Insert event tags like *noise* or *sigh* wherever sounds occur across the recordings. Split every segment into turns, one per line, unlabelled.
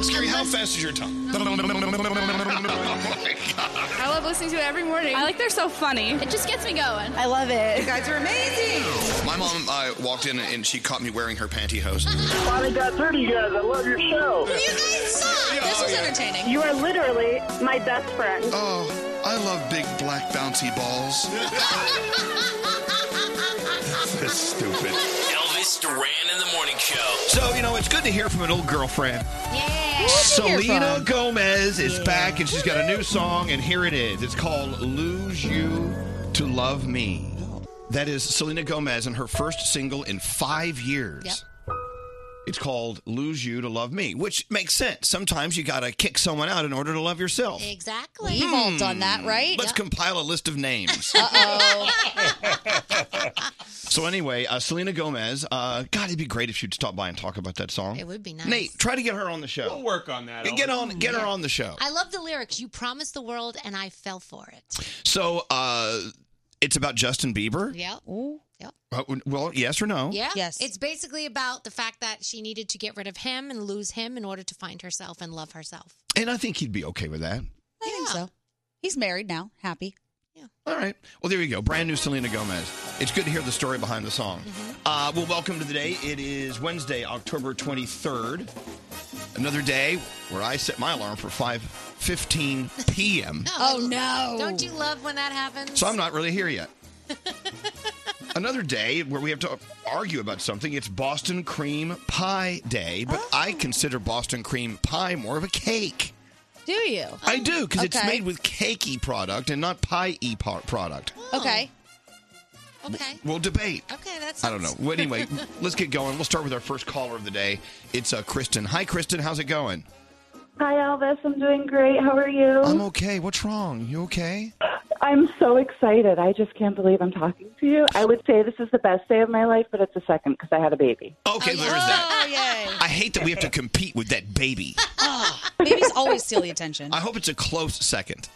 Scary, how fast is
*laughs*
your tongue? oh my God.
I love listening to it every morning.
I like they're so funny.
it just gets me going.
I love it.
You guys are amazing.
My mom uh, walked in and she caught me wearing her pantyhose.
*laughs*
Finally got through to you guys. I love your show.
You guys suck.
Yeah,
oh,
this was
yeah.
entertaining.
You are literally my best friend.
Oh, I love big black bouncy balls. That's stupid.
Elvis Duran in the morning show.
So, you know, it's good to hear from an old girlfriend.
Yeah.
Selena Gomez is back and she's got a new song, and here it is. It's called Lose You to Love Me. That is Selena Gomez and her first single in five years. It's called Lose You to Love Me, which makes sense. Sometimes you got to kick someone out in order to love yourself.
Exactly.
We've all done that, right?
Mm. Hmm. Let's compile a list of
*laughs*
names. *laughs* so, anyway, uh, Selena Gomez, uh, God, it'd be great if she'd stop by and talk about that song.
It would be nice.
Nate, try to get her on the show. We'll
work on that.
Get on, get her on the show.
I love the lyrics. You promised the world, and I fell for it.
So uh, it's about Justin Bieber.
Yeah.
Uh, well, yes or no?
Yeah.
Yes.
It's basically about the fact that she needed to get rid of him and lose him in order to find herself and love herself.
And I think he'd be okay with that.
I think so. He's married now, happy.
All right. Well, there you go. Brand new Selena Gomez. It's good to hear the story behind the song. Uh, well, welcome to the day. It is Wednesday, October 23rd. Another day where I set my alarm for 5.15 p.m.
Oh,
no.
Don't you love when that happens?
So I'm not really here yet. Another day where we have to argue about something. It's Boston Cream Pie Day, but I consider Boston Cream Pie more of a cake.
Do you?
I do because it's
Oh, Okay.
made with cakey product and not pie-y po- product.
Oh. Okay.
Okay.
We'll debate.
Okay, that's.
I don't know. Well,
*laughs*
anyway, let's get going. We'll start with our first caller of the day. It's uh, Kristen. Hi, Kristen. How's it going?
Hi, Elvis. I'm doing great. How are you?
I'm okay. What's wrong? You okay?
I'm so excited. I just can't believe I'm talking to you. I would say this is the best day of my life, but it's the second because I had a baby.
Okay, there's that.
Oh, yay.
I hate that we have to compete with that baby.
*laughs* Babies always steal the attention. Mm.
I hope it's a close second.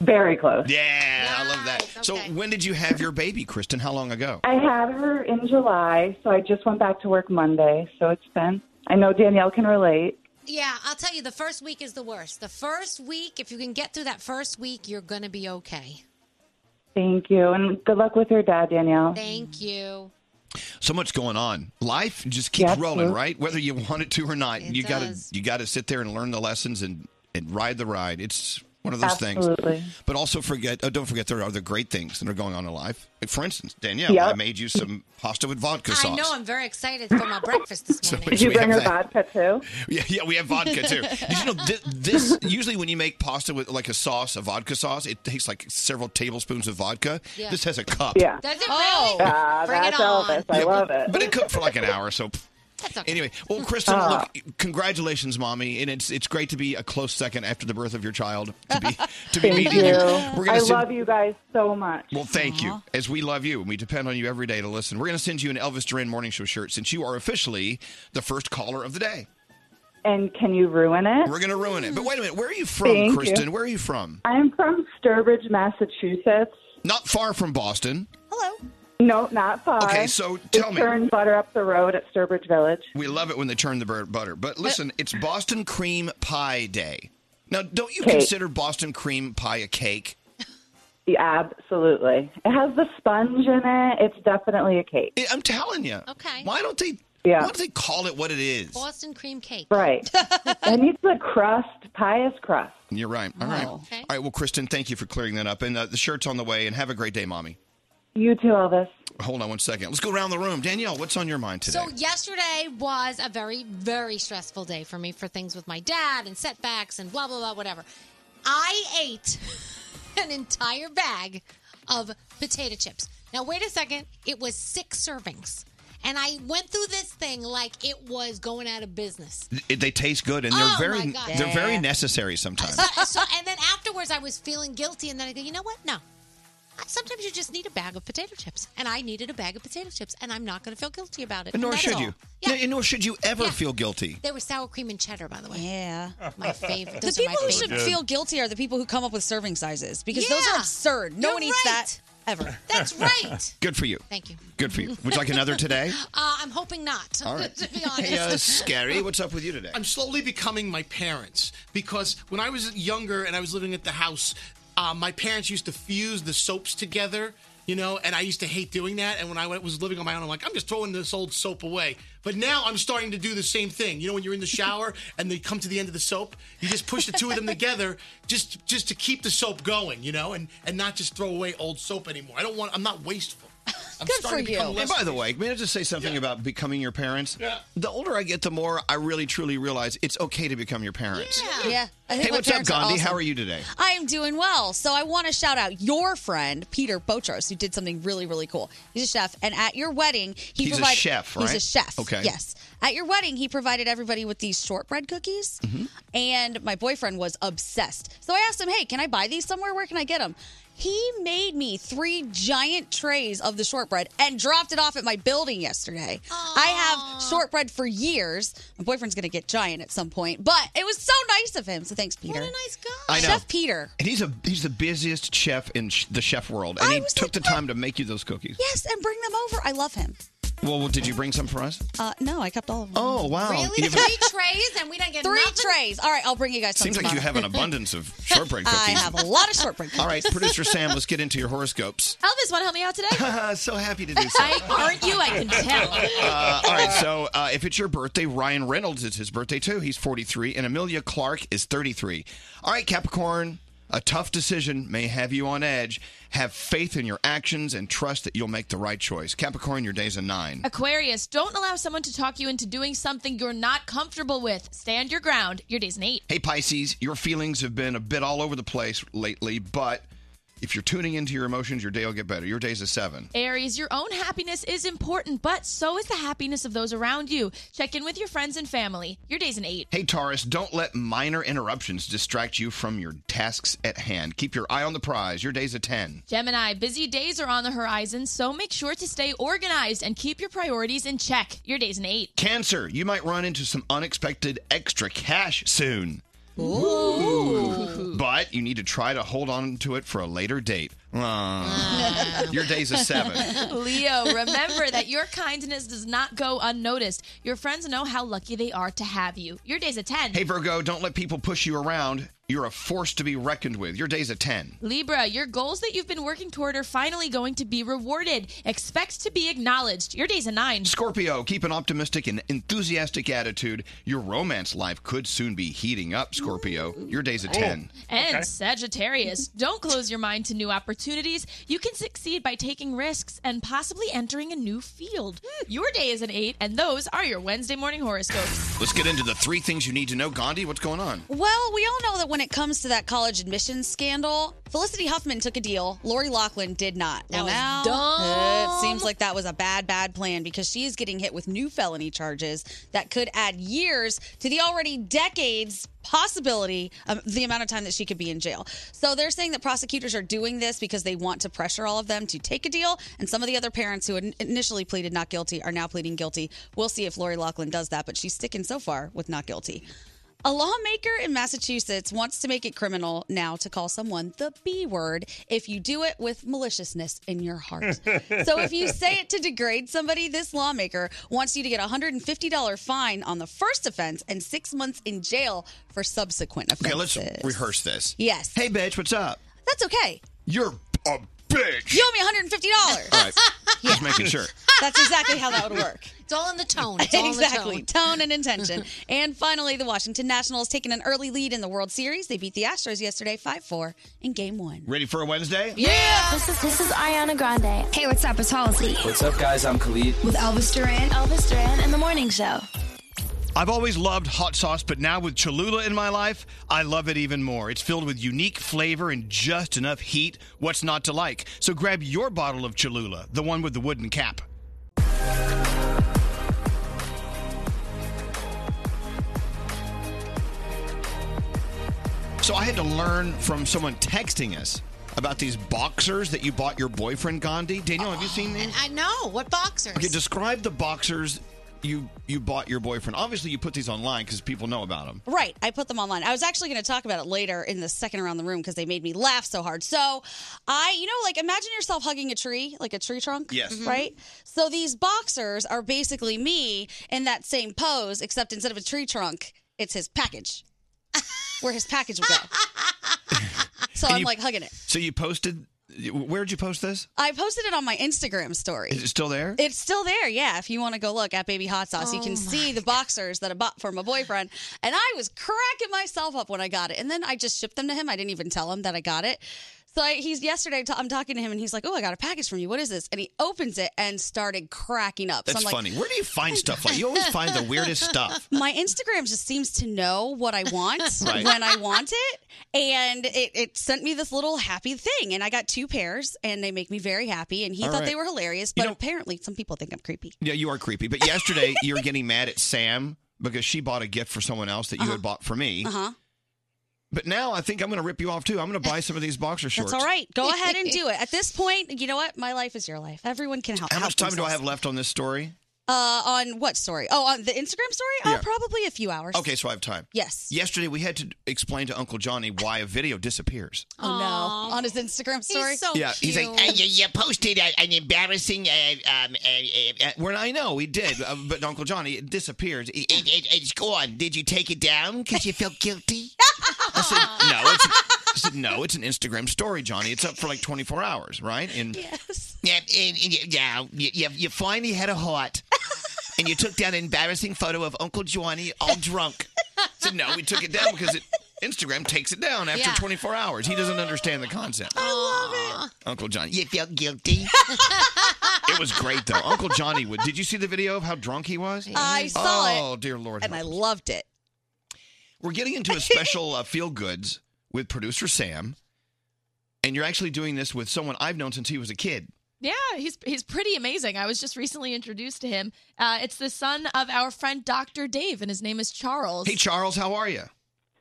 Very close.
Yeah, I love that.
Nice,
So,
okay.
when did you have your baby, Kristen? How long ago?
I had her in July, so I just went back to work Monday. So it's been. I know Danielle can relate.
Yeah, I'll tell you, the first week is the worst. The first week, if you can get through that first week, you're going to be okay.
Thank you, and good luck with your dad, Danielle.
Thank you.
So much going on. Life just keeps
Yeah,
rolling,
true.
right? Whether you want it to or not,
It
you gotta
does.
you gotta sit there and learn the lessons and and ride the ride. It's one of those things.
Absolutely.
But also forget oh, don't forget there are other great things that are going on in life. For instance, Danielle, I
Yep.
made you some pasta with vodka sauce.
I know I'm very excited for my *laughs*
*laughs*
breakfast this morning.
Did you
We
bring
have
her
that.
vodka too?
Yeah, yeah, we have vodka too. Did you know thi- this? Usually, when you make pasta with like a sauce, a vodka sauce, it takes like several tablespoons of vodka.
Yeah.
This has a cup.
Yeah.
Does it
Oh.
really?
Ah,
Bring it
that's
on.
Elvis. I love it.
But it cooked for like an hour, so. pff.
That's okay.
Anyway, well, Kristen,
Ah.
look, congratulations, mommy, and it's it's great to be a close second after the birth of your child to be to be
*laughs* Thank
meeting
you.
you.
I
send-
love you guys so much.
Well, thank you. As we love you, and we depend on you every day to listen. We're going to send you an Elvis Duran Morning Show shirt since you are officially the first caller of the day.
And can you ruin it?
We're going to ruin it. But wait a minute, where are you from,
Thank you.
Kristen? Where are you from?
I'm from Sturbridge, Massachusetts.
Not far from Boston.
Hello.
No, not far.
Okay, so tell
Just
me.
Turn butter up the road at Sturbridge Village.
We love it when they churn the bur- butter.
Uh,
But listen, it's Boston Cream Pie Day. Now, don't you
Cake.
consider Boston Cream Pie a cake?
Yeah, absolutely. It has the sponge in it. It's definitely a cake.
I- I'm telling you.
Okay.
Why don't they?
Yeah.
Why don't they call it what it is?
Boston cream cake. *laughs*
Right. it needs the crust, pious crust.
You're right. All right.
Wow.
Oh, Okay.
All right. Well, Kristen, thank you for clearing that up. And uh, the shirt's on the way. And have a great day, mommy.
You too, Elvis.
Hold on one second. Let's go around the room. Danielle, what's on your mind today?
So yesterday was a very, very stressful day for me for things with my dad and setbacks and blah blah blah whatever. I ate *laughs* an entire bag of potato chips. Now wait a second, it was six servings. And I went through this thing like it was going out of business.
It- they taste good, and they're
Oh,
very
my God.
they're very necessary sometimes.
so and then afterwards I was feeling guilty and then I go, you know what? No. Sometimes you just need a bag of potato chips. And I needed a bag of potato chips and I'm not gonna feel guilty about it.
And nor
That's
should
all.
you.
Yeah.
No, and nor should you ever
Yeah.
feel guilty.
They were sour cream and cheddar, by the way.
Yeah.
My favorite.
The
Those are my
people who should
favorite.
feel guilty are the people who come up with serving sizes because those
Yeah.
are absurd. No
You're
one eats
right.
that.
ever. That's right.
*laughs* Good for you.
Thank you.
Good for you. Would you like another today?
Uh, I'm hoping not.
All right.
*laughs* to
*laughs*
be honest.
Hey, uh,
*laughs*
Scary, what's up with you today?
I'm slowly becoming my parents because when I was younger and I was living at the house, uh, my parents used to fuse the soaps together, you know, and I used to hate doing that. And when I went- was living on my own, I'm like, I'm just throwing this old soap away. But now I'm starting to do the same thing. You know, when you're in
*laughs*
the shower and they come to the end of the soap, you just push the two of them together just just to keep the soap going, you know, and and not just throw away old soap anymore. I don't want. I'm not wasteful. I'm starting to become
And
less
by the way, may I just say something about becoming your parents? Yeah. The older I get, the more I really truly realize it's okay to become your parents.
Yeah. I think
Hey,
my
what's up,
parents
Gandhi?
awesome.
How are you today?
Uh,
I'm doing well. So I want to shout out your friend, Peter Bochars, who did something really, really cool. He's a chef. And at your wedding, he
He's a
provided.
chef,
He's a
right?
chef.
Okay.
Yes. At your wedding, he provided everybody with these shortbread cookies. And my boyfriend was obsessed. So I asked him, hey, can I buy these somewhere? Where can I get them? He made me three giant trays of the shortbread and dropped it off at my building yesterday. I have shortbread for years. My boyfriend's going to get giant at some point, but it was so nice of him. So thanks, Peter. What a nice guy.
I know.
Chef Peter.
And he's a he's the busiest chef in sh- the chef world, and he took the time to make you those cookies.
Yes, and bring them over. I love him.
Well, well, did you bring some for us?
Uh, no, I kept all of them.
Oh wow! You
Um, Really?
have-
Three trays and we don't get
Three
nothing?
trays. All right, I'll bring you guys. some
seems like you
tomorrow.
have an
*laughs*
abundance of shortbread cookies.
I have a lot of shortbread.
All right, producer Sam, let's get into your horoscopes.
Elvis, want to help me out today?
so happy to do so.
I, aren't you? I can tell.
Uh, all right, so uh, if it's your birthday, Ryan Reynolds is his birthday too. He's 43, and Amelia Clark is 33. All right, Capricorn, a tough decision may have you on edge. Have faith in your actions and trust that you'll make the right choice. Capricorn, your day's a nine.
Aquarius, don't allow someone to talk you into doing something you're not comfortable with. Stand your ground. Your day's an eight.
Hey, Pisces, your feelings have been a bit all over the place lately, but if you're tuning into your emotions, your day will get better. Your day's a seven.
Aries, your own happiness is important, but so is the happiness of those around you. Check in with your friends and family. Your day's an eight.
Hey, Taurus, don't let minor interruptions distract you from your tasks at hand. Keep your eye on the prize. Your day's a 10.
Gemini, busy days are on the horizon, so make sure to stay organized and keep your priorities in check. Your day's an
*laughs*
eight.
Cancer, you might run into some unexpected extra cash soon. But you need to try to hold on to it for a later date. Ah. Your day's a
*laughs*
seven.
Leo, remember that your kindness does not go unnoticed. Your friends know how lucky they are to have you. Your day's a 10.
Hey, Virgo, don't let people push you around. You're a force to be reckoned with. Your day's a 10.
Libra, your goals that you've been working toward are finally going to be rewarded. Expect to be acknowledged. Your day's a 9.
Scorpio, keep an optimistic and enthusiastic attitude. Your romance life could soon be heating up, Scorpio. Your
Oh.
day's a 10.
And Sagittarius, don't close your mind to new opportunities. You can succeed by taking risks and possibly entering a new field. Your day is an 8, and those are your Wednesday morning horoscopes.
Let's get into the three things you need to know. Gandhi, what's going on?
Well, we all know that when it comes to that college admissions scandal, Felicity Huffman took a deal. Lori Lachlan did not.
That
well,
was
now
dumb.
it seems like that was a bad, bad plan because she is getting hit with new felony charges that could add years to the already decades possibility of the amount of time that she could be in jail. So they're saying that prosecutors are doing this because they want to pressure all of them to take a deal. And some of the other parents who in- initially pleaded not guilty are now pleading guilty. We'll see if Lori Lachlan does that, but she's sticking so far with not guilty. A lawmaker in Massachusetts wants to make it criminal now to call someone the B word if you do it with maliciousness in your
*laughs*
heart. so if you say it to degrade somebody, this lawmaker wants you to get a $150 fine on the first offense and six months in jail for subsequent offenses.
Okay, let's rehearse this.
Yes.
Hey, bitch, what's up?
That's okay.
You're a bitch.
You owe me
*laughs*
$150.
All right. Just making sure.
That's exactly how that would work.
It's all in the tone. It's all in the
exactly. tone. and
*laughs*
intention. and finally, the Washington Nationals taking an early lead in the World Series. They beat the Astros yesterday 5 4 in game one.
Ready for a Wednesday?
Yeah. This is this is Ariana Grande. Hey, what's up? It's Halsey
What's up, guys? I'm Khalid.
with Elvis Duran. Elvis Duran and the Morning Show.
I've always loved hot sauce, but now with Cholula in my life, I love it even more. It's filled with unique flavor and just enough heat. What's not to like? So grab your bottle of Cholula, the one with the wooden cap. So I had to learn from someone texting us about these boxers that you bought your boyfriend Gandhi. Daniel, have you seen these?
I know. What boxers?
Okay, describe the boxers you you bought your boyfriend. Obviously, you put these online because people know about them.
Right. I put them online. I was actually going to talk about it later in the second around the room because they made me laugh so hard. So, I, you know, like imagine yourself hugging a tree, like a tree trunk.
Yes.
Mm-hmm.
Mhm.
Right? So, these boxers are basically me in that same pose, except instead of a tree trunk, it's
*laughs*
his package where his package would go. so,
And
I'm
you-
like hugging it.
So you posted. Where'd you post this?
I posted it on my Instagram story.
Is it still there?
It's still there, yeah. If you want to go look at Baby Hot Sauce, you
Oh
can see the boxers that I bought for my boyfriend. And I was cracking myself up when I got it. And then I just shipped them to him. I didn't even tell him that I got it. So I, he's yesterday, i I'm talking to him, and he's like, Oh, I got a package from you. What is this? And he opens it and started cracking up.
That's
so I'm like,
funny. Where do you find stuff like? You always
*laughs*
find the weirdest stuff.
my Instagram just seems to know what I want
*laughs* Right.
when I want it. And it, it sent me this little happy thing. And I got two pairs, and they make me very happy. And he
All
thought
right.
they were hilarious,
You
but
know-
apparently some people think I'm creepy.
Yeah, you are creepy. But yesterday, you were getting mad at Sam because she bought a gift for someone else that you had bought for me.
Uh huh.
But now I think I'm going to rip you off too. I'm going to buy some of these boxer shorts.
That's all right.
*laughs*
Go ahead and do it. At this point, you know what? My life is your life. Everyone can help.
How much time
help
do I
themselves.
have left on this story?
Uh, on what story? Oh, on the Instagram story?
Yeah.
Oh, probably a few hours.
Okay, so I have time.
Yes.
Yesterday, we had to explain to Uncle Johnny why a video disappears.
Oh no! On his Instagram story.
yeah, he's like, "Uh, you, you posted a, an embarrassing. Uh, um, uh, uh, uh, well, I know we did, uh, but Uncle Johnny, it disappears. It, it, it, it's gone. Did you
*laughs*
take it down because you felt guilty?
*laughs*
I said, no, it's, I said, no, it's an Instagram story, Johnny. It's up for like 24 hours, right? And
yes,
yeah, and, and, you- yeah, you, you, you finally had a heart, and you took down an embarrassing photo of Uncle Johnny all drunk. I said, no, we took it down because it. Instagram takes it down after
Yeah.
24 hours. He doesn't understand the concept.
I
Uncle Johnny. You felt guilty. it was great though. Uncle Johnny would. Did you see the video of how drunk he was?
I saw it,
Oh dear lord.
and I
help us.
loved it.
We're getting into a special uh, feel goods with producer Sam, and you're actually doing this with someone I've known since he was a kid.
Yeah, he's he's pretty amazing. I was just recently introduced to him. Uh, it's the son of our friend Dr. Dave, and his name is Charles.
Hey Charles, how are you?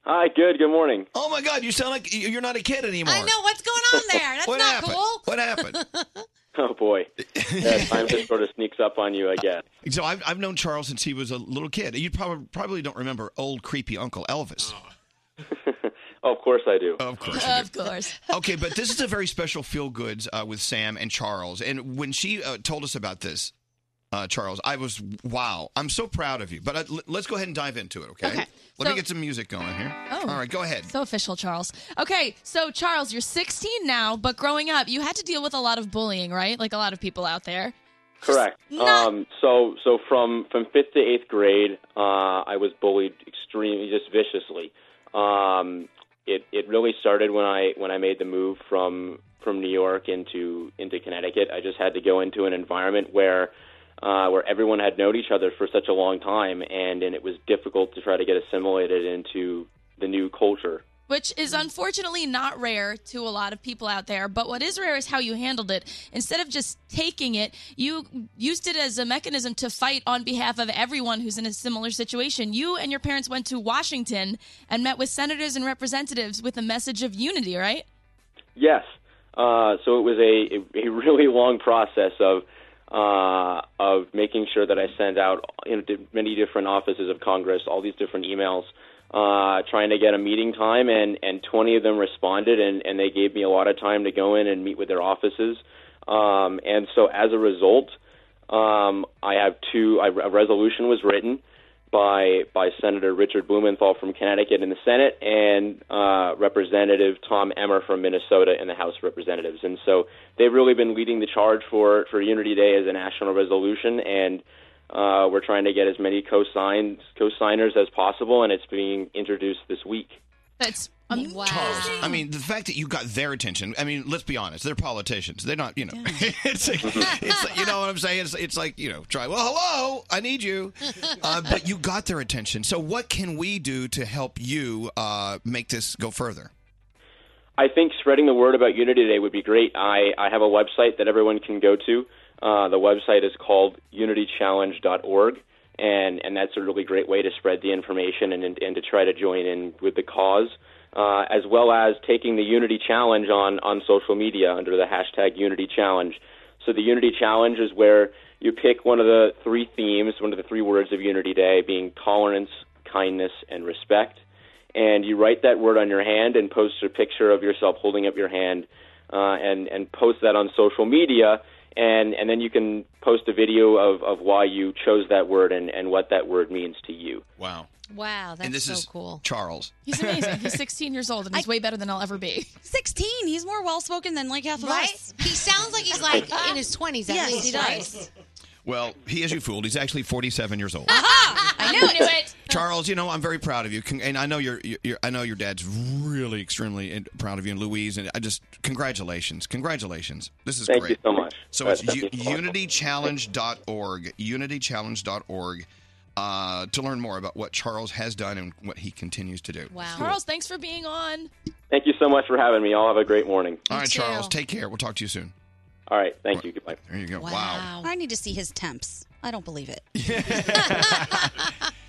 Hi, good. Good morning.
Oh my God, you sound like y- you're not a kid anymore.
I know what's going on there. That's
What
not
happened?
cool.
What happened?
*laughs* Oh
*laughs*
boy, yeah, time just sort of sneaks up on you, I guess.
So I've, I've known Charles since he was a little kid. You probably probably don't remember old creepy Uncle Elvis.
Oh, of course I do.
Of course.
Of course.
okay, but this is a very special feel goods uh, with Sam and Charles. And when she uh, told us about this, uh, Charles, I was wow. I'm so proud of you. But uh, l- let's go ahead and dive into it, okay? Let
so-
me get some music going here.
Oh.
All right, go ahead.
So official, Charles. Okay, so Charles, you're 16 now, but growing up, you had to deal with a lot of bullying, right? Like a lot of people out there.
Correct. Um, so, so from from fifth to eighth grade, uh, I was bullied extremely, just viciously. Um, it it really started when I when I made the move from from New York into into Connecticut. I just had to go into an environment where uh, where everyone had known each other for such a long time, and and it was difficult to try to get assimilated into the new culture.
Which
Mm.
is unfortunately not rare to a lot of people out there, but what is rare is how you handled it. Instead of just taking it, you used it as a mechanism to fight on behalf of everyone who's in a similar situation. You and your parents went to Washington and met with senators and representatives with a message of unity, right?
Yes. Uh, so it was a, a really *laughs* long process of uh, of making sure that I sent out you know, to many different offices of Congress, all these different emails, uh, trying to get a meeting time, and, and 20 of them responded, and, and they gave me a lot of time to go in and meet with their offices. Um, and so as a result, um, I have two. I, a resolution was written by by Senator Richard Blumenthal from Connecticut in the Senate and uh, Representative Tom Emmer from Minnesota in the House of Representatives. And so they've really been leading the charge for for Unity Day as a national resolution, and uh, we're trying to get as many co-signs co-signers as possible, and it's being introduced this week.
That's amazing.
I mean, the fact that you got their attention. I mean, let's be honest. They're politicians. They're not, you know. *laughs* it's, like, it's like- you know what I'm saying. It's, it's like you know, try. Well, hello, I need you. Uh, but you got their attention. So what can we do to help you uh, make this go further?
I think spreading the word about Unity Day would be great. I, I have a website that everyone can go to. Uh, the website is called unitychallenge.org, and, and that's a really great way to spread the information and, and, and to try to join in with the cause, uh, as well as taking the Unity Challenge on, on social media under the hashtag Unity Challenge. So the Unity Challenge is where you pick one of the three themes, one of the three words of Unity Day, being tolerance, kindness, and respect. And you write that word on your hand and post a picture of yourself holding up your hand, uh, and and post that on social media. And and then you can post a video of, of why you chose that word and, and what that word means to you.
Wow.
Wow, that's
and this
so
is
cool.
Charles.
He's amazing. He's 16 years old and he's way better than I'll ever be.
16. He's more well spoken than like half of
Right?
us.
He sounds like
*laughs*
he's like in his 20s at
Yes,
least.
he
right?
does.
Well, he has you fooled. He's actually 47 years old.
I knew it.
Charles, you know I'm very proud of you, Con- and I know your, your, your I know your dad's really extremely in- proud of you and Louise, and I just congratulations, congratulations. This is
Thank
great.
you so much.
So
Uh,
it's
thank
u-
you so much.
unitychallenge.org, unitychallenge.org, uh, to learn more about what Charles has done and what he continues to do.
Wow. Charles, thanks for being on.
Thank you so much for having me. All have a great morning.
All right, Charles, take care. We'll talk to you soon.
All right, thank you. Goodbye.
There you go. Wow.
I need to see his temps. I don't believe
*laughs*
it.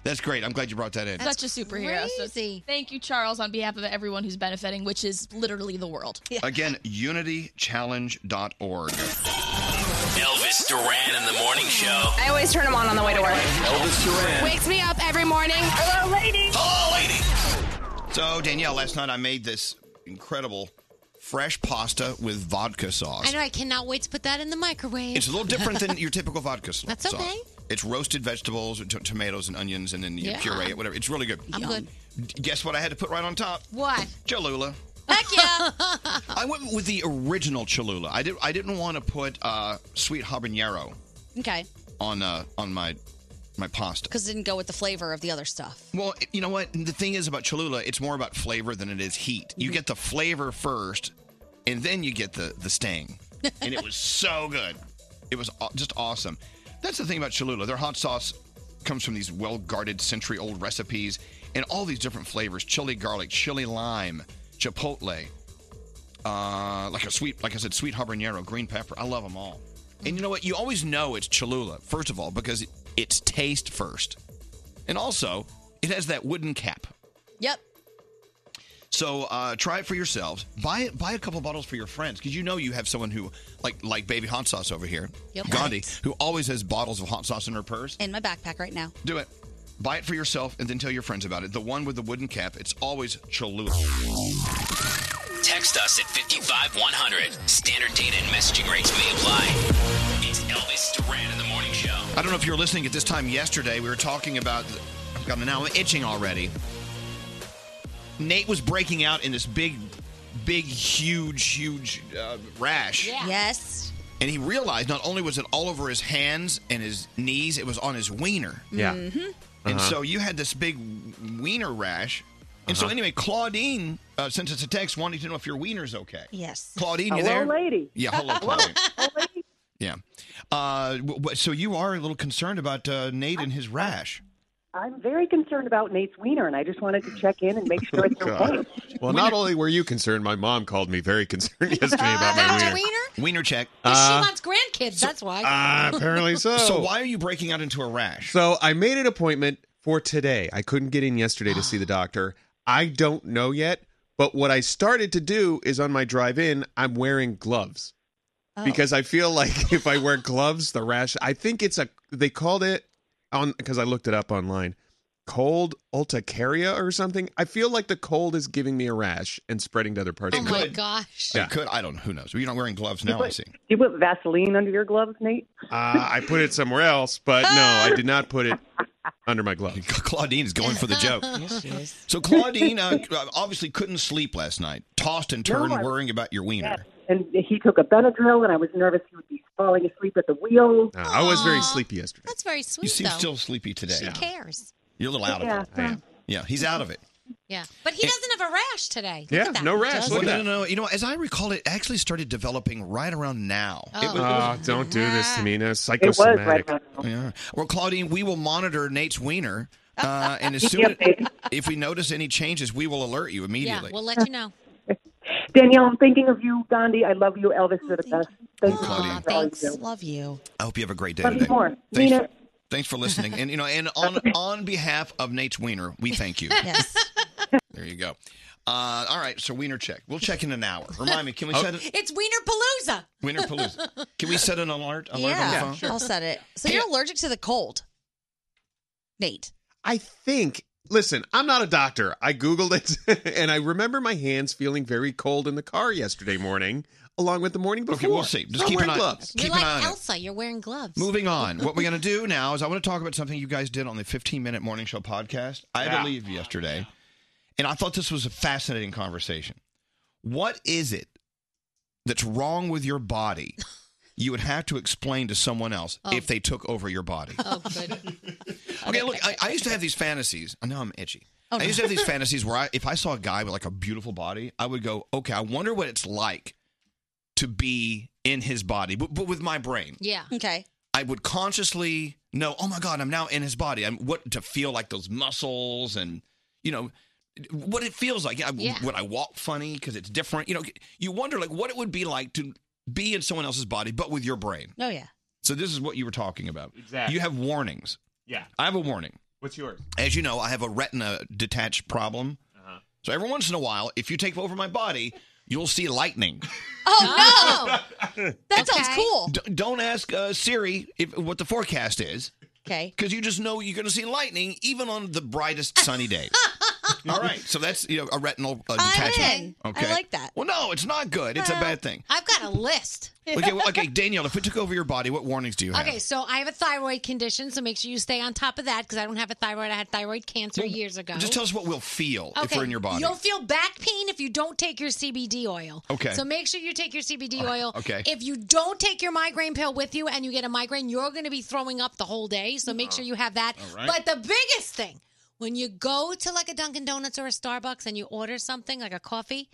That's great. I'm glad you brought that in.
Such a superhero. So thank you, Charles, on behalf of everyone who's benefiting, which is literally the world.
Again, unitychallenge.org.
Elvis Duran in the morning show.
I always turn them on on the way to work.
Elvis Duran.
Wakes me up every morning. Hello, lady.
Hello, lady.
So, Danielle, last night I made this incredible fresh pasta with vodka sauce.
I know. I cannot wait to put that in the microwave.
It's a little different
*laughs*
than your typical vodka s-
That's
sauce.
okay.
It's roasted vegetables, t- tomatoes, and onions, and then you
Yeah.
puree it, whatever. It's really good.
I'm good.
D- Guess what I had to put right on top?
What?
Cholula.
Heck yeah.
*laughs* I went with the original Cholula. I, did, I didn't want to put uh, sweet habanero
Okay.
on uh, on my my pasta.
Because it didn't go with the flavor of the other stuff.
Well, you know what? The thing is about Cholula, it's more about flavor than it is heat. You get the flavor first, and then you get the the sting. and it was so good. It was aw- just awesome. That's the thing about Cholula. Their hot sauce comes from these well guarded century old recipes and all these different flavors chili garlic, chili lime, chipotle, uh, like a sweet, like I said, sweet habanero, green pepper. I love them all. And you know what? You always know it's Cholula, first of all, because it, it's taste first. And also, it has that wooden cap.
Yep.
So uh, try it for yourselves. Buy it. Buy a couple bottles for your friends because you know you have someone who like like baby hot sauce over here,
Yep.
Gandhi, who always has bottles of hot sauce in her purse.
In my backpack right now.
Do it. Buy it for yourself and then tell your friends about it. The one with the wooden cap. It's always Cholula.
Text us at 55100. Standard data and messaging rates may apply. It's Elvis Duran in the morning show.
I don't know if you were listening at this time yesterday. We were talking about. I've got an now itching already. Nate was breaking out in this big, big, huge, huge uh, rash.
Yes.
And he realized not only was it all over his hands and his knees, it was on his wiener.
Yeah.
Mm-hmm.
And
Uh-huh.
so you had this big wiener rash. And so
Uh-huh.
anyway, Claudine uh, sent us a text wanting to know if your wiener's okay.
Yes.
Claudine,
Oh,
you
Hello,
there?
lady.
Yeah, hello,
Hello,
Claudine. yeah. Uh, w- w- so you are a little concerned about uh, Nate and his rash.
I'm very concerned about Nate's wiener, and I just wanted to check in and make sure
*laughs*
it's okay.
God. Well, not only were you concerned, my mom called me very concerned *laughs* yesterday about my wiener. Uh,
Wiener check.
she wants grandkids. that's why.
Ah, apparently so.
uh, So why are you breaking out into a rash?
So I made an appointment for today. I couldn't get in yesterday to see the doctor. I don't know yet, but what I started to do is on my drive in, I'm wearing gloves. Because I feel like *laughs* if I wear gloves, the rash I think it's a they called it on because I looked it up online. Cold urticaria or something. I feel like the cold is giving me a rash and spreading to other
Oh
parts of my body.
Oh gosh.
Yeah.
could. I don't know. Who knows? You're not wearing gloves
you put, You put Vaseline under your gloves, Nate?
Uh, I put it somewhere else, but no, I did not put it under
*laughs*
my glove.
Claudine is going for the joke. Yes, she is. So Claudine uh, obviously couldn't sleep last night, tossed and turned,
No, I-
worrying about your wiener.
And he took a Benadryl, and I was nervous he would be falling asleep at the wheel.
Uh, I was very sleepy yesterday.
*laughs* That's very sweet,
You seem
though.
still sleepy today.
She cares.
You're a little out
Yeah.
of it. Yeah, he's out of it.
Yeah. But he
It-
doesn't have a rash today. Look at that.
Well, no, no, no. You know, as I recall, it actually started developing right around now. It was-
Oh, don't do this to me. No,
was right
psychosomatic.
now. Yeah. Well, Claudine, we will monitor Nate's wiener, *laughs* uh, and as
Keep
soon
me updated.
if we notice any changes, we will alert you immediately.
we'll let you know.
*laughs* Danielle, I'm thinking of you, Gandhi. I love you. Elvis, you're the best. Thank you.
Claudine.
for all you do.
Love you.
I hope you have a great day
Love you
today.
more.
Thanks,
Nina.
*laughs*
thanks for listening, and you know, and on on behalf of Nate's wiener, we thank you.
Yes.
There you go. Uh, all right, so wiener check. We'll check in an hour. Remind me, can we set it?
Oh. It's Wienerpalooza.
Wienerpalooza. Can
*laughs*
we set an alert? Alert on the
yeah,
phone.
I'll set it. So you're allergic to the cold, Nate?
I think. Listen, I'm not a doctor. I googled it, *laughs* and I remember my hands feeling very cold in the car yesterday morning, along with the morning before.
Okay, we'll see. Just
I'm
keep an
wearing
eye-
gloves.
You're
Keep an
like
eye on it.
Elsa. You're wearing gloves.
Moving on. What we're going to do now is I want to talk about something you guys did on the 15 minute morning show podcast. I had
Yeah.
to leave yesterday, and I thought this was a fascinating conversation. What is it that's wrong with your body you would have to explain to someone else
Oh.
if they took over your
*laughs*
body?
Oh, good.
Okay, look, I, I used to have these fantasies. I know I'm itchy.
Oh,
I
no.
used to have these fantasies where I, if I saw a guy with like a beautiful body, I would go, okay, I wonder what it's like to be in his body, but, but with my brain.
Yeah.
Okay.
I would consciously know, oh my God, I'm now in his body. I'm what to feel like those muscles and, you know, what it feels like. I,
Yeah.
Would I walk funny because it's different? You know, you wonder like what it would be like to be in someone else's body, but with your brain.
Oh yeah.
So this is what you were talking about.
Exactly.
You have warnings.
Yeah.
I have a warning.
What's yours?
As you know, I have a retina detached problem.
Uh-huh.
So every once in a while, if you take over my body, you'll see lightning.
Oh no, that sounds cool.
D- don't ask uh, Siri if, what the forecast is.
Okay.
Because you just know you're going to see lightning even on the brightest sunny
*laughs*
day. All right. So that's you know, a retinal uh,
I'm
detachment.
in. I like that.
Well, no, it's not good. It's a
Well,
bad thing.
I've got a list.
Okay, well,
*laughs*
okay, Danielle, if we took over your body, what warnings do you have?
Okay, so I have a thyroid condition, so make sure you stay on top of that because I don't have a thyroid. I had thyroid cancer years ago.
Just tell us what we'll feel if we're in your body.
You'll feel back pain if you don't take your CBD oil.
Okay.
So make sure you take your CBD
All right,
oil.
okay.
If you don't take your migraine pill with you and you get a migraine, you're going to be throwing up the whole day. So make
Oh.
sure you have that.
All right.
But the biggest thing, when you go to like a Dunkin' Donuts or a Starbucks and you order something like a coffee,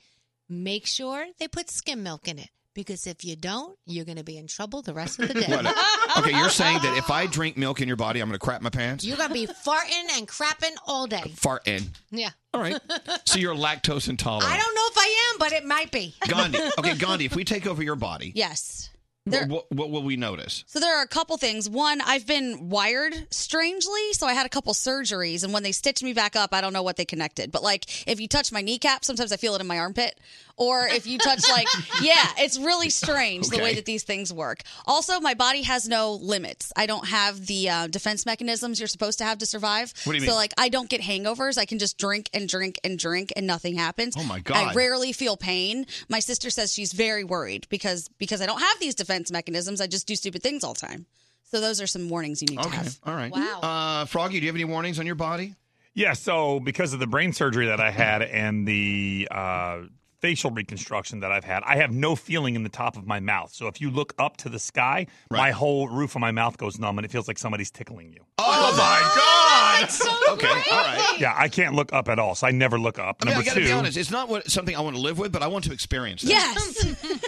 make sure they put skim milk in it because if you don't, you're going to be in trouble the rest of the day.
*laughs* What a- okay, you're saying that
*laughs*
if I drink milk in your body, I'm going to crap my pants?
You're gonna be farting and crapping all day.
Fart in.
Yeah.
All right. So you're lactose intolerant.
*laughs* I don't know if I am, but it might be.
*laughs*
Gandhi. Okay, Gandhi, if we take over your body,
Yes.
wh- wh- what, will we notice?
So there are a couple things. One, I've been wired strangely, so I had a couple surgeries, and when they stitched me back up, I don't know what they connected. But like, if you touch my kneecap, sometimes I feel it in my armpit, or if you touch
*laughs*
like, yeah, it's really strange the way
Okay.
that these things work. Also, my body has no limits. I don't have the uh, defense mechanisms you're supposed to have to survive.
What do you
So
mean?
like, I don't get hangovers. I can just drink and drink and drink, and nothing happens.
Oh, my
I
God.
rarely rarely feel pain. My sister says she's very worried because because I don't have these defense mechanisms. I just do stupid things all the time. So those are some warnings you need to
Okay.
have.
All right.
Wow.
Uh, Froggy, do you have any warnings on your body?
Yeah, so because of the brain surgery that I had and the uh, facial reconstruction that I've had, I have no feeling in the top of my mouth. So if you look up to the sky, my whole roof of my mouth goes numb and it feels like somebody's tickling you.
Oh, my God! okay, all right.
Yeah, I can't look up at all, so I never look up.
I mean, I
number
got to
two,
be honest. It's not what something I want to live with, but I want to experience. It.
Yes.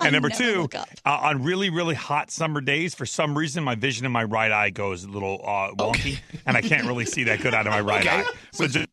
and number two, uh, on really really hot summer days, for some reason, my vision in my right eye goes a little uh, wonky, and I can't really see that good out of my right
Okay.
eye. So just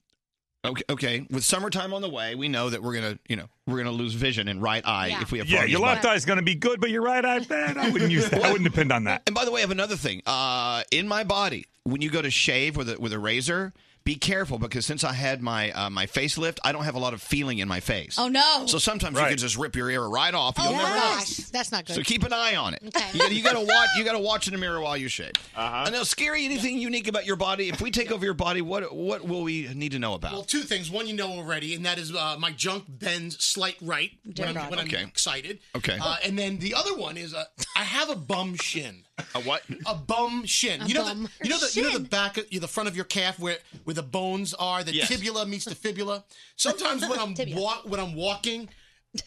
Okay, okay. With summertime on the way, we know that we're gonna, you know, we're gonna lose vision and right eye if we have.
yeah,
Froggy's
your left
body.
eye is going to be good, but your right eye bad. I wouldn't use that. I wouldn't depend on
*laughs*
that.
And by the way, I have another thing. Uh, in my body, when you go to shave with a, with a razor, be careful because since I had my uh, my facelift, I don't have a lot of feeling in my face.
Oh, no. Oh,
So sometimes you can just rip your ear right off. You'll never know.
Gosh, that's not good.
So keep an eye on it.
Okay.
You, gotta, you
*laughs*
gotta watch. You gotta watch in the mirror while you shave. Uh-huh. And now, scary. Anything unique about your body? If we take over your body, what what will we need to know about?
Well, two things. One you know already, and that is uh, my junk bends slight right
Dear
when, I'm,
God.
when I'm
Okay.
excited.
Okay.
Uh, and then the other one is uh, I have a bum shin.
A what?
A bum shin.
A
you know the
bum
you know the you know the back of, you know, the front of your calf where where the bones are. The
Yes.
tibula meets the fibula. Sometimes
*laughs*
when I'm wa- when I'm walking,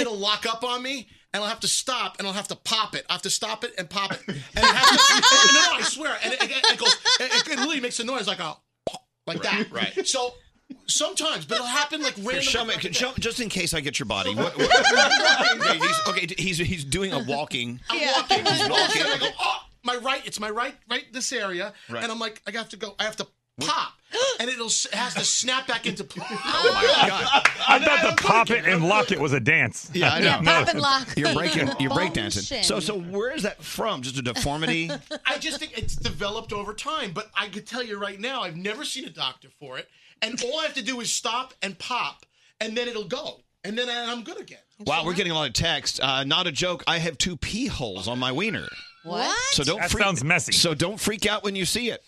it'll lock up on me. And I'll have to stop, and I'll have to pop it. I have to stop it and pop it, and it has to, *laughs* no, no, I swear, and it, it, it goes, it, it really makes a noise like a like that. Right. So sometimes, but it'll happen like
Here,
randomly.
show me, show, just in case I get your body. What,
*laughs*
okay, he's, okay, he's he's doing a walking.
I'm walking, he's walking, and I go, oh, my right, it's my right, right this area,
Right.
and I'm like, I have to go, I have to pop, and it'll s- it has to snap
*laughs*
back into place.
Oh
I thought the pop it and lock it was a dance.
Yeah, I know.
and lock.
You're breaking. You're
Bone
breakdancing. So,
shin.
so where is that from? Just a
*laughs*
deformity.
I just think it's developed over time, but I could tell you right now, I've never seen a doctor for it. and all I have to do is stop and pop, and then it'll go, and then I- I'm good again.
Wow, we're getting a lot of text. Uh, not a joke. I have two pee holes on my wiener.
What?
So don't
That
freak,
sounds messy.
So don't freak out when you see it.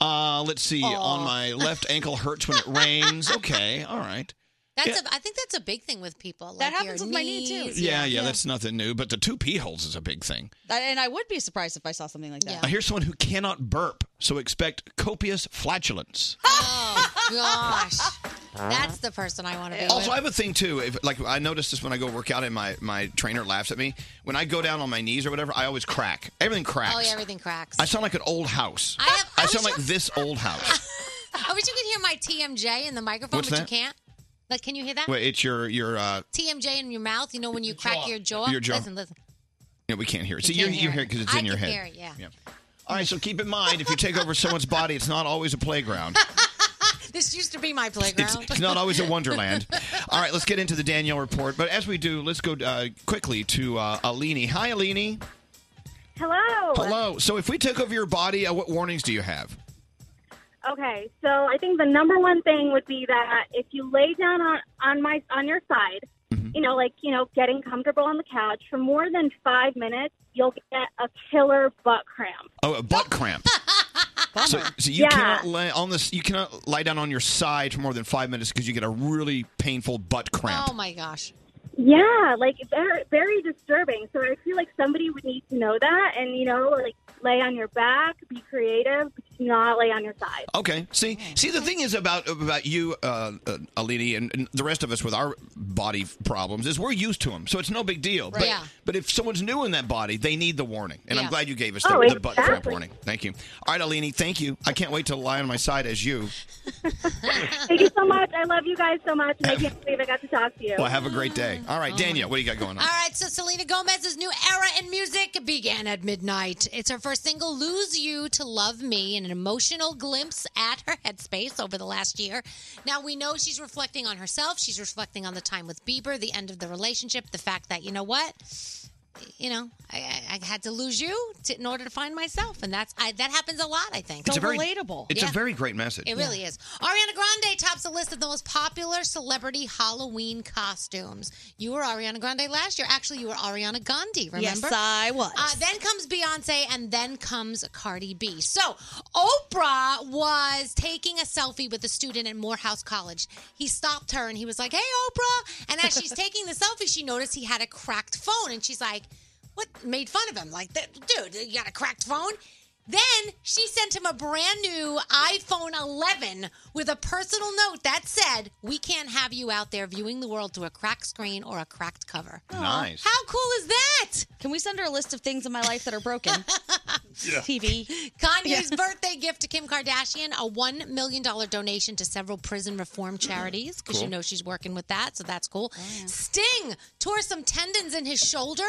Uh, let's see. On my left ankle hurts when it
*laughs*
rains. Okay, all right.
That's a, I think that's a big thing with people. Like
That
your
happens with my knee, too.
knees.
Yeah, yeah, that's nothing new. But the two pee holes is a big thing.
I- and I would be surprised if I saw something like that.
Uh, here's someone who cannot burp, so expect copious flatulence.
Oh
*laughs*
gosh, *laughs* that's the person I want to be.
Also, I
with.
have a thing too. If, like I noticed this when I go work out, and my my trainer laughs at me when I go down on my knees or whatever. I always crack. Everything cracks.
Oh yeah, everything cracks.
I sound like an old house. I, sound like this old house.
*laughs* I wish you could hear my TMJ in the microphone,
What's
but
that?
you can't. Like, can you hear that?
Wait, it's your your. uh
TMJ in your mouth. You know when you crack your jaw.
Your jaw.
Listen, listen.
no, we can't hear it.
We
See, you
can't
you
hear
hear it
it.
because it's
I
in your
can
head.
hear it, yeah.
All right, so keep in mind if you take over someone's body, it's not always a playground.
*laughs* This used to be my
It's,
playground.
it's not always
*laughs*
a wonderland. All right, let's get into the Danielle report. But as we do, let's go uh, quickly to uh, Alini. Hi, Alini.
Hello.
Hello. So, if we took over your body, uh, what warnings do you have?
Okay, so I think the number one thing would be that if you lay down on on my on your side, you know, like you know, getting comfortable on the couch for more than five minutes, you'll get a killer butt cramp.
Oh, a butt
*laughs*
cramp. so, so you
Yeah.
cannot lay on this. You cannot lie down on your side for more than five minutes because you get a really painful butt cramp.
Oh my gosh.
Yeah, like very very disturbing. So I feel like somebody would need to know that, and you know, like lay on your back, be creative, but do not lay on your side.
Okay. See, see, the thing is about about you, uh, uh, Alini, and, and the rest of us with our body problems is we're used to them, so it's no big deal.
Right.
But
Yeah.
but if someone's new in that body, they need the warning, and I'm
Yeah.
glad you gave us the,
Oh,
the butt cramp
exactly.
warning. Thank you. All right, Alini, thank you. I can't wait to lie on my side as you.
Thank you so much. I love you guys so much, and I can't believe I got to talk to you.
Well, have a great day. All right, Danielle, what do you got going on?
Oh, All right, so Selena Gomez's new era in music began at midnight. It's her first single, Lose You to Love Me, an emotional glimpse at her headspace over the last year. Now, we know she's reflecting on herself. She's reflecting on the time with Bieber, the end of the relationship, the fact that, you know what? You know, I, I I had to lose you to, in order to find myself, and that's I, that happens a lot. I think
a very- It's
Yeah.
a very great message.
It really is. Ariana Grande tops the list of the most popular celebrity Halloween costumes. You were Ariana Grande last year. Actually, you were Ariana Gandhi, remember?
Yes, I was.
Uh, then comes Beyonce, and then comes Cardi B. So, Oprah was taking a selfie with a student at Morehouse College. He stopped her and he was like, Hey, Oprah. And as
*laughs*
she's taking the selfie, she noticed he had a cracked phone. And she's like, What? Made fun of him. Like, "That- dude, you got a cracked phone? Then she sent him a brand new iPhone 11 with a personal note that said, We can't have you out there viewing the world through a cracked screen or a cracked cover.
Nice.
How cool is that?
Can we send her a list of things in my life that are broken? *laughs* TV.
*laughs* Kanye's birthday gift to Kim Kardashian, a $1 million donation to several prison reform charities, because
Cool.
you know she's working with that, so that's
Oh,
cool. Sting tore some tendons in his shoulder,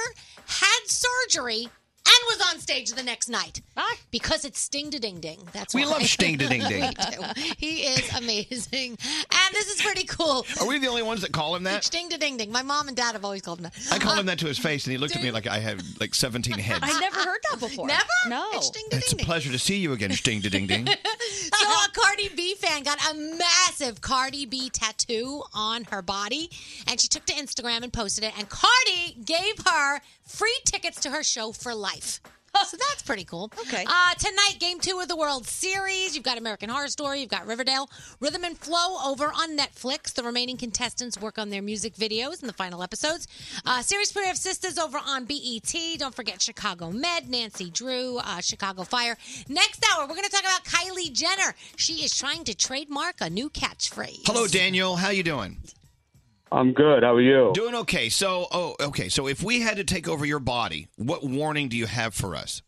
had surgery, and was on stage the next night.
Ah.
Because it's Sting to Ding Ding. That's
We
why.
love Sting to
*laughs*
Ding Ding.
We do. he is amazing. And this is pretty cool.
Are we the only ones that call him that?
Sting to Ding Ding. My mom and dad have always called him that.
I called him that to his face, and he looked at me like I had like
*laughs*
17 heads.
never heard that before. Never? No. It's *laughs* Sting to Ding Ding.
Pleasure to see you again, Sting to Ding Ding.
so a Cardi B fan got a massive Cardi B tattoo on her body, and she took to Instagram and posted it. And Cardi gave her free tickets to her show for life. So that's pretty cool. Okay. Uh, tonight, game two of the World Series. You've got American Horror Story. You've got Riverdale. Rhythm and Flow over on Netflix. The remaining contestants work on their music videos in the final episodes. Uh, series Prayer of Sisters over on BET. Don't forget Chicago Med, Nancy Drew, uh, Chicago Fire. Next hour, we're going to talk about Kylie Jenner. She is trying to trademark a new catchphrase.
Hello, Daniel. How you doing?
I'm good. How are you?
Doing okay. So, oh, okay. So, if we had to take over your body, what warning do you have for us?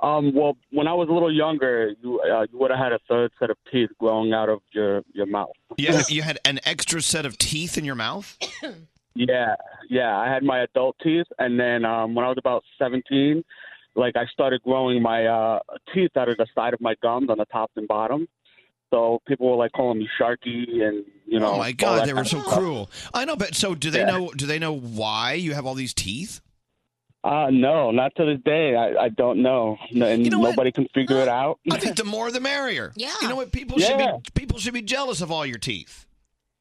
Um, well, when I was a little younger, you, uh, you would have had a third set of teeth growing out of your, your mouth.
You had, you had an extra set of teeth in your mouth.
Yeah, yeah. I had my adult teeth, and then um, when I was about 17, like I started growing my uh, teeth out of the side of my gums on the top and bottom. So people were like calling me Sharky, and you
oh
know.
my
all that
God, they were
kind
so
of stuff.
cruel. I know, but so do they
Yeah.
know? Do they know why you have all these teeth?
Uh, no, not to this day. I, I don't know, and nobody can figure it out.
I think the more the merrier. Yeah. You know what? People
Yeah.
should be people should be jealous of all your teeth.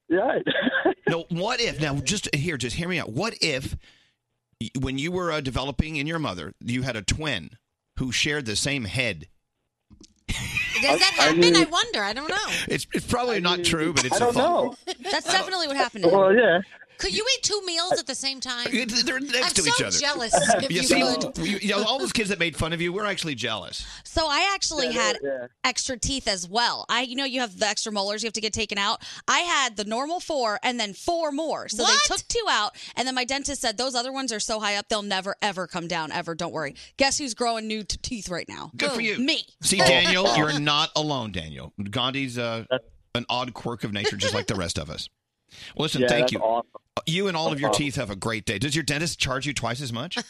Right. *laughs*
no. What if now? Just here. Just hear me out. What if y- when you were uh, developing in your mother, you had a twin who shared the same head?
Does that
I- I
happen? I,
mean-
wonder. I don't know.
It's it's probably not true, but it's
I
a
don't
thought.
That's definitely what happened. to
Well,
him.
yeah.
Could you eat two meals at the same time?
They're next
I'm
to
so
each other.
jealous.
*laughs*
If
You
you
see,
could.
you- you know, all those kids that made fun of you, we're actually
*laughs*
jealous.
So I actually
Yeah,
had
yeah, yeah.
extra teeth as well. I, you know, you have the extra molars you have to get taken out. I had the normal four and then four more. So they took two out, and then my dentist said those other ones are so high up they'll never ever come down ever. Don't worry. Guess who's growing new t- teeth right now?
Good for you.
Me.
See, Daniel, you're not alone, Daniel. Gandhi's uh, an odd quirk of nature, just like the rest of us. Well, Listen,
Yeah,
thank
that's
you.
awesome.
You and all of your
Uh-huh.
teeth have a great day. Does your dentist charge you twice as
*laughs*
much?
*laughs*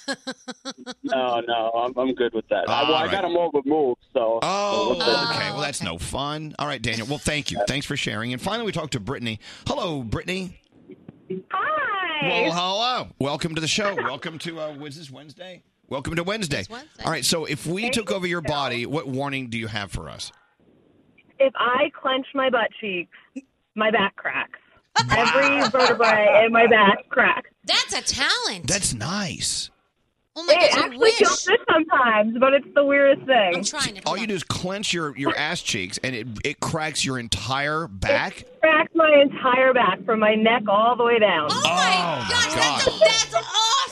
No, no, I'm, I'm good with that. I, well,
All
I
right.
got them all removed, so.
Oh,
so we'll see.
okay. Well, that's no fun. All right, Daniel. Well, thank you. Thanks for sharing. And finally, we talked to Brittany. Hello, Brittany. Hi. Well, hello. Welcome to the show. Welcome to uh, was this Wednesday? Welcome to Wednesday. All right. So, if we took over your body, what warning do you have for us?
If I clench my butt cheeks, my back cracks. Every vertebrae in my back cracks.
That's a talent.
That's nice.
Oh my
it
gosh, I
actually
wish.
feels good sometimes, but it's the weirdest thing.
I'm trying to.
All you do is clench your, your ass cheeks, and it it cracks your entire back.
Cracks my entire back from my neck all the way down.
Oh my god!
That's awesome.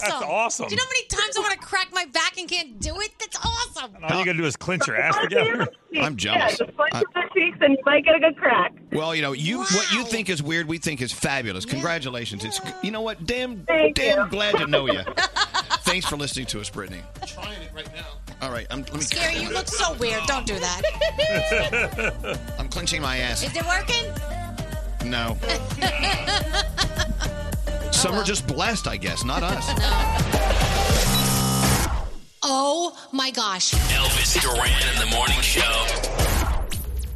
That's awesome.
Do you know how many times I want to crack my back and can't do it? That's awesome.
And all you gotta do is clench your ass together.
I'm jealous.
Yeah, just clench
I-
your cheeks and you might get a good crack.
Well, you know, you what you think is weird, we think is fabulous. Congratulations! It's you know what? Damn, damn glad to know you.
*laughs*
Thanks for listening to us, Brittany.
trying it right now.
All right, I'm. Let me,
Gary, you look so weird. Don't do that.
I'm clenching my ass.
Is it working? *laughs*
No, some are just blessed, I guess, not us.
Oh my gosh.
Elvis Duran in the morning show.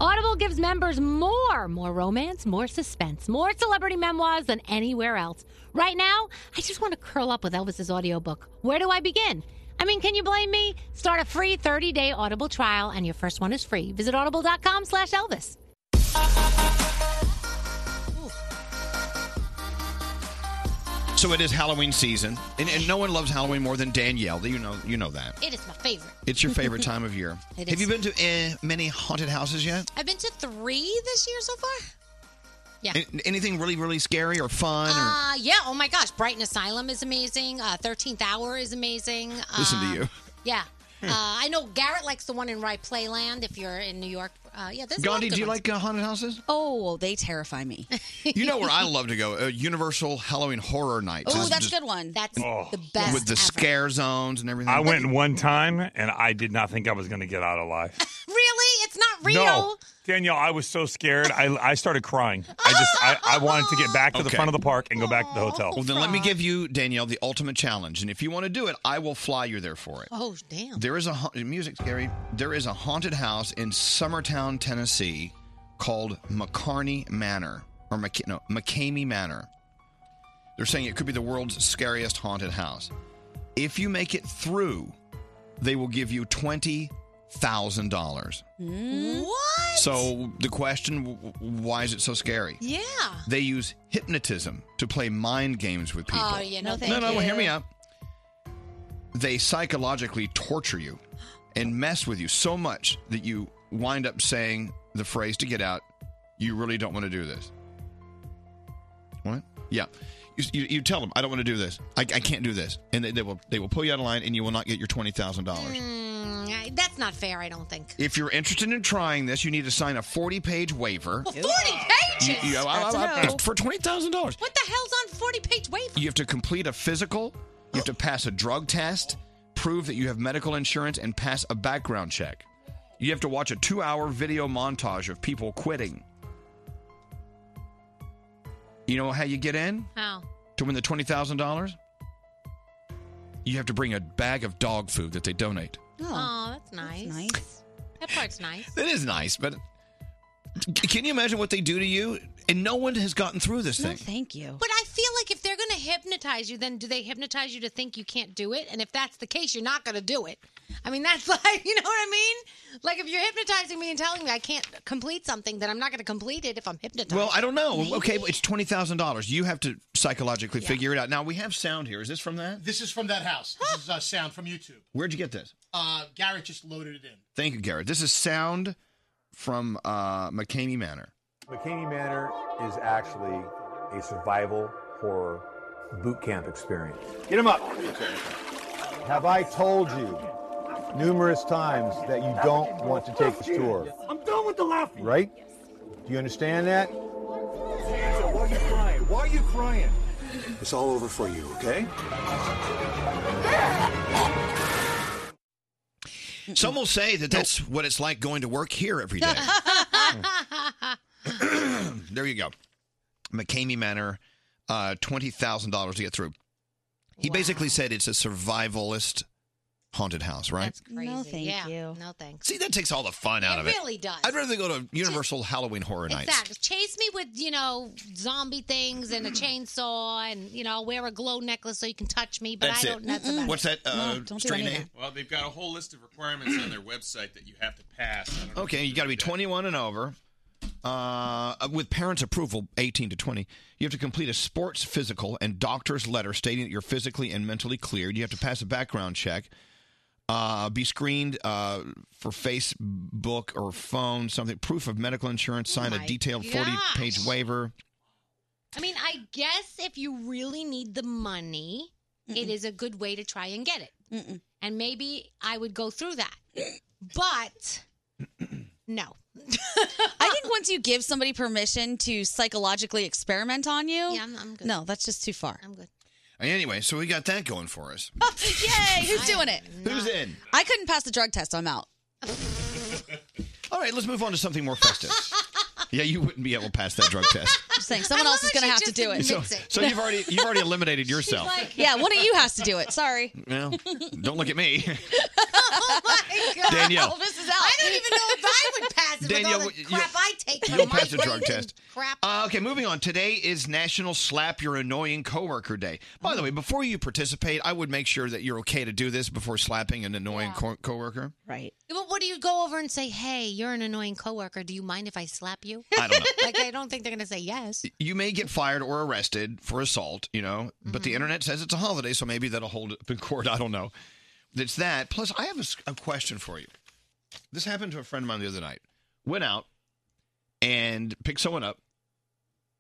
Audible gives members more, more romance, more suspense, more celebrity memoirs than anywhere else. Right now, I just want to curl up with Elvis's audiobook. Where do I begin? I mean, can you blame me? Start a free 30-day Audible trial and your first one is free. Visit audible.com slash Elvis.
So it is Halloween season, and, and no one loves Halloween more than Danielle. You know, you know that.
It is my favorite.
It's your
*laughs*
favorite time of year.
It
Have
is.
you been to uh, many haunted houses yet?
I've been to three this year so far. Yeah.
An- anything really, really scary or fun? Or
Uh, yeah. Oh my gosh, Brighton Asylum is amazing. Uh, 13th Hour is amazing.
listen to
Um,
you.
Yeah.
Hmm.
Uh, I know Garrett likes the one in Rye Playland. If you're in New York, uh, yeah. *laughs* There's a lot of
Gandhi,
good
do you
ones.
like uh, haunted houses?
Oh, well, they terrify me.
You
*laughs*
know
*laughs*
where I love to go? Uh, Universal Halloween Horror Nights.
Oh,
It's
that's a
just-
good one.
That's
Oh.
the best.
With the scare zones and everything.
I went one time and I did not think I was going to get out alive.
Really? It's not *laughs* real.
No, Danielle, I was so scared. I, I started crying. I just I, I wanted to get back to the
Okay.
front of the park and go back to the hotel.
Well, then let me give you, Danielle, the ultimate challenge. And if you want to do it, I will fly you there for it.
Oh damn.
There is a haun- music, Gary. There is a haunted house in Summertown, Tennessee, called McCarney Manor or McC- no McCamey Manor. They're saying it could be the world's scariest haunted house. If you make it through, they will give you twenty thousand dollars.
Mm-hmm. What?
So the question: w- w- Why is it so scary?
Yeah.
They use hypnotism to play mind games with people.
Oh, yeah, no, No, thank
no, no.
you.
Well, hear me out. They psychologically torture you and mess with you so much that you wind up saying the phrase to get out. You really don't want to do this. What? Yeah. You, you, you tell them I don't want to do this. I, I can't do this, and they, they will they will pull you out of line, and you will not get your twenty thousand dollars.
Mm, I- that's not fair. I don't think.
If you're interested in trying this, you need to sign a forty page waiver.
Well, forty pages.
You- you- for twenty thousand dollars.
What the hell's on forty page waiver?
*laughs* You have to complete a physical, you have to pass a drug test, prove that you have medical insurance, and pass a background check. You have to watch a two hour video montage of people quitting. You know how you get in
How?
to win the $20,000? You have to bring a bag of dog food that they donate.
Oh, that's nice. nice. That part's nice.
That is nice, but c- can you imagine what they do to you? And no one has gotten through this thing.
Thank you.
But I feel like if they're going to hypnotize you, then do they hypnotize you to think you can't do it? And if that's the case, you're not going to do it. I mean, that's *laughs* like, you know what I mean? Like, if you're hypnotizing me and telling me I can't complete something, then I'm not going to complete it if I'm hypnotized.
Well, I don't know. Okay, well, it's twenty thousand dollars. You have to psychologically figure it out. Now we have sound here. Is this from that?
This is from that house. This is uh, sound from YouTube.
Where'd you get this?
Uh, Garrett just loaded it in.
Thank you, Garrett. This is sound from uh, McCamey Manor.
McCamey Manor is actually a survival horror boot camp experience. Get him up. Have I told you numerous times that you don't want to take this tour,
I'm done with the laughing.
right? Do you understand that?
Why are you crying? Why are you crying?
It's all over for you, okay?
Some will say that that's what it's like going to work here every
*laughs*
day. there you go. McCamey Manor, uh, twenty thousand dollars to get through. He basically said it's a survivalist haunted house, right?
Crazy. No, thank yeah. you. No, thanks.
See, that takes all the fun out
It
of it.
really does.
I'd rather go to Universal Halloween Horror Nights.
Exactly. Chase me with, you know, zombie
*clears throat*
things and a chainsaw and, you know, wear a glow necklace so you can touch me, but
That's
I don't
it.
that's about it.
What's that? Uh, strain A?
Well, they've got a whole list of requirements on their website that you have to pass. I don't know if
Okay, you got to be 21 and over. Uh, with parents' approval, 18 to 20, you have to complete a sports physical and doctor's letter stating that you're physically and mentally cleared. You have to pass a background check, uh, be screened uh, for Facebook or phone, something, proof of medical insurance, sign
my
a detailed 40 page waiver.
I mean, I guess if you really need the money, it is a good way to try and get it. And maybe I would go through that. But no.
I think once you give somebody permission to psychologically experiment on you,
Yeah, I'm- I'm good.
no, that's just too far.
I'm good.
Anyway, so we got that going for us.
*laughs* Yay! Who's doing it?
Who's in?
I couldn't pass the drug test. I'm out.
All right, let's move on to something more festive. yeah, you wouldn't be able to pass that drug test.
Just saying, someone else is going to have to do it.
So, so you've
*laughs*
already you've already eliminated yourself.
yeah, one of you has to do it. Sorry. *laughs*
Well, don't look at me.
*laughs* oh my God.
Danielle.
This is out. I don't even know if I would pass it
Danielle,
with all the
you-
crap I take from
You'll
my
pass the drug
friends and
test.
*laughs* Crap.
Uh, okay, moving on. Today is National Slap Your Annoying Coworker Day. By the way, before you participate, I would make sure that you're okay to do this before slapping an annoying co- coworker.
Right.
But what do you go over and say, hey, you're an annoying coworker. Do you mind if I slap you?
I don't know.
like, I don't think they're going to say yes.
You may get fired or arrested for assault, you know, but the internet says it's a holiday, so maybe that'll hold up in court. *laughs* I don't know. It's that. Plus, I have a, s- a question for you. This happened to a friend of mine the other night. Went out and picked someone up,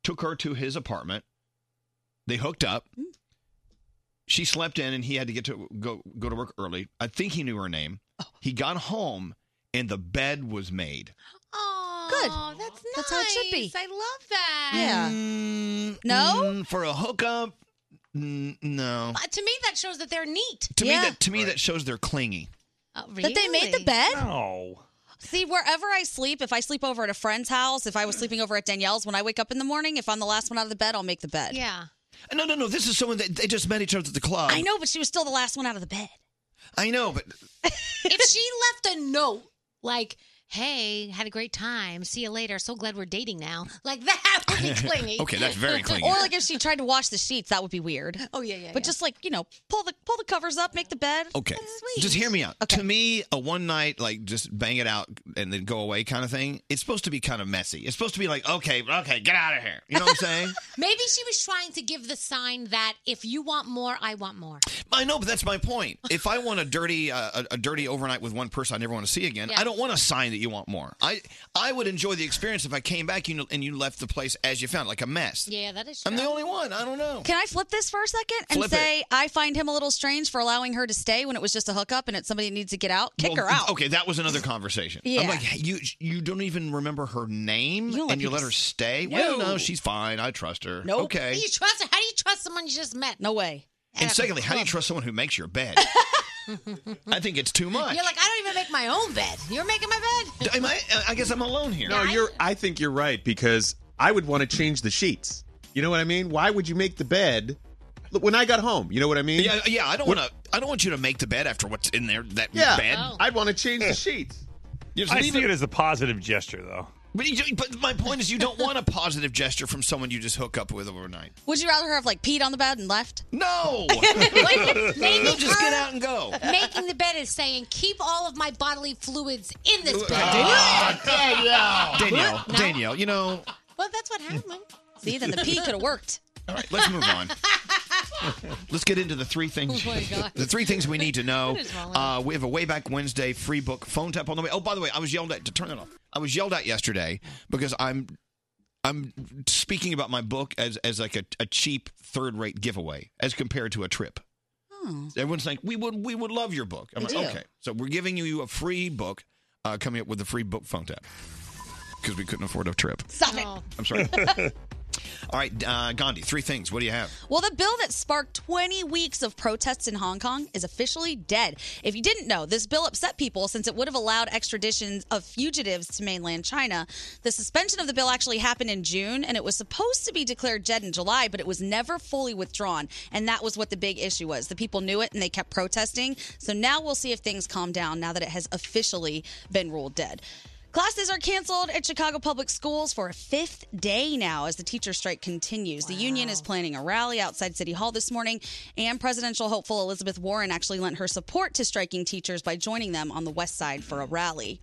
took her to his apartment. They hooked up. She slept in, and he had to get to go go to work early. I think he knew her name. He got home, and the bed was made.
Oh, good. That's nice. That's how it should be. I love that.
no. for a hookup, mm, no.
But Uh, to me, that shows that they're neat.
To me, that to me that shows they're clingy.
That they made the bed?
No.
See, wherever I sleep, if I sleep over at a friend's house, if I was sleeping over at Danielle's, when I wake up in the morning, if I'm the last one out of the bed, I'll make the bed.
Yeah.
No, no, no. This is someone that they just met each other at the club.
I know, but she was still the last one out of the bed.
I know, but
if she left a note like, "Hey, had a great time. See you later. So glad we're dating now." Like that would
*laughs*
be clingy.
Okay, that's very clingy.
or like if she tried to wash the sheets, that would be weird.
Oh yeah, yeah.
But just like you know, pull the pull the covers up, make the bed.
okay. Just hear me out. To me, a one night like just bang it out and then go away kind of thing. It's supposed to be kind of messy. It's supposed to be like okay, okay, get out of here. You know what I'm
*laughs*
saying?
maybe she was trying to give the sign that if you want more, I want more.
I know, but that's my point. If I want a dirty uh, a, a dirty overnight with one person I never want to see again,
Yeah.
I don't want a sign that you want more. I I would enjoy the experience if I came back you know, and you left the place as you found it, like a mess.
Yeah, that is.
I'm the only one. I don't know.
Can I flip this for a second and
Flip it.
say I find him a little strange for allowing her to stay when it was just a hookup and it's somebody that needs to get out? Kick
Well,
her out.
Oh, Okay, that was another conversation. I'm
Yeah.
like, hey, you you don't even remember her name,
don't let
and you let
people
her
s-
stay. Well,
No.
no, she's fine. I trust her.
Nope.
Okay.
You trust her? How do you trust someone you just met?
No way.
And secondly, how do you trust someone who makes your
*laughs*
bed? I think it's too much.
You're like, I don't even make my own bed. You're making my bed.
Am I? I guess I'm alone here.
No, you're. I think you're right because I would want to change the sheets. You know what I mean? Why would you make the bed? Look, when I got home, you know what I mean?
Yeah, yeah. I don't
What-
want to. I don't want you to make the bed after what's in there. That
Yeah,
Oh.
bed. Eh.
I'd want to change the sheets.
You just
I
leave
see
it-
it as a positive gesture, though.
But, you, but my point is, you don't want a positive gesture from someone you just hook up with
*laughs*
overnight.
Would you rather have like peed on the bed and left?
No.
They'll
just get out and go.
*laughs* Making the bed is saying, keep all of my bodily fluids in this bed.
Ah, Danielle,
No?
Danielle, you know.
Well, that's what happened.
*laughs* See, then the pee could have worked.
All right, let's move
*laughs*
on. Let's get into the three things.
Oh, my God.
*laughs* The three things we need to know.
What is wrong with
Uh, we have a way back Wednesday free book phone tap on the way. Oh, by the way, I was yelled at to turn it off. I was yelled at yesterday because I'm I'm speaking about my book as as like a, a cheap third rate giveaway as compared to a trip.
Hmm.
Everyone's like, we would we would love your book. I'm
We
like,
do.
okay, so we're giving you a free book. Uh, coming up with a free book phone tap because we couldn't afford a trip.
Stop it.
I'm
*laughs*
sorry.
*laughs*
All right, uh, Gandhi, three things. What do you have?
Well, the bill that sparked 20 weeks of protests in Hong Kong is officially dead. If you didn't know, this bill upset people since it would have allowed extraditions of fugitives to mainland China. The suspension of the bill actually happened in June, and it was supposed to be declared dead in July, but it was never fully withdrawn. And that was what the big issue was. The people knew it and they kept protesting. So now we'll see if things calm down now that it has officially been ruled dead. Classes are canceled at Chicago Public Schools for a fifth day now as the teacher strike continues. The union is planning a rally outside City Hall this morning, and presidential hopeful Elizabeth Warren actually lent her support to striking teachers by joining them on the West Side for a rally.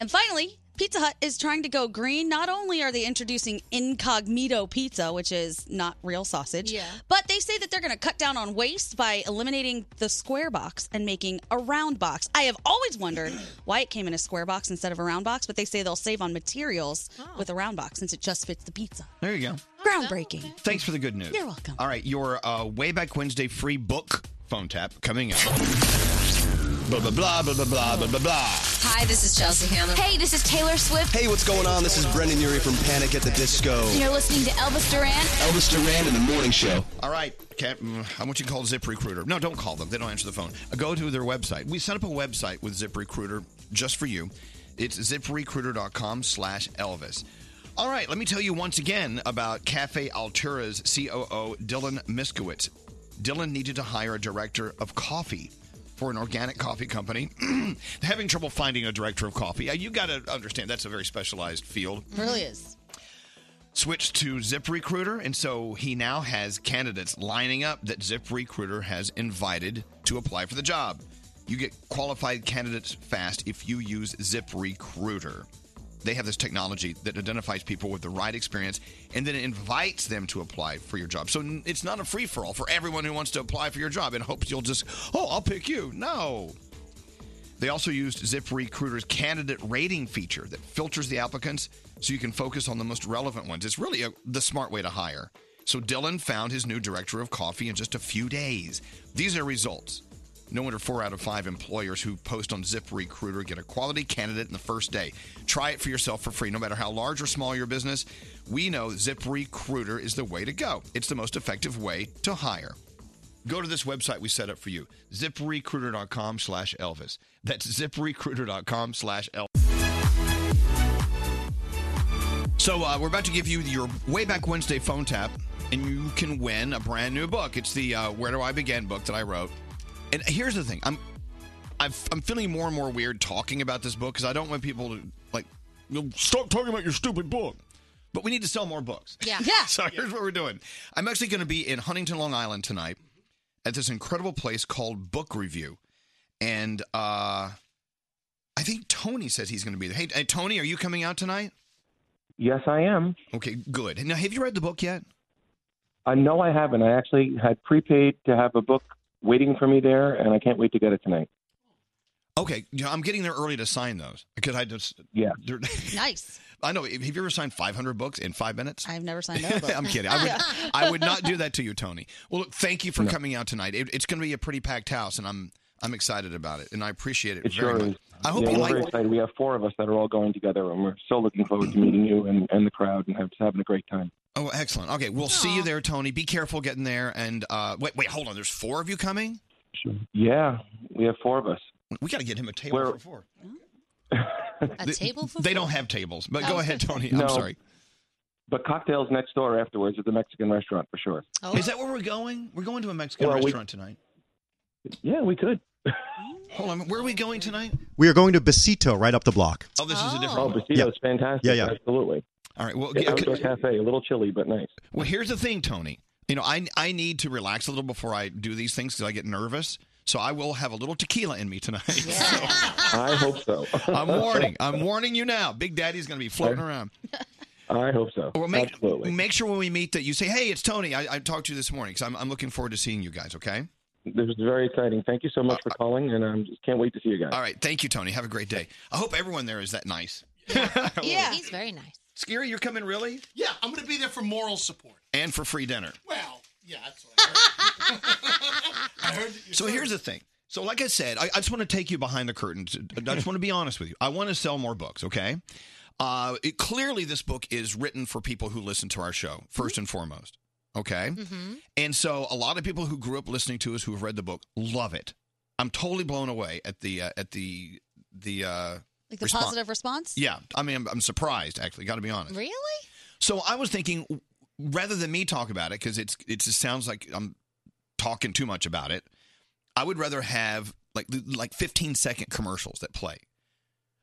And finally, Pizza Hut is trying to go green. Not only are they introducing incognito pizza, which is not real sausage,
Yeah.
but they say that they're going to cut down on waste by eliminating the square box and making a round box. I have always *clears throat* wondered why it came in a square box instead of a round box, but they say they'll save on materials with a round box since it just fits the pizza.
There you go.
Groundbreaking.
Thanks for the good news.
You're welcome.
All right, your uh, way back Wednesday free book phone tap coming up. Blah blah blah blah blah blah blah blah blah.
Hi, this is Chelsea Handler. Hey, this is Taylor Swift.
Hey, what's going on? This is Brendan Urie from Panic at the Disco.
Oh.
And you're listening to Elvis Duran.
Elvis Duran in the morning show.
All right, Kat, mm, I want you to call ZipRecruiter. No, don't call them. They don't answer the phone. Uh, Go to their website. We set up a website with ZipRecruiter just for you. It's ziprecruiter.com slash Elvis. All right, let me tell you once again about Cafe Altura's COO, Dylan Miskowitz. Dylan needed to hire a director of coffee for an organic coffee company. *clears throat* They're having trouble finding a director of coffee. Uh, You got to understand that's a very specialized field
Really is.
switched to ZipRecruiter, and so he now has candidates lining up that ZipRecruiter has invited to apply for the job. You get qualified candidates fast if you use ZipRecruiter. They have this technology that identifies people with the right experience and then invites them to apply for your job. So n- it's not a free for all for everyone who wants to apply for your job and hopes you'll just, oh, I'll pick you. No. They also used ZipRecruiter's candidate rating feature that filters the applicants so you can focus on the most relevant ones. It's really a, the smart way to hire. So Dylan found his new director of coffee in just a few days. These are results. No wonder four out of five employers who post on ZipRecruiter get a quality candidate in the first day. Try it for yourself for free, no matter how large or small your business. We know ZipRecruiter is the way to go. It's the most effective way to hire go to this website we set up for you ziprecruiter.com slash elvis that's ziprecruiter.com slash elvis so uh, we're about to give you your way back wednesday phone tap and you can win a brand new book it's the uh, where do i begin book that i wrote and here's the thing i'm I've, i'm feeling more and more weird talking about this book because i don't want people to like you know, stop talking about your stupid book but we need to sell more books *laughs*
Yeah.
yeah. So here's what we're doing. I'm actually going to be in Huntington, Long Island tonight at this incredible place called Book Review. And uh I think Tony says he's going to be there. Hey, hey, Tony, are you coming out tonight?
Yes, I am.
Okay, good. Now, have you read the book yet?
Uh, no, I haven't. I actually had prepaid to have a book waiting for me there, and I can't wait to get it tonight.
Okay, you know, I'm getting there early to sign those because I just *laughs*
yeah.
Nice.
I know. Have you ever signed 500 books in five minutes?
I've
*laughs*
never signed up.
I'm kidding. I would, I would not do that to you, Tony. Well, look, thank you for coming out tonight. It, it's going to be a pretty packed house, and I'm I'm excited about it, and I appreciate it,
It
very
sure
much.
is.
I hope
yeah,
you
we're
like.
very excited. We have four of us that are all going together, and we're so looking forward to meeting you and, and the crowd and have, having a great time.
Oh, excellent. Okay, we'll see you there, Tony. Be careful getting there. And uh, wait, wait, hold on. There's four of you coming.
Yeah, we have four of us.
We got to get him a table
We're-
for four.
A
table for *laughs* They don't have tables, but go
Oh.
ahead, Tony.
No.
I'm sorry.
But cocktails next door afterwards at the Mexican restaurant for sure.
Oh.
Is that where we're going? We're going to a Mexican
Well, we-
restaurant tonight.
Yeah, we could.
Hold on, where are we going tonight?
We are going to Besito right up the block.
Oh, this is a different.
Oh,
one.
Basito's fantastic.
Yeah, yeah.
Absolutely.
All right. Well,
yeah,
yeah,
outdoor
okay.
cafe, a little chilly, but nice.
Well, here's the thing, Tony. You know, I I need to relax a little before I do these things because I get nervous. So I will have a little tequila in me tonight. *laughs*
I hope so.
I'm warning. I'm warning you now. Big Daddy's going to be floating around.
I hope so.
Well, make,
Absolutely.
Make sure when we meet that you say, "Hey, it's Tony. I, I talked to you this morning because I'm, I'm looking forward to seeing you guys." Okay. Uh,
This was very exciting. Thank you so much for calling, and I um, just can't wait to see you guys.
All right. Thank you, Tony. Have a great day. I hope everyone there is that nice. *laughs*
Yeah. He's very nice.
Scary, you're coming really?
Yeah, I'm going to be there for moral support.
And for free dinner.
Well, yeah, that's what
*laughs*
I heard. I heard that you
So here's the thing. So, like I said, I, I just want to take you behind the curtain. I just want to be honest with you. I want to sell more books, okay? Uh, it, clearly, this book is written for people who listen to our show, 1st and foremost, okay?
Mm-hmm.
And so, a lot of people who grew up listening to us who have read the book love it. I'm totally blown away at the, uh, at the, the, uh,
Like the
respon-
positive response?
Yeah. I mean, I'm, I'm surprised, actually, got to be honest.
Really?
So I was thinking, w- rather than me talk about it, because it's it just sounds like I'm talking too much about it. I would rather have like like 15 second commercials that play.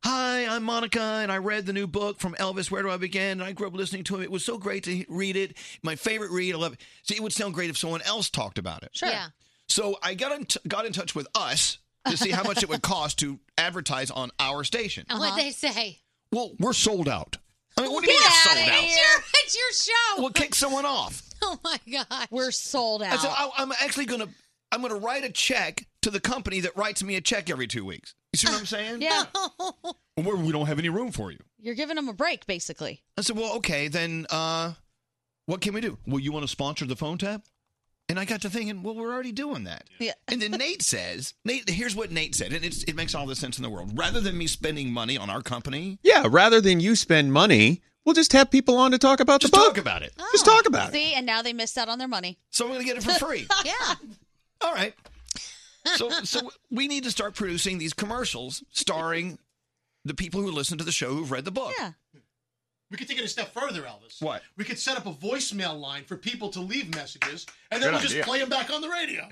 Hi, I'm Monica, and I read the new book from Elvis. Where do I begin? And I grew up listening to him. It was so great to he- read it. My favorite read. I love it. See, it would sound great if someone else talked about it.
Sure. Yeah.
So I got in t- got in touch with us to see how much it would cost to advertise on our station.
And what they say.
Well, we're sold out. I mean, what do you
Get
mean
out
sold out?
It's your, *laughs* it's your show.
We'll kick someone off.
*laughs* Oh my gosh.
We're sold
I said, I, I'm actually gonna I'm gonna write a check to the company that writes me a check every two weeks. You see what I'm saying?
Yeah.
We're, we do not have any room for you.
*laughs* You're giving them a break, basically.
I said, well, okay, then uh, what can we do? Well, you want to sponsor the phone tap? And I got to thinking, well, we're already doing that.
Yeah.
And then Nate says, Nate, here's what Nate said, and it's, it makes all the sense in the world. Rather than me spending money on our company,
Yeah, rather than you spend money, we'll just have people on to talk about the book. Just talk
about it.
Just talk about it.
See, and now they missed out on their money.
So I'm going to get it for free.
*laughs* yeah.
All right.
*laughs*
so so we need to start producing these commercials starring the people who listen to the show who've read the book.
Yeah.
We could take it a step further, Elvis.
What?
We could set up a voicemail line for people to leave messages, and then
Good
we'll just
idea.
play them back on
*laughs*
the radio.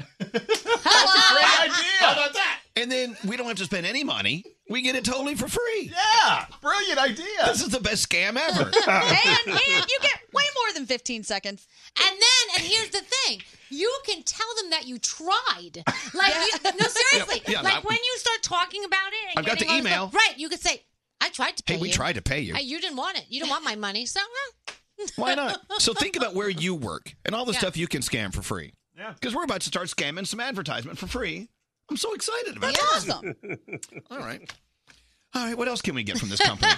Great idea. How about that? And then we don't have to spend any money. We get it totally for free. Yeah. Brilliant idea. This is the best scam
*laughs*
ever.
and, and you get way more than 15 seconds.
And then, and here's the thing. You can tell them that you tried. Like,
*laughs*
you, no, seriously.
Yeah, yeah,
like,
that-
when you start talking about it and
I've got
getting
the
all this
email.
stuff- right, you could say, I tried to pay
Hey, we
you.
tried to pay you.
Uh, you didn't want it. You didn't want my money, so well,
*laughs* Why not? So *laughs* think about where you work and all the
Yeah.
stuff you can scam for free. Yeah. Because we're about to start scamming some advertisement for free. I'm so excited about
That's
this.
awesome.
All right. All right. What else can we get from this
*laughs*
*laughs*
company?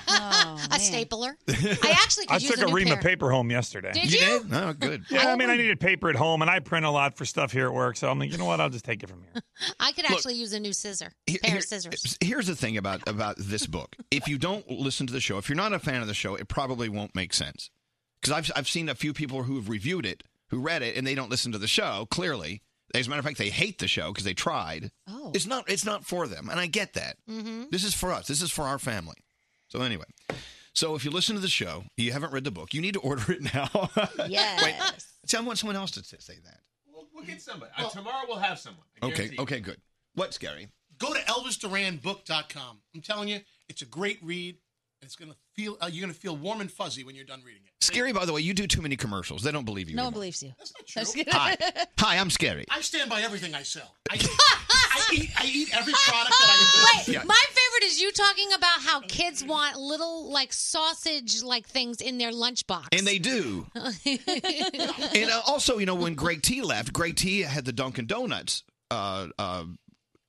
*laughs*
a stapler. I actually could
Oh, I
use
took
a,
a,
new
ream
pair.
of paper home yesterday.
Did You you? did?
Oh,
*laughs*
good.
Yeah, I mean, I needed paper at home, and I print a lot for stuff here at work. So I'm like, you know what? I'll just take it from here.
I could
Look.
actually use a new scissor.
Here-
pair
here-
of scissors.
Here's the thing about about this book. If you don't listen to the show, if you're not a fan of the show, it probably won't make sense. Because I've I've seen a few people who have reviewed it, who read it, and they don't listen to the show. Clearly, as a matter of fact, they hate the show because they tried. Oh. It's not it's not for them, and I get that.
Mhm.
This is for us. This is for our family. So anyway, so if you listen to the show, you haven't read the book, you need to order it now. *laughs*
Yes.
Wait, see, I want someone else to say that.
We'll, we'll get somebody. Uh, tomorrow we'll have someone. I
Okay.
guarantee you.
Okay. Good. What's scary?
Go to ElvisDuranBook.com. I'm telling you, it's a great read, and it's gonna feel uh, you're gonna feel warm and fuzzy when you're done reading it.
Scary, by the way, you do too many commercials. They don't believe you.
No
anymore.
one believes you. That's *laughs*
not true.
*laughs*
*laughs* Hi. Hi, I'm scary.
I stand by everything I sell.
*laughs*
I, I, eat, I eat every product that I.
Wait,
Yeah.
my favorite is you talking about how kids want little like sausage like things in their lunchbox. *laughs*
And they do. And uh, also, you know, when Greg T left, Greg T had the Dunkin' Donuts uh, uh,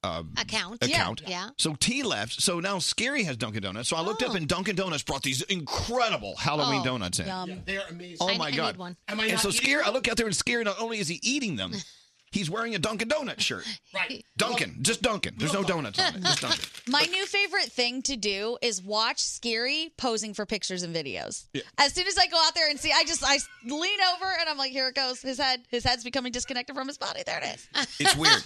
uh,
Account. Yeah,
Account.
yeah.
So T left. So now Scary has Dunkin' Donuts. So I looked up and Dunkin' Donuts brought these incredible Halloween donuts in.
Oh, Yeah, they are amazing.
Oh my God.
Am I
and
not
so
eating *laughs*
Scary, I look out there and Scary, not only is he eating them, he's wearing a Dunkin' Donut shirt.
Right.
Dunkin', just Dunkin'. There's no donuts
*laughs*
on it. Just Dunkin'.
My new favorite thing to do is watch Scary posing for pictures and videos.
Yeah.
As soon as I go out there and see, I just I lean over and I'm like, here it goes. His head, his head's becoming disconnected from his body. There it
*laughs*
is.
It's weird.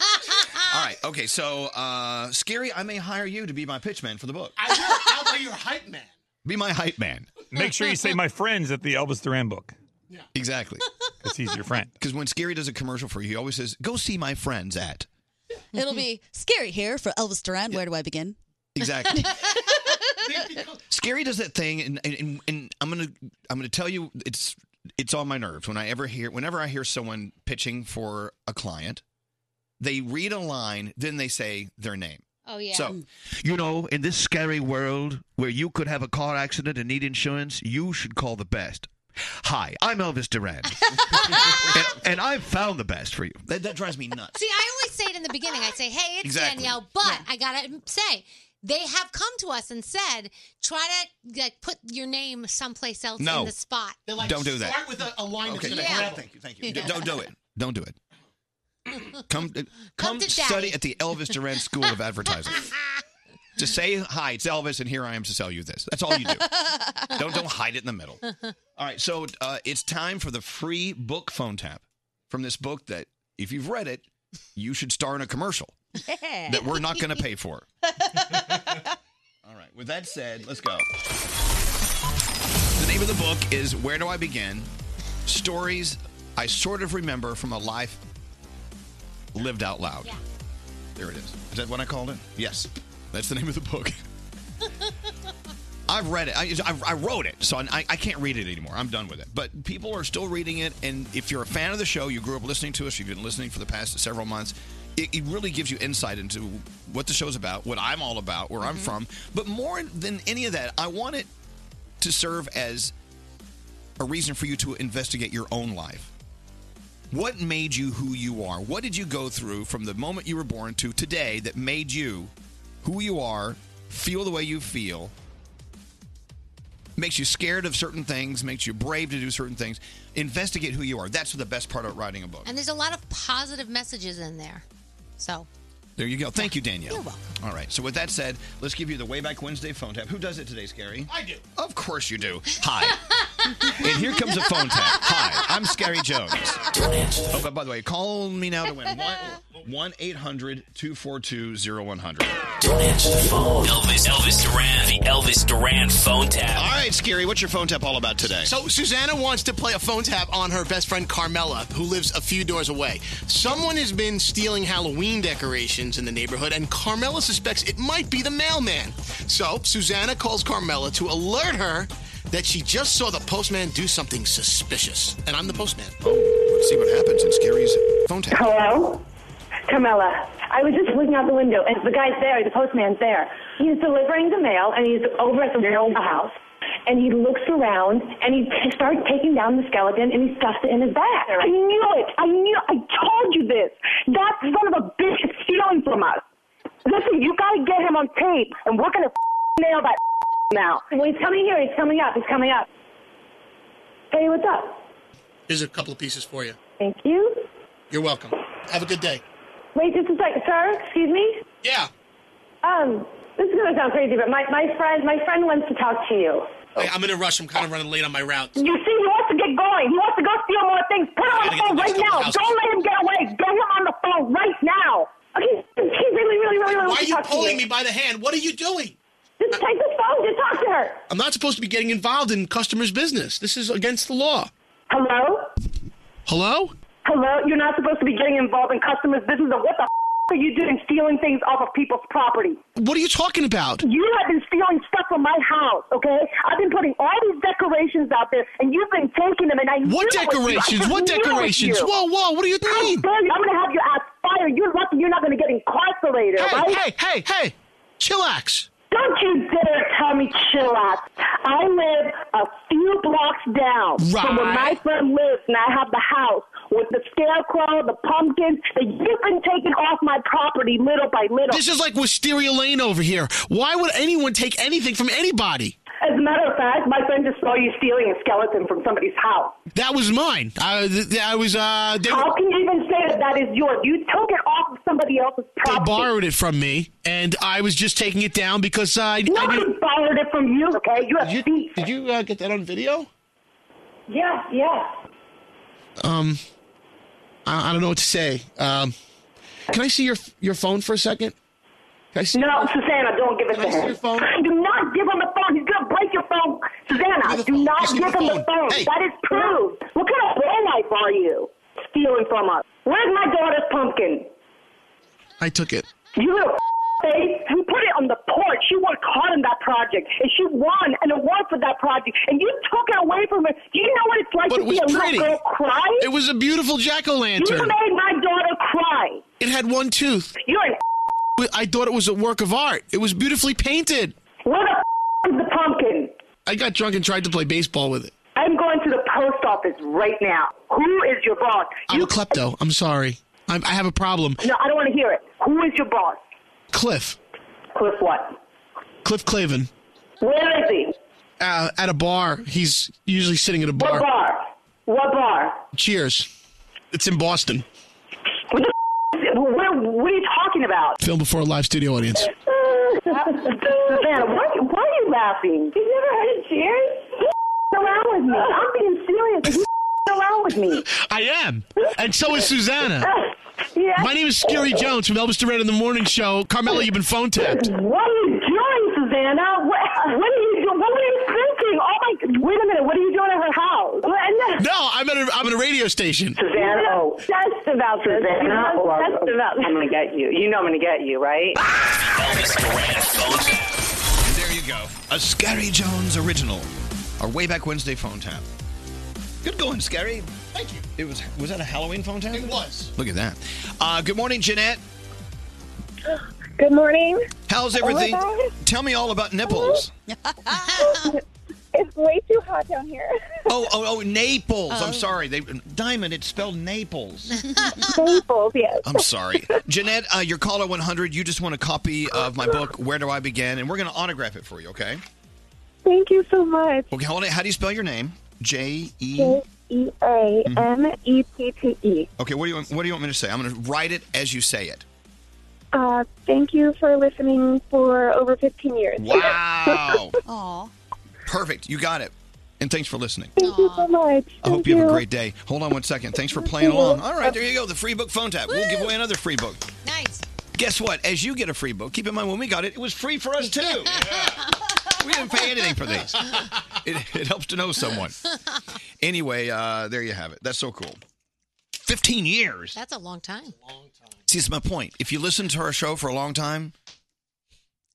All right. Okay. So, uh, Scary, I may hire you to be my pitch man for the book.
I will. I'll be your hype man.
Be my hype man.
Make sure you say my friends at the Elvis Duran book.
Yeah.
Exactly.
*laughs* Because he's your friend.
Because when Scary does a commercial for you, he always says, "Go see my friends at."
It'll be scary here for Elvis Duran. Where do I
*laughs*
begin?
Exactly. Scary does that thing, and, and and I'm gonna I'm gonna tell you it's it's on my nerves when I ever hear whenever I hear someone pitching for a client, they read a line, then they say their name.
Oh, yeah.
So
You know, in this scary world where you could have a car accident and need insurance, you should call the best. Hi, I'm Elvis
*laughs*
Duran. and, and I've found the best for you.
That, that drives me nuts.
See, I always say it in the beginning. I say, "Hey, it's
Exactly.
Danielle," but I gotta say, they have come to us and said, "Try to like put your name someplace else
No.
in the spot."
They're like, Don't do that.
Start with a, a line
Okay.
that's going to
Yeah.
grab
Thank you. Thank you. D- Don't do it. Don't do it. Come uh, come,
Come to
study
daddy.
at the Elvis Duran School of
*laughs*
Advertising. Just say hi, it's Elvis, and here I am to sell you this. That's all you do. don't don't hide it in the middle.
*laughs*
All right, so uh, it's time for the free book phone tap from this book that, if you've read it, you should star in a commercial that we're not
*laughs*
going to pay for. All right. With that said, let's go. The name of the book is Where Do I Begin? Stories I Sort of Remember from a Life Lived Out Loud. There it is. Is that what I called it? Yes. That's the name of the book. *laughs* I've read it. I, I, I wrote it, so I, I can't read it anymore. I'm done with it. But people are still reading it, and if you're a fan of the show, you grew up listening to us, you've been listening for the past several months, it, it really gives you insight into what the show's about, what I'm all about, where I'm from. But more than any of that, I want it to serve as a reason for you to investigate your own life. What made you who you are? What did you go through from the moment you were born to today that made you who you are, feel the way you feel? Makes you scared of certain things, makes you brave to do certain things. Investigate who you are. That's the best part of writing a book.
*laughs* And there's a lot of positive messages in there. So
There you go. Thank you, Danielle. You're welcome. All right. So with that said, let's give you the way back Wednesday phone tap. Who does it today, Scary? I do. Of course you do. Hi. *laughs* and here comes a phone tap. Hi, I'm Scary Jones. Oh, but by the way, call me now to win
*laughs*
one one 1-800-242-0100.
Don't answer the phone. Elvis, Elvis Duran, the Elvis Duran phone tap.
All right, Scary, what's your phone tap all about today?
So Susanna wants to play a phone tap on her best friend Carmela, who lives a few doors away. Someone has been stealing Halloween decorations in the neighborhood, and Carmela suspects it might be the mailman. So Susanna calls Carmela to alert her that she just saw the postman do something suspicious. And I'm the postman.
Oh, Let's see what happens in Scary's phone tap.
Hello? Carmela. I was just looking out the window, and the guy's there, the postman's there. He's delivering the mail, and he's over at the mailhouse. And he looks around, and he t- starts taking down the skeleton, and he stuffs it in his bag. I knew it. I knew. I told you this. That son of a bitch is stealing from us. Listen, you gotta get him on tape, and we're gonna nail that *laughs* now. Well, he's coming here. He's coming up. He's coming up. Hey, what's up?
Here's a couple of pieces for you.
Thank you.
You're welcome.
Oh.
Have a good day.
Wait just a sec, sir. Excuse me.
Yeah.
Um, this is gonna sound crazy, but my, my friend my friend wants to talk to you.
Hey, I'm in a rush. I'm kind of running late on my route.
You see, he wants to get going. He wants to go steal more things. Put him on the phone right now. Don't let him get away. Get him on the phone right now. Okay, he really, really, really, really
Why are
wants to
you
talk to
pulling me by the hand? What are you doing?
Just take this phone. Just talk to her.
I'm not supposed to be getting involved in customers' business. This is against the law.
Hello?
Hello?
Hello? You're not supposed to be getting involved in customers' business. What the f- are you doing stealing things off of people's property?
What are you talking about?
You have been stealing stuff from my house, okay? I've been putting all these decorations out there, and you've been taking them, and I
What
knew it was you. I
decorations?
just
What
knew it was
decorations?
you.
Whoa, whoa, what do you mean?
How dare you? I'm going to have your ass fired. You're lucky you're not going to get incarcerated,
Hey,
right?
hey, hey, hey, chillax.
Don't you dare tell me chill out. I live a few blocks down from where my friend lives, and I have the house with the scarecrow, the pumpkins, that you've been taking off my property little by little.
This is like Wisteria Lane over here. Why would anyone take anything from anybody?
As a matter of fact, my friend just saw you stealing a skeleton from somebody's house.
That was mine. I, th- I was, uh, they,
How can you even say that that is yours? You took it off of somebody else's
they
property.
borrowed it from me, and I was just taking it down because uh, I. Nobody
borrowed it from you, okay? You
did you, did you uh, get that on video?
Yeah, yeah.
Um, I, I don't know what to say. Um, can I see your your phone for a second? Can I see
No, Susanna, don't give it to him. Do not give him the phone. He's gonna break your phone, Susanna. Do not give him the phone. That is proved. What kind of lowlife are you? Stealing from us. Where's my daughter's pumpkin?
I took it.
You little face. You put it on the porch. You worked hard on that project, and she won an award for that project, and you took it away from her. Do you know what it's like
But
to
it was
see a
pretty.
little girl cry?
It was a beautiful jack o'
You
lantern.
made my daughter cry.
It had one tooth.
You're an
I thought it was a work of art. It was beautifully painted.
Where the is the pumpkin?
I got drunk and tried to play baseball with it.
I'm going to the post office right now. Who is your boss?
I'm a klepto. I'm sorry. I'm, I have a problem.
No, I don't want to hear it. Who is your boss?
Cliff.
Cliff what?
Cliff Clavin.
Where is he?
Uh, at a bar. He's usually sitting at a bar.
What bar? What bar?
Cheers. It's in Boston.
What the f- where, what are you talking about?
Film before a live studio audience.
Savannah, why, why are you laughing? You never heard of cheers? You around with me. I'm being serious. You around with me.
I am. And so is Susanna.
Yeah.
My name is Scary Jones from Elvis Duran in the Morning Show. Carmela, you've been phone tapped.
What are you doing, Susanna? What, what are you do- What were you thinking? Oh my! Wait a minute. What are you doing at her house? And-
No, I'm at a, I'm at a radio station.
Susanna, oh. Just about Susanna. Just about. I'm going to get you. You know I'm going to get you, right?
Ah!
There you go. A Scary Jones original. Our way back Wednesday phone tap. Good going, Scary. Thank you. It was was that a Halloween phone tap? It was. Look at that. Uh, good morning, Jeanette.
Good morning.
How's
Oh my
everything?
God.
Tell me all
*laughs*
about nipples.
it's way too hot down
*laughs*
here.
oh, oh, oh, Naples.
Oh.
I'm sorry. They Diamond. It's spelled Naples.
Staples, yes. *laughs*
I'm sorry, Jeanette. Uh, your caller 100. You just want a copy of my book, Where Do I Begin, and we're going to autograph it for you. Okay.
Thank you so much.
Okay. Hold it. How do you spell your name? J E.
J E A M E T T E.
Okay. What do you want, What do you want me to say? I'm going to write it as you say it.
Uh, Thank you for listening for over 15 years. *laughs*
Wow. Perfect. You got it. And thanks for listening.
Thank you so much.
I hope you have a great day. Hold on one second. Thanks for playing
you.
along. All right, there you go. The free book phone tap. We'll give away another free book.
Nice.
Guess what? As you get a free book, keep in mind when we got it, it was free for us
*laughs*
too. We didn't pay anything for these. It, it helps to know someone. Anyway, uh, there you have it. That's so cool. 15 years.
That's a long time.
See, it's my point. If you listen to our show for a long time,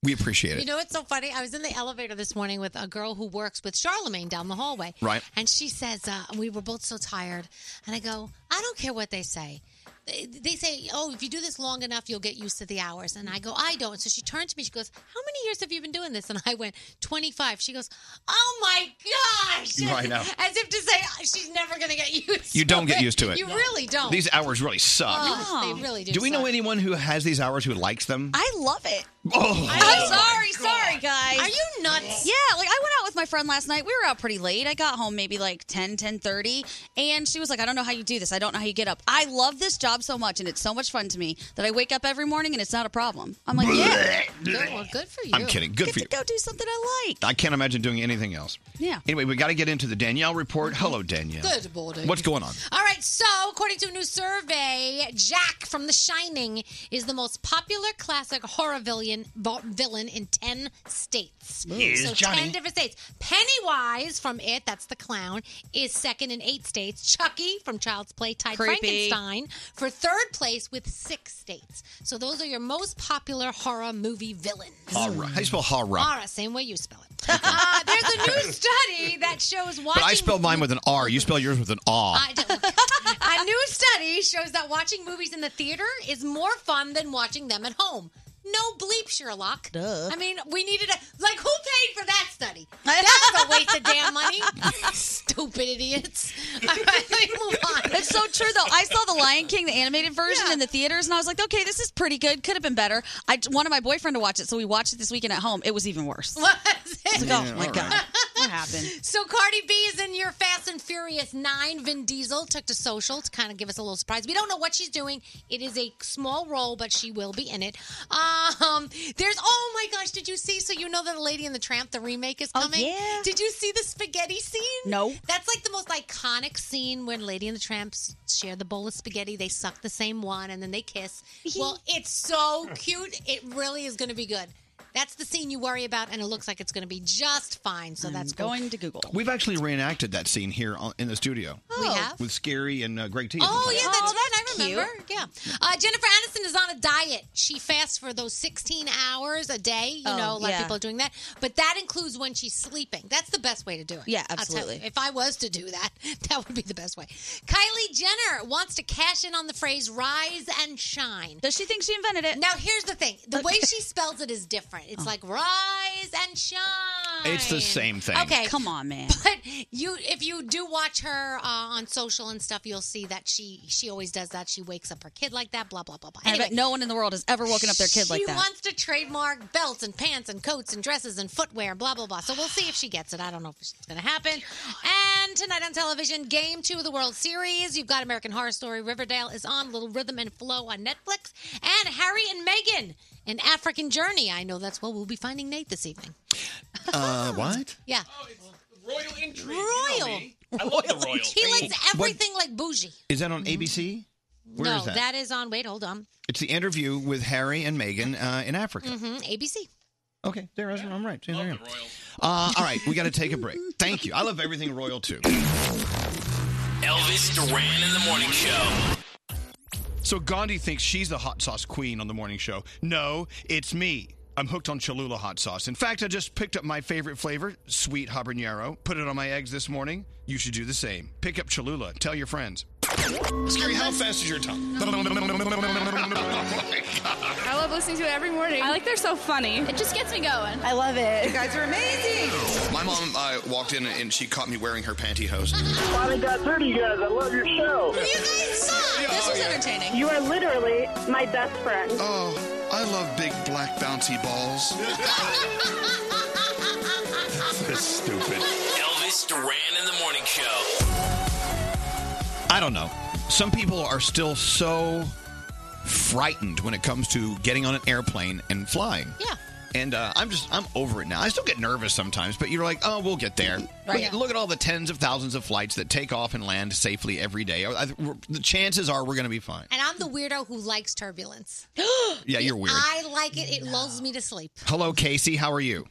we appreciate
You
it.
know it's so funny? I was in the elevator this morning with a girl who works with Charlemagne down the hallway.
Right.
And she says, uh, we were both so tired. And I go, I don't care what they say. They they say, oh, if you do this long enough, you'll get used to the hours. And I go, I don't. So she turned to me. She goes, how many years have you been doing this? And I went, 25. She goes, oh my gosh.
Right, *laughs* I know.
As if to say, she's never going to get used to
You don't get used to it.
You really don't.
These hours really suck.
Oh, they really do.
Do we
suck.
know anyone who has these hours who likes them?
I love it.
Oh.
I'm sorry, sorry, guys.
Are you nuts?
Yeah, like I went out with my friend last night. We were out pretty late. I got home maybe like 10, 10.30, and she was like, I don't know how you do this. I don't know how you get up. I love this job so much, and it's so much fun to me that I wake up every morning, and it's not a problem. I'm like, yeah.
Good, well, good for you.
I'm kidding. Good
Get
for
to
you.
go do something I like.
I can't imagine doing anything else.
Yeah.
Anyway, we got to get into the Danielle report. Hello, Danielle.
Mm-hmm. Good morning.
What's going on?
All right, so according to a new survey, Jack from The Shining is the most popular classic horror villain vo- villain in 10 states.
Here's
so
Johnny.
10 different states. Pennywise from It, that's the clown, is second in 8 states. Chucky from Child's Play tied
Creepy.
Frankenstein for third place with 6 states. So those are your most popular horror movie villains.
Horror. How do you spell horror?
Horror, same way you spell it. Uh, there's a new study that shows watching
But I spell mine with an R. You spell yours with an aw.
I don't- a new study shows that watching movies in the theater is more fun than watching them at home. No bleep, Sherlock.
Duh.
I mean, we needed a like. Who paid for that study? That's a waste of damn money. *laughs* Stupid idiots. *laughs* All right, let me move on.
It's so true though. I saw the Lion King, the animated version, in the theaters, and I was like, okay, this is pretty good. Could have been better. I wanted my boyfriend to watch it, so we watched it this weekend at home. It was even
*laughs*
worse.
Was it?
It's like, oh my god,
*laughs*
what happened?
So Cardi B is in your Fast and Furious 9. Vin Diesel took to social to kind of give us a little surprise. We don't know what she's doing. It is a small role, but she will be in it. Um, there's oh my gosh, did you see? So you know that the Lady and the Tramp, the remake
Oh,
is coming. yeah. Did you see the spaghetti scene?
No.
That's like the most iconic scene when Lady and the Tramp s- share the bowl of spaghetti. They suck the same one and then
*laughs*
they kiss. well, it's so cute. It really is going to be good. That's the scene you worry about, and it looks like it's going to be just fine. So that's cool.
going to Google.
We've actually reenacted that scene here on- in the studio.
We have.
With Scary and uh, Greg T.
Oh yeah, that's right. I remember. Yeah. Uh, Jennifer Aniston is on a diet. She fasts for those 16 hours a day. You
Oh,
know, a lot
yeah.
of people are doing that. But that includes when she's sleeping. That's the best way to do it.
Yeah,
I'll tell you.
absolutely.
If I was to do that, *laughs* that would be the best way. Kylie Jenner wants to cash in on the phrase rise and shine.
Does she think she invented it? Oh.
Now, here's the thing the way she spells it is different. It's like rise and shine.
It's the same thing.
Okay.
Come on, man.
But you, if you do watch her uh, on social and stuff, you'll see that she she always does that. She wakes up her kid like that. Blah blah blah blah.
I bet no one in the world has ever woken up their kid like
she
that.
wants to trademark belts and pants and coats and dresses and footwear. Blah blah blah. So we'll see if she gets it. I don't know if it's going to happen. And tonight on television, Game Two of the World Series. You've got American Horror Story. Riverdale is on. Little Rhythm and Flow on Netflix. And Harry and Meghan, an African Journey. I know that's what we'll be finding Nate this evening.
Uh, what?
Yeah.
Royal intrigue.
Royal.
I love the *laughs* royal.
He likes everything like bougie.
Is that
Mm-hmm.
on ABC? Where is
no, that is on. Wait, hold on.
It's the interview with Harry and Meghan uh, in Africa.
hmm ABC.
Okay, there is. I'm right. See, there I am. Uh, all right, we got to take a break. Thank you. I love everything royal too.
Elvis Duran in the morning show.
So Gandhi thinks she's the hot sauce queen on the morning show. No, it's me. I'm hooked on Cholula hot sauce. In fact, I just picked up my favorite flavor, sweet habanero, put it on my eggs this morning. You should do the same. Pick up Cholula. Tell your friends. Scary, how fast is your tongue?
I love listening to it every morning. I like they're so funny. It just gets me going. I love it. You guys are amazing.
My mom uh, walked in and she caught me wearing her pantyhose.
Finally got through to you guys. I love your show.
You guys suck. Yeah, This was yeah. entertaining.
You are literally my best friend.
Oh, I love big black bouncy balls. That's stupid.
Elvis Duran in the morning show.
I don't know. Some people are still so frightened when it comes to getting on an airplane and flying.
Yeah.
And uh, I'm just, I'm over it now. I still get nervous sometimes, but you're like, oh, we'll get there.
Right.
Look, look at all the tens of thousands of flights that take off and land safely every day. I, I, we're- the chances are we're going to be fine.
And I'm the weirdo who likes turbulence.
Yeah, you're *gasps* weird.
I like it. It lulls me to sleep.
Hello, Casey. How are you?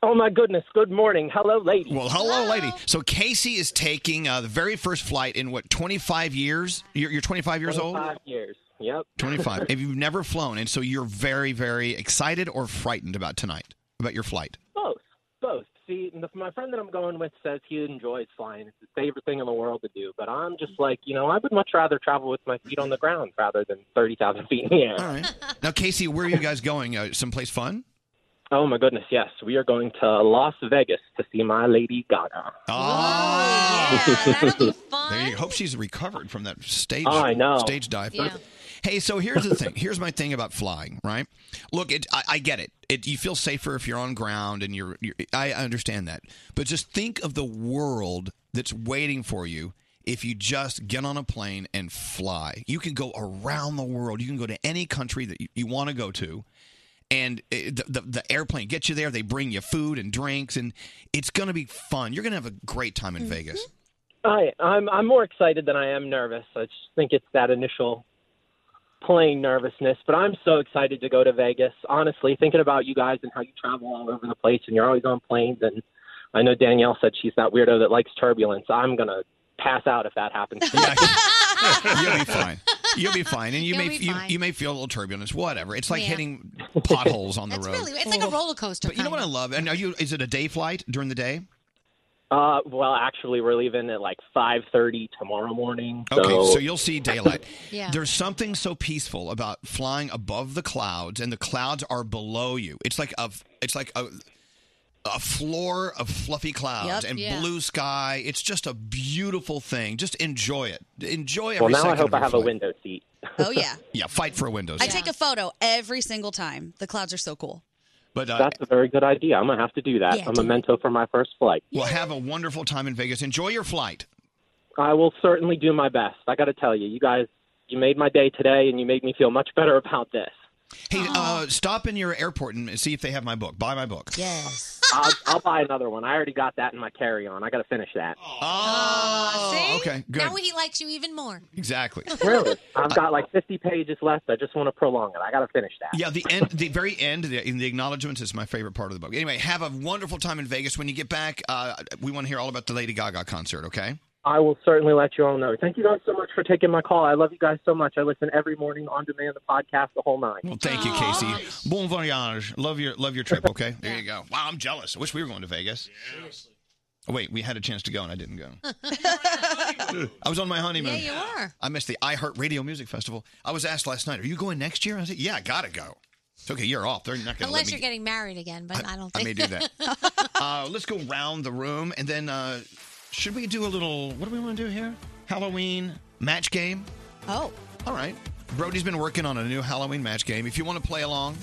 Oh my goodness! Good morning. Hello, lady.
Well, hello, lady. So Casey is taking uh, the very first flight in what 25 years? You're, you're 25 years old.
Five years. Yep.
25. If you've never flown, and so you're very, very excited or frightened about tonight, about your flight.
Both. Both. See, the, my friend that I'm going with says he enjoys flying. It's his favorite thing in the world to do. But I'm just like, you know, I would much rather travel with my feet on the ground rather than 30,000 feet in the air.
All right. Now, Casey, where are you guys going? Uh, someplace fun?
Oh my goodness, yes. We are going to Las Vegas to see my Lady Gaga.
Ah, *laughs* Oh, There you go. Hope she's recovered from that stage.
Oh, I know.
Stage dive.
Yeah.
Hey, so here's the thing. Here's my thing about flying. Right? Look, it, I, I get it. it. You feel safer if you're on ground, and you're, you're. I understand that. But just think of the world that's waiting for you if you just get on a plane and fly. You can go around the world. You can go to any country that you, you want to go to. And it, the, the the airplane gets you there. They bring you food and drinks, and it's gonna be fun. You're gonna have a great time in Vegas.
I, I'm, I'm more excited than I am nervous. I just think it's that initial playing nervousness. But I'm so excited to go to Vegas. Honestly, thinking about you guys and how you travel all over the place and you're always on planes. And I know Danielle said she's that weirdo that likes turbulence. I'm going to pass out if that happens.
*laughs* You'll be fine. You'll be fine, and you
You'll
may
be
you,
fine.
you may feel a little turbulence. Whatever. It's like
*laughs*
Yeah.
hitting potholes on the road.
Really, it's like a roller coaster.
but you know what I love? And are you? Is it a day flight during the day?
Uh, well, actually, we're leaving at like 5.30 tomorrow morning. So.
Okay, so you'll see
*laughs*
daylight.
Yeah.
There's something so peaceful about flying above the clouds, and the clouds are below you. It's like a it's like a a floor of fluffy clouds
Yep,
and
yeah.
blue sky. It's just a beautiful thing. Just enjoy it. Enjoy every
Well, now I
second
hope
of
I
your
have a
flight.
window seat.
*laughs*
Oh yeah.
Yeah, fight for a window.
I
seat.
take a photo every single time. The clouds are so cool.
But uh,
That's a very good idea. I'm gonna have to do that.
Yeah,
a
do it.
memento for my first flight.
Well, have a wonderful time in Vegas. Enjoy your flight.
I will certainly do my best. I got to tell you, you guys, you made my day today, and you made me feel much better *laughs* about this.
Hey, uh, stop in your airport and see if they have my book. Buy my book.
Yes. I'll, I'll buy another one. I already got that in my carry-on. I got to finish that.
Oh, okay, good.
Now he likes you even more.
exactly.
Really? I've got like 50 pages left. I just want to prolong it. I got to finish that.
Yeah, the end, the very end, the, in the acknowledgments is my favorite part of the book. Anyway, have a wonderful time in Vegas. When you get back, uh, we want to hear all about the Lady Gaga concert. Okay.
I will certainly let you all know. Thank you guys so much for taking my call. I love you guys so much. I listen every morning on demand, the podcast, the whole nine.
Well, thank you, Casey. Bon voyage. Love your love your trip. Okay, there you go. Wow, I'm jealous. I wish we were going to Vegas. Seriously. Oh, wait, we had a chance to go and I didn't
*laughs*
go. I was on my honeymoon.
Yeah, you are.
I missed the iHeartRadio Music Festival. I was asked last night, "Are you going next year?" I said, "Yeah, I gotta go." It's okay, you're off. They're not gonna let
Unless
me
you're getting married again, but I, don't
I
think
may do that.
*laughs*
uh, let's go round the room and then uh, should we do a little what do we want to do here halloween match game
oh
all right brody's been working on a new halloween match game if you want to play along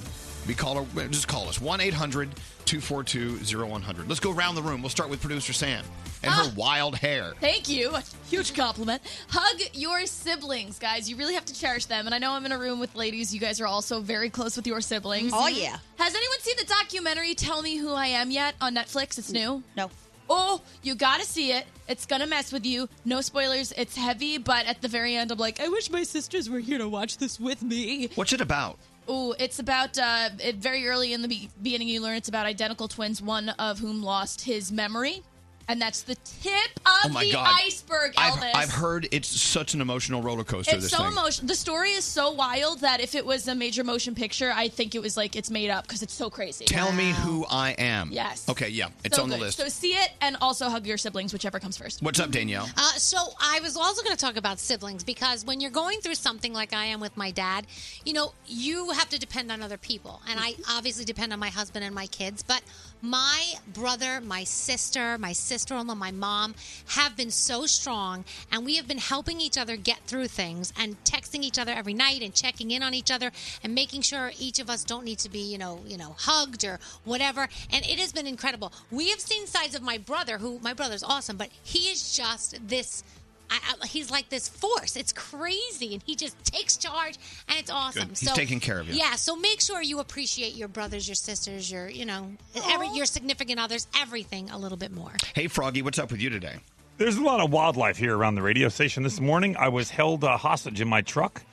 we call her just call us 1-800-242-0100 let's go round the room we'll start with producer sam and
Ah.
her wild hair
Thank you. Huge compliment. Hug your siblings, guys. You really have to cherish them. And I know I'm in a room with ladies. You guys are also very close with your siblings.
Oh, yeah.
Has anyone seen the documentary Tell Me Who I Am yet on Netflix? It's new.
No.
Oh, you gotta see it. It's gonna mess with you. No spoilers. It's heavy, but at the very end, I'm like, I wish my sisters were here to watch this with me.
what's it about
Ooh, it's about uh, it, very early in the be- beginning. You learn it's about identical twins, one of whom lost his memory, and that's the tip of
oh my
the
god
iceberg.
I've,
Elvis,
I've heard it's such an emotional roller coaster
it's
this
so
thing
emotional. The story is so wild that if it was a major motion picture, I think it was like it's made up because it's so crazy.
tell me who i am
Yes.
okay yeah it's
So
on the
good.
list
So see it and also hug your siblings, whichever comes first.
what's
*laughs*
up danielle
Uh, so I was also going to talk about siblings because when you're going through something like I am with my dad, you know, you have to depend on other people. And I obviously depend on my husband and my kids, but my brother, my sister, my sister-in-law, my mom have been so strong and we have been helping each other get through things and texting each other every night and checking in on each other and making sure each of us don't need to be, you know, you know, hugged or whatever. And it has been incredible. We have seen sides of my brother who my brother's awesome, but he is just this I, I, he's like this force. It's crazy, and he just takes charge, and it's awesome.
Good. He's taking care of you.
Yeah. So make sure you appreciate your brothers, your sisters, your you know, every, your significant others, everything a little bit more.
hey froggy what's up with you today
There's a lot of wildlife here around the radio station this morning. I was held uh, hostage in my truck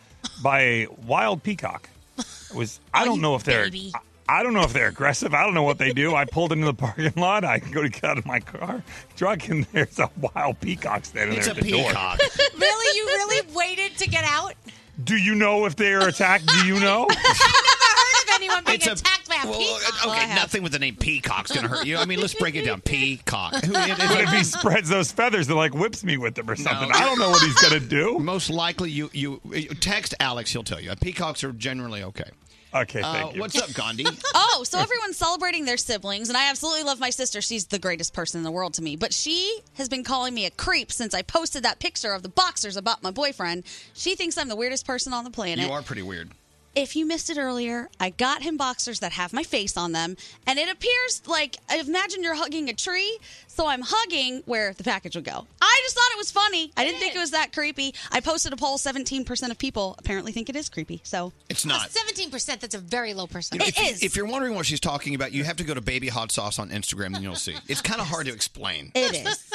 by a wild peacock. It was I don't know if
Oh,
they're
baby.
I, I don't know if they're aggressive. I don't know what they do. I pulled into the parking lot. I go to get out of my car, truck, and there's a wild peacock standing
It's
there at
a
the
peacock.
door.
*laughs* really, you really waited to get out?
Do you know if they are attacked? Do you know?
Heard of
*laughs*
anyone being
It's a-
attacked by a
Well,
peacock?
okay, nothing with the name Peacock's gonna hurt you. I mean, let's break it down. Peacock. Who-
*laughs* but if he spreads those feathers and like whips me with them or something, I don't know what he's
*laughs*
gonna do.
Most likely, you you text Alex. He'll tell you. Peacocks are generally okay. Uh,
Okay,
thank you.
What's up,
*laughs*
Gandhi?
Oh, so everyone's celebrating their siblings, and I absolutely love my sister. She's the greatest person in the world to me. But she has been calling me a creep since I posted that picture of the boxers about my boyfriend. She thinks I'm the weirdest person on the planet.
you are pretty weird.
If you missed it earlier, I got him boxers that have my face on them, and it appears like imagine you're hugging a tree. So I'm hugging where the package would go. I just thought it was funny. I didn't think it was that creepy. I posted a poll. 17% of people apparently think it is creepy. So
It's not.
Seventeen percent. That's a very low percentage.
if, you- if you're wondering what she's talking about, you have to go to Baby Hot Sauce on Instagram, and you'll see. It's kind of hard to explain.
it
*laughs*
is,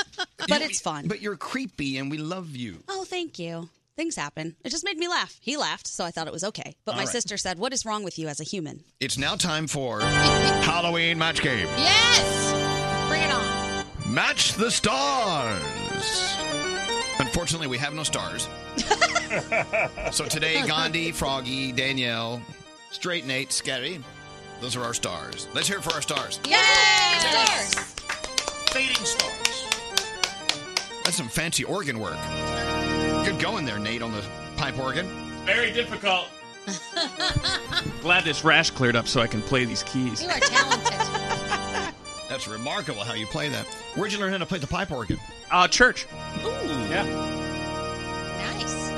but it's fun.
But you're creepy, and we love you.
Oh, thank you. Things happen. It just made me laugh. He laughed, so I thought it was okay. But
All
my
right.
sister said, What is wrong with you as a human?
It's now time for Halloween match game.
Yes. Bring it on.
Match the stars. Unfortunately, we have no stars. so today, Gandhi, Froggy, Danielle, Straight Nate, Scary, those are our stars. Let's hear it for our stars.
Yes.
Fading stars.
That's some fancy organ work. Good going there, Nate, on the pipe organ.
Very
*laughs*
difficult.
Glad this rash cleared up so I can play these keys.
You are talented.
That's remarkable how you play that. Where'd you learn how to play the pipe organ?
Uh, church.
Ooh. Yeah.
Nice.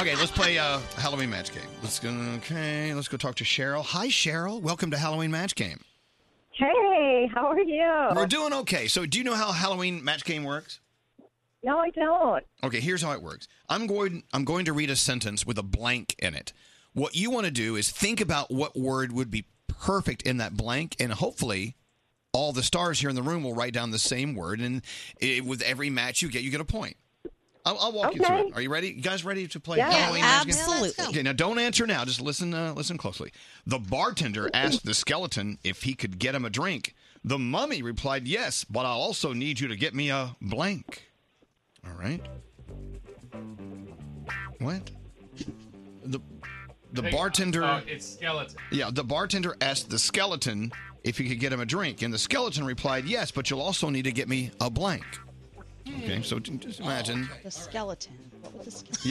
Okay, let's play uh, Halloween match game. Let's go. Okay, let's go talk to Cheryl. Hi, Cheryl. Welcome to Halloween match game.
Hey, how are you?
We're doing okay. So, do you know how Halloween match game works?
No, I don't.
Okay, here's how it works. I'm going I'm going to read a sentence with a blank in it. What you want to do is think about what word would be perfect in that blank and hopefully all the stars here in the room will write down the same word and it, with every match you get you get a point. I'll, I'll walk you through
Okay.
it. Are you ready? You guys ready to play
Yeah.
Halloween?
Yeah,
Mask Game?
absolutely.
Okay, now don't answer now. Just listen. Uh, listen closely. The bartender asked the skeleton if he could get him a drink, The mummy replied, Yes, but I'll also need you to get me a blank. All right. What? The, the bartender.
uh,
Oh, it's skeleton.
Yeah, the bartender asked the skeleton if he could get him a drink, and the skeleton replied, "Yes, but you'll also need to get me a blank." Okay, so j- just imagine,
The skeleton. What would the skeleton?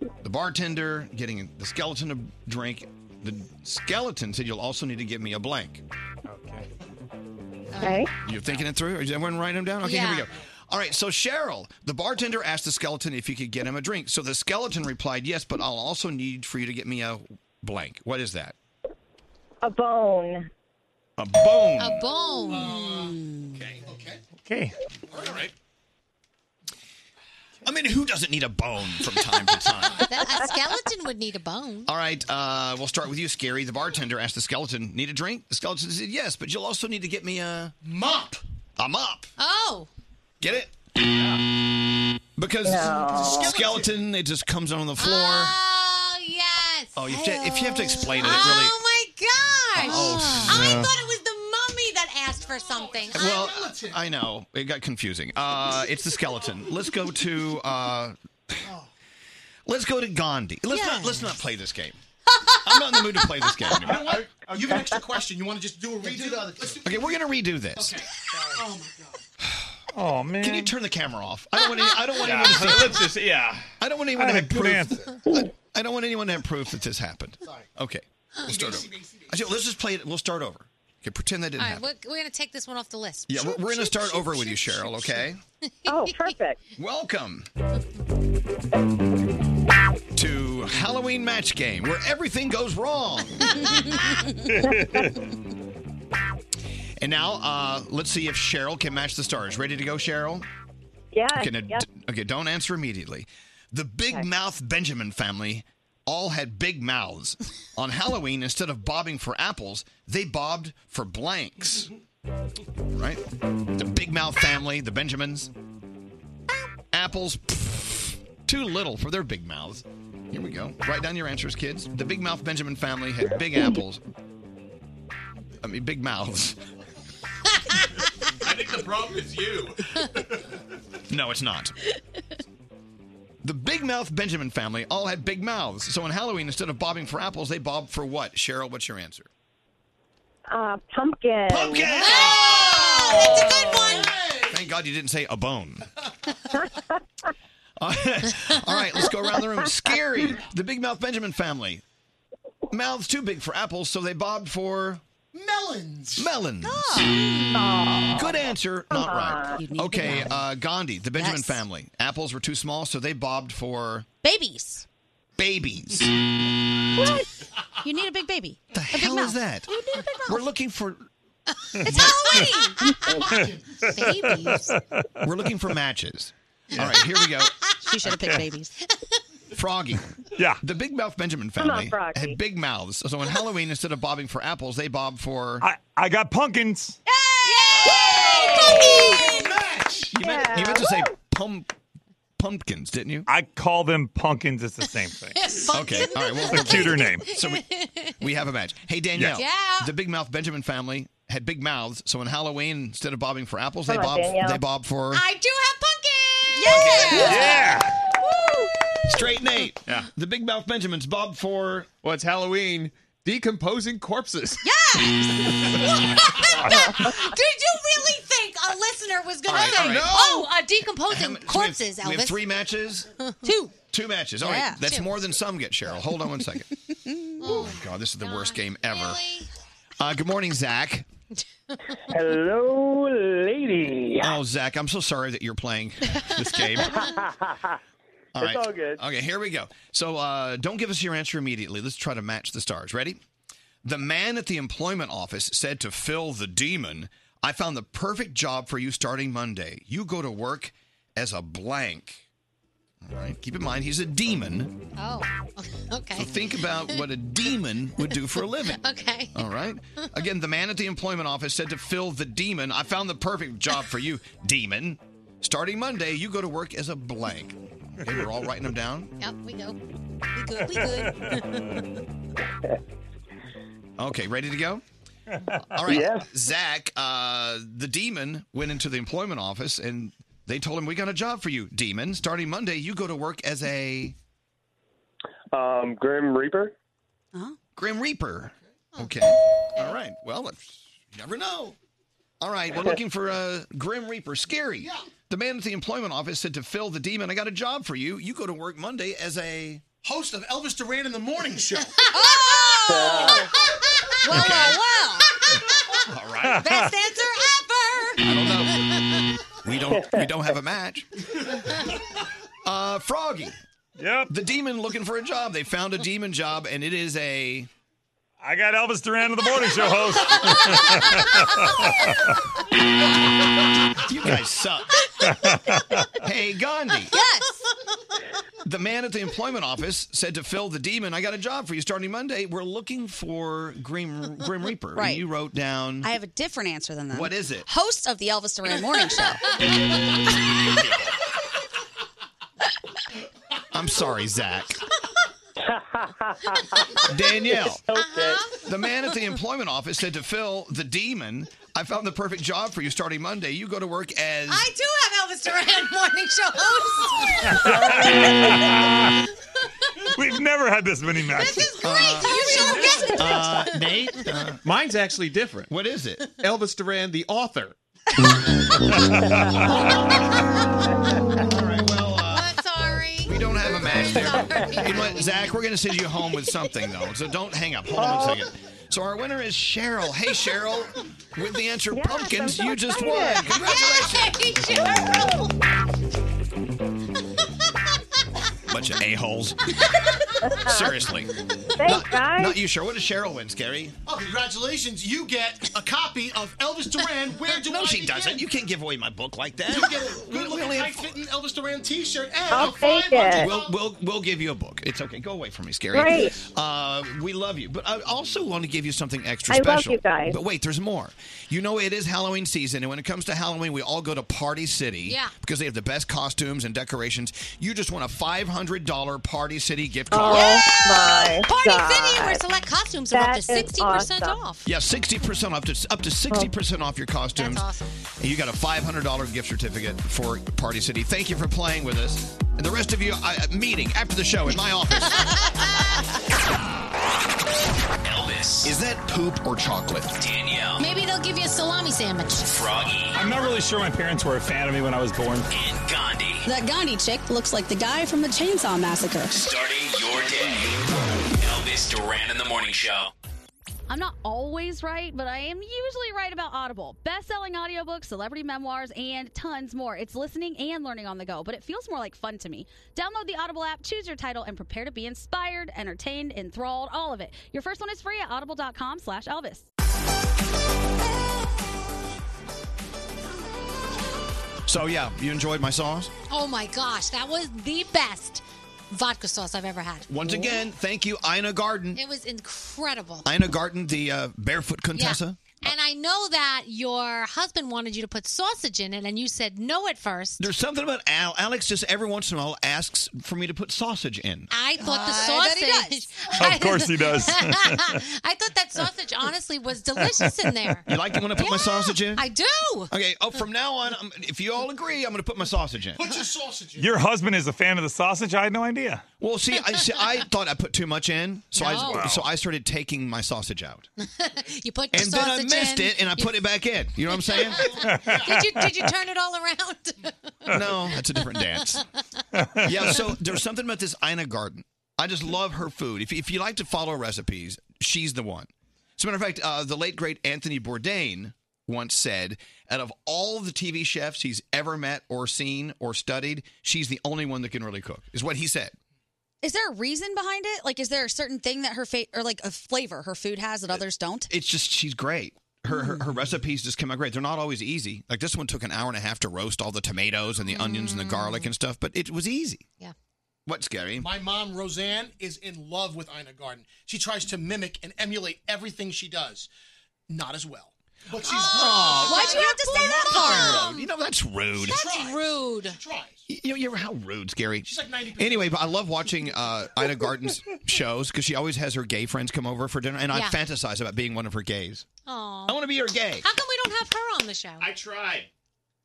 yeah, the bartender getting the skeleton a drink. The skeleton said, "You'll also need to get me a blank."
Okay.
You're thinking it through? Is everyone writing them down? Okay, here
Yeah.
we go. All right, so Cheryl, the bartender asked the skeleton if he could get him a drink. So the skeleton replied, "Yes, but I'll also need for you to get me a blank." What is that?
A bone.
A bone.
A bone.
Okay. All right. I mean, who doesn't need a bone from time to time?
*laughs* That- a skeleton would need a bone.
*laughs* All right, uh, we'll start with you, Scary. The bartender asked the skeleton, "Need a drink?" The skeleton said, "Yes, but you'll also need to get me a mop." A mop.
Oh.
Get it? Because skeleton, it just comes on the floor.
Oh yes.
oh, you have to, if you have to explain it, it really.
Oh my gosh.
Oh,
I
no.
thought it was the mummy that asked for something.
Well, I know it got confusing. Uh, it's the skeleton. Let's go to uh, let's go to Gandhi. Let's not let's not play this game. I'm not in the mood to play this game. Anymore.
You have an extra question. You want to just do a redo? Let's do-
Okay, we're gonna redo this.
Okay. Oh my god.
Oh man! Can you turn the camera off? I don't want. Any, I don't want
Yeah,
anyone. To
*laughs* let's just- yeah.
I don't want anyone
I
to
had
have
a good
proof. I, I don't want anyone to have proof that this happened. Okay, we'll start over. I said, let's just play it. We'll start over. Okay, pretend that
All
didn't
right,
happen.
we're, we're gonna take this one off the list.
Yeah, we're, we're gonna start over with you, Cheryl. Okay.
Oh,
*laughs*
perfect.
Welcome to Halloween Match Game, where everything goes wrong. and *laughs* now, uh, let's see if Cheryl can match the stars. Ready to go, Cheryl?
Yeah.
Okay, now, d- okay don't answer immediately. The Big Mouth Benjamin family all had big mouths. On Halloween, instead of bobbing for apples, they bobbed for blanks. Right? The Big Mouth family, the Benjamins. Apples, pff, too little for their big mouths. Here we go. Write down your answers, kids. The Big Mouth Benjamin family had big apples. I mean, big mouths.
*laughs* I think the problem is you.
*laughs* No, it's not. *laughs* The Big Mouth Benjamin family all had big mouths. So on Halloween, instead of bobbing for apples, they bobbed for what? Cheryl, what's your answer?
Uh, pumpkin.
Pumpkin.
that's a good one.
Thank God you didn't say a *laughs* bone. all right, let's go around the room. Scary. The Big Mouth Benjamin family. Mouths too big for apples, so they bobbed for melons. Melons. Good answer, not right. Okay, uh, Gandhi, the Benjamin family. Apples were too small, so they bobbed for
Babies.
babies.
What? You need a big baby. The
hell is that?
You need a big mouth.
We're looking for.
Oh,
Babies.
We're looking for matches. All right, here we go.
She should have picked babies.
Froggy. Yeah. The Big Mouth Benjamin
Come on,
family
Froggy.
had big mouths. So on Halloween, instead of bobbing for apples, they bob for.
I, I got pumpkins.
You meant, you meant to say pump, pumpkins, didn't you?
I call them pumpkins. It's the same
*laughs*
thing.
Okay. All right. Well,
It's a cuter name.
So we, we have a match. Hey, Danielle.
Yeah.
The Big Mouth Benjamin family had big mouths. So on Halloween, instead of bobbing for apples, they
Come
bob,
on, Danielle.
they bob for.
I do
Yeah.
Yeah. Straight Nate. The Big Mouth Benjamin's Bob for
what's Halloween? Decomposing corpses.
*laughs* have. Did you really think a listener was gonna
All right,
say,
all right.
"Oh, uh, decomposing corpses"?
we have, we
Elvis.
have three matches.
*laughs* Two.
Two matches. All right,
Yeah.
that's
Two.
more than some get, Cheryl. Hold on one
*laughs*
second. oh my God, this is the worst game ever. Uh, good morning, Zach.
Hello, lady.
Oh, Zach, I'm so sorry that you're playing
*laughs*
this *laughs*
*laughs*
game. All
It's
right.
all good.
Okay, here we go. So uh, don't give us your answer immediately. Let's try to match the stars. Ready? The man at the employment office said to Phil the demon, I found the perfect job for you starting Monday. You go to work as a blank. All right. Keep in mind, he's a demon.
Oh, *laughs* okay.
So think about what a demon would do for a living.
*laughs* Okay.
All right. Again, the man at the employment office said to Phil the demon, I found the perfect job for you, demon. Starting Monday, you go to work as a blank. Okay, we're all writing them down.
Yep, we go. *laughs* We good. We good.
*laughs*
Okay, ready to go? All right, Zach, uh, the demon went into the employment office and they told him, "We got a job for you, demon. Starting Monday, you go to work as a
Um, Grim Reaper.
Grim Reaper." Okay. All right. Well, you never know. All right,
*laughs*
we're looking for a Grim Reaper. Scary. The man at the employment office said to Phil the demon, "I got a job for you. You go to work Monday as a
host of Elvis Duran in the morning
*laughs*
show."
Oh!
Well, well, well.
Uh, All
*laughs*
right.
Best answer ever.
I We don't. We don't have a match. Uh, Froggy.
Yep.
The demon looking for a job. They found a demon job, and it is a.
I got Elvis Duran of the morning show host.
*laughs*
*laughs*
you guys suck. hey, Gandhi.
Yes.
The man at the employment office said to Phil the demon, "I got a job for you starting Monday. We're looking for Grim Grim Reaper." And
Right.
you wrote down.
*laughs* I have a different answer than that.
What is it?
Host of the Elvis Duran
*laughs*
Morning Show.
I'm sorry, Zach. Danielle. The man at the employment office said to Phil, the demon, I found the perfect job for you starting Monday. You go to work as.
I do have Elvis
*laughs*
Duran morning show host.
*laughs*
*laughs*
We've never had this many matches.
Oh,
Uh,
Nate?
Mine's actually different.
What is it?
Elvis Duran, the author.
We don't have a match there. You know what, Zach, we're going to send you home with something, though. So don't hang up. Hold on a second. So our winner is Cheryl. Hey, Cheryl, with the answer pumpkins, you just
*laughs*
won.
Congratulations.
Bunch of a-holes. Seriously.
Thanks, guys.
Not you, Cheryl. What does Cheryl win, Scary?
Oh, congratulations! You get a copy of Elvis Duran.
*laughs*
Where do
No,
I
she
begin?
doesn't. You can't give away my book like that.
You get a good-looking, tight-fitting Elvis Duran T-shirt and
I'll
a five
take
hundred
We'll, we'll, we'll give you a book. It's okay. Go away from me, Scary.
Great.
Uh, we love you. But I also want to give you something extra
I love
special.
you guys.
But wait, there's more. You know, it is Halloween season. And when it comes to Halloween, we all go to Party City.
Yeah.
Because they have the best costumes and decorations. You just won a $500 Party City gift
*laughs* Oh
card.
my
Party
God.
City, where select costumes are up to
That is
60%
awesome.
off.
Yeah, sixty percent off to up to sixty percent off your costumes.
That's awesome.
And you got a five hundred dollar gift certificate for Party City. Thank you for playing with us. And the rest of you, I, a meeting after the show in my
*laughs*
office. Elvis, is that poop or chocolate?
Danielle. Maybe they'll give you a salami sandwich.
Froggy.
I'm not really sure my parents were a fan of me when I was born. And Gandhi.
That Gandhi chick looks like the guy from the Chainsaw Massacre.
Starting your day. Elvis Duran in the Morning Show.
I'm not always right, but I am usually right about Audible. Best selling audiobooks, celebrity memoirs, and tons more. It's listening and learning on the go, but it feels more like fun to me. Download the Audible app, choose your title, and prepare to be inspired, entertained, enthralled, all of it. Your first one is free at audible.com slash Elvis.
So yeah, you enjoyed my songs.
Oh my gosh, that was the best vodka sauce I've ever had.
Once again, thank you, Ina Garden.
it was incredible.
Ina Garden, the uh, barefoot contessa.
And I know that your husband wanted you to put sausage in it, and you said no at first.
There's something about Al. Alex just every once in a while asks for me to put sausage in.
I thought the
I bet he
sausage. *laughs*
does. Of course he does.
I
*laughs*
thought that sausage honestly was delicious in there.
You like it when I put my sausage in?
I do.
Okay. Oh, from now on, I'm, if you all agree, I'm going to put my sausage in. Put your sausage in.
Your husband is a fan of the sausage? I had no idea.
Well, see, I see,
*laughs*
I thought I put too much in, so
No.
I
Wow.
so I started taking my sausage out,
*laughs* You put your
and then I
sausage
missed
in.
it, and I
You-
put it back in. You know what I'm saying?
*laughs* Did you did you turn it all around?
*laughs* No, that's a different
*laughs*
dance. yeah. So there's something about this Ina Garden. I just love her food. If if you like to follow recipes, she's the one. As a matter of fact, uh, the late great Anthony Bourdain once said, out of all the TV chefs he's ever met or seen or studied, she's the only one that can really cook. Is what he said.
Is there a reason behind it? Like, is there a certain thing that her fate or like a flavor her food has that others don't?
It's just she's great. Her, her, her recipes just come out great. They're not always easy. Like this one took an hour and a half to roast all the tomatoes and the onions and the garlic and stuff, but it was easy.
Yeah.
What's scary?
My mom, Roseanne, is in love with Ina Garden. She tries to mimic and emulate everything she does. Not as well. But she's
Oh,
wrong.
Why'd you have to say that part?
You know that's rude.
That's rude.
You, you're how rude, Gary. She's
like 90%.
Anyway, but I love watching uh, Ina Garten's shows because she always has her gay friends come over for dinner, and I
Yeah.
fantasize about being one of her gays.
Aw.
I want to be your gay.
How come we don't have her on the show? I
tried.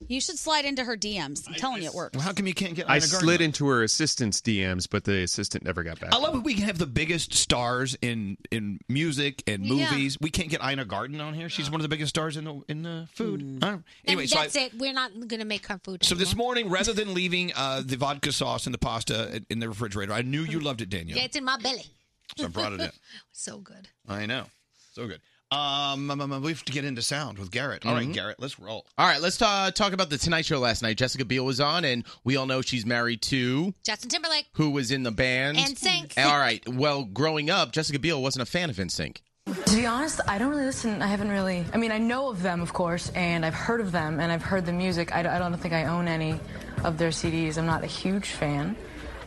You should slide into her DMs. I'm telling you, it works.
Well, how come you can't get?
I
Ina Garten?
slid into her assistant's DMs, but the assistant never got back.
I love that we can have the biggest stars in in music and
Yeah.
movies. We can't get Ina Garten on here. She's one of the biggest stars in the in the food. I don't- Anyway,
Anyway,
so I-
that's it. We're not going to make her food.
So this
anymore.
morning, rather than leaving uh, the vodka sauce and the pasta in- in the refrigerator, I knew you loved it, Danielle.
Yeah, it's in my belly.
So I brought it in.
*laughs* so good.
I know. So good. Um, um, um, we have to get into sound with Garrett. All right,
Mhm.
Garrett, let's roll.
All right, let's uh, talk about the Tonight Show last night. Jessica Biel was on, and we all know she's married to
Justin Timberlake.
who was in the band
NSYNC.
All right, well, growing up, Jessica Biel wasn't a fan of NSYNC.
To be honest, I don't really listen. I haven't really. I mean, I know of them, of course, and I've heard of them, and I've heard the music. I, I don't think I own any of their CDs. I'm not a huge fan.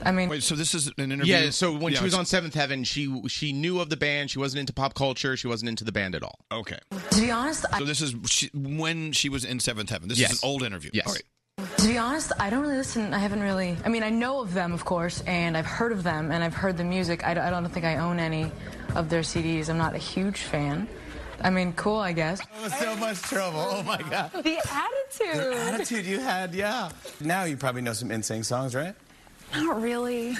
I mean,
wait. So this is an
Yeah, so when
Yeah,
she was
it's-
on Seventh Heaven, she she knew of the band. She wasn't into pop culture. She wasn't into the band at all.
Okay.
To be honest, I,
So this is she, when she was in Seventh Heaven. This
Yes.
is an old interview.
Yes.
All right.
to be honest, I don't really listen. I haven't really. I mean, I know of them, of course, and I've heard of them, and I've heard the music. I, I don't think I own any of their CDs. I'm not a huge fan. I mean, cool, I guess.
So much trouble. Oh my god.
The
The
attitude.
attitude you had, yeah. Now you probably know some NSYNC songs, right?
Not really.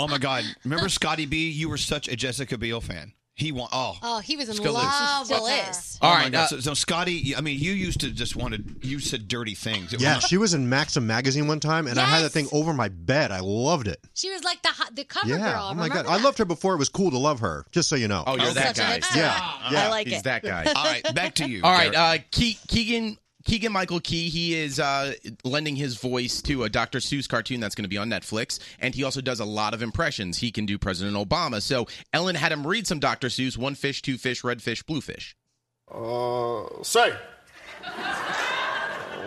Oh my God! Remember Scotty B? You were such a Jessica Biel fan. He won. Oh.
Oh, he was in
Still is.
love.
Still
with her.
is.
All
All
right,
right, uh,
so, so Scotty, I mean, you used to just want to. You said dirty things. It
Yeah,
was-
she was in Maxim magazine one time, and I had that thing over my bed. I loved it.
She was like the hot, the cover
yeah.
girl.
oh my god,
remember
I loved her before it was cool to love her. Just so you know.
Oh, you're that guy.
Yeah. yeah. *laughs*
All
right, back to you.
All right, uh, Ke- Keegan Keegan Michael Key. He is uh, lending his voice to a Dr. Seuss cartoon that's going to be on Netflix, and he also does a lot of impressions. He can do President Obama. So Ellen had him read some Dr. Seuss: One Fish, Two Fish, Red Fish, Blue Fish.
Uh, say,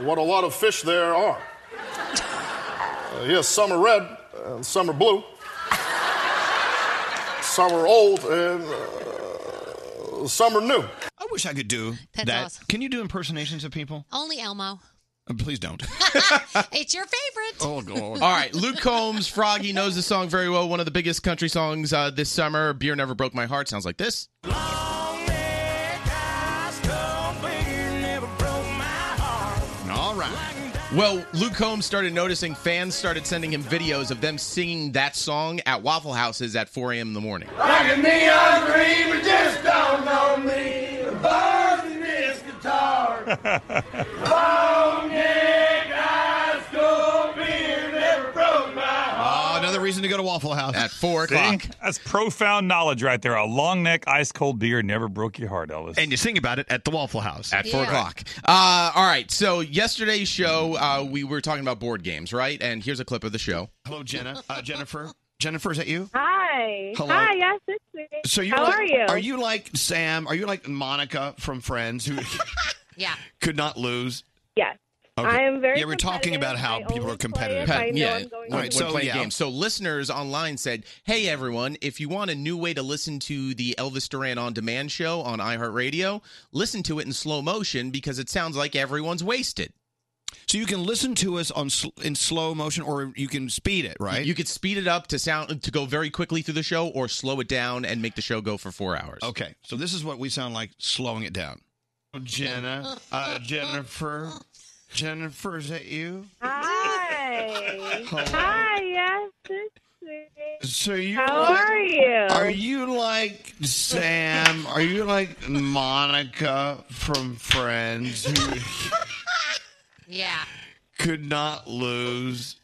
what a lot of fish there are. Uh, yes, some are red, and some are blue. Some are old, and uh, some are new.
I wish I could do
That's
that.
awesome.
Can you do impersonations of people? *laughs*
Only Elmo.
Uh, Please don't.
It's your favorite.
Oh,
All right, Luke Combs, Froggy knows the song very well. One of the biggest country songs uh, this summer. Beer never broke my heart. Sounds like this.
All right.
Well, Luke Combs started noticing fans started sending him videos of them singing that song at Waffle Houses at 4 a.m. in the morning.
Like a neon green, but just don't know me. The bars in this
*laughs*
guitar. Long neck, high school beer never broke my heart.
Oh, another reason to go to Waffle House
at four
o'clock. That's profound knowledge right there. A long neck, ice cold beer never broke your heart, Elvis.
And you sing about it at the Waffle House
at four o'clock. Uh, all right. So yesterday's show, uh, we were talking about board games, right? And here's a clip of the show.
Hello, Jenna. Uh, Jennifer. Jennifer, is that you?
Hi.
Hello.
Hi, yes, it's me.
So you're
How
like-
are you?
Are you like Sam? Are you like Monica from Friends who *laughs*
Yeah.
could not lose?
Yes.
Okay.
I am very
Yeah, we're talking about how people are competitive.
Pat- yeah,
All
when,
right,
when
so
playing
yeah.
games. So listeners online said, "Hey everyone, if you want a new way to listen to the Elvis Duran on Demand show on iHeartRadio, listen to it in slow motion because it sounds like everyone's wasted."
So you can listen to us on sl- in slow motion, or you can speed it, right?
You could speed it up to sound to go very quickly through the show, or slow it down and make the show go for four hours.
Okay, so this is what we sound like slowing it down. Jenna, uh, Jennifer, Jennifer, is that you?
Hi.
Hello.
Hi, yes, it's me.
So you?
How are you?
Are you like Sam? Are you like Monica from Friends who
Yeah.
could not lose?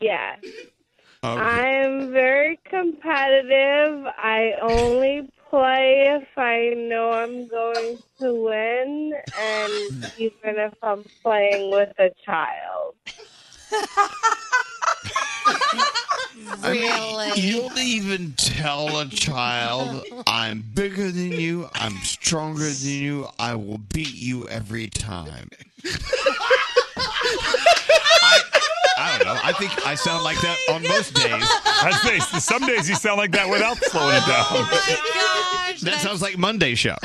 Yeah.
Okay.
I am very competitive. I only play if I know I'm going to win, and even if I'm playing with a
*laughs*
child.
I mean, you'll even tell a child, I'm bigger than you, I'm stronger than you, I will beat you every time. I, I don't know. I think I sound like that on most days.
That's nice.
Oh,
Some days you sound like that without slowing it down.
that sounds like Monday show.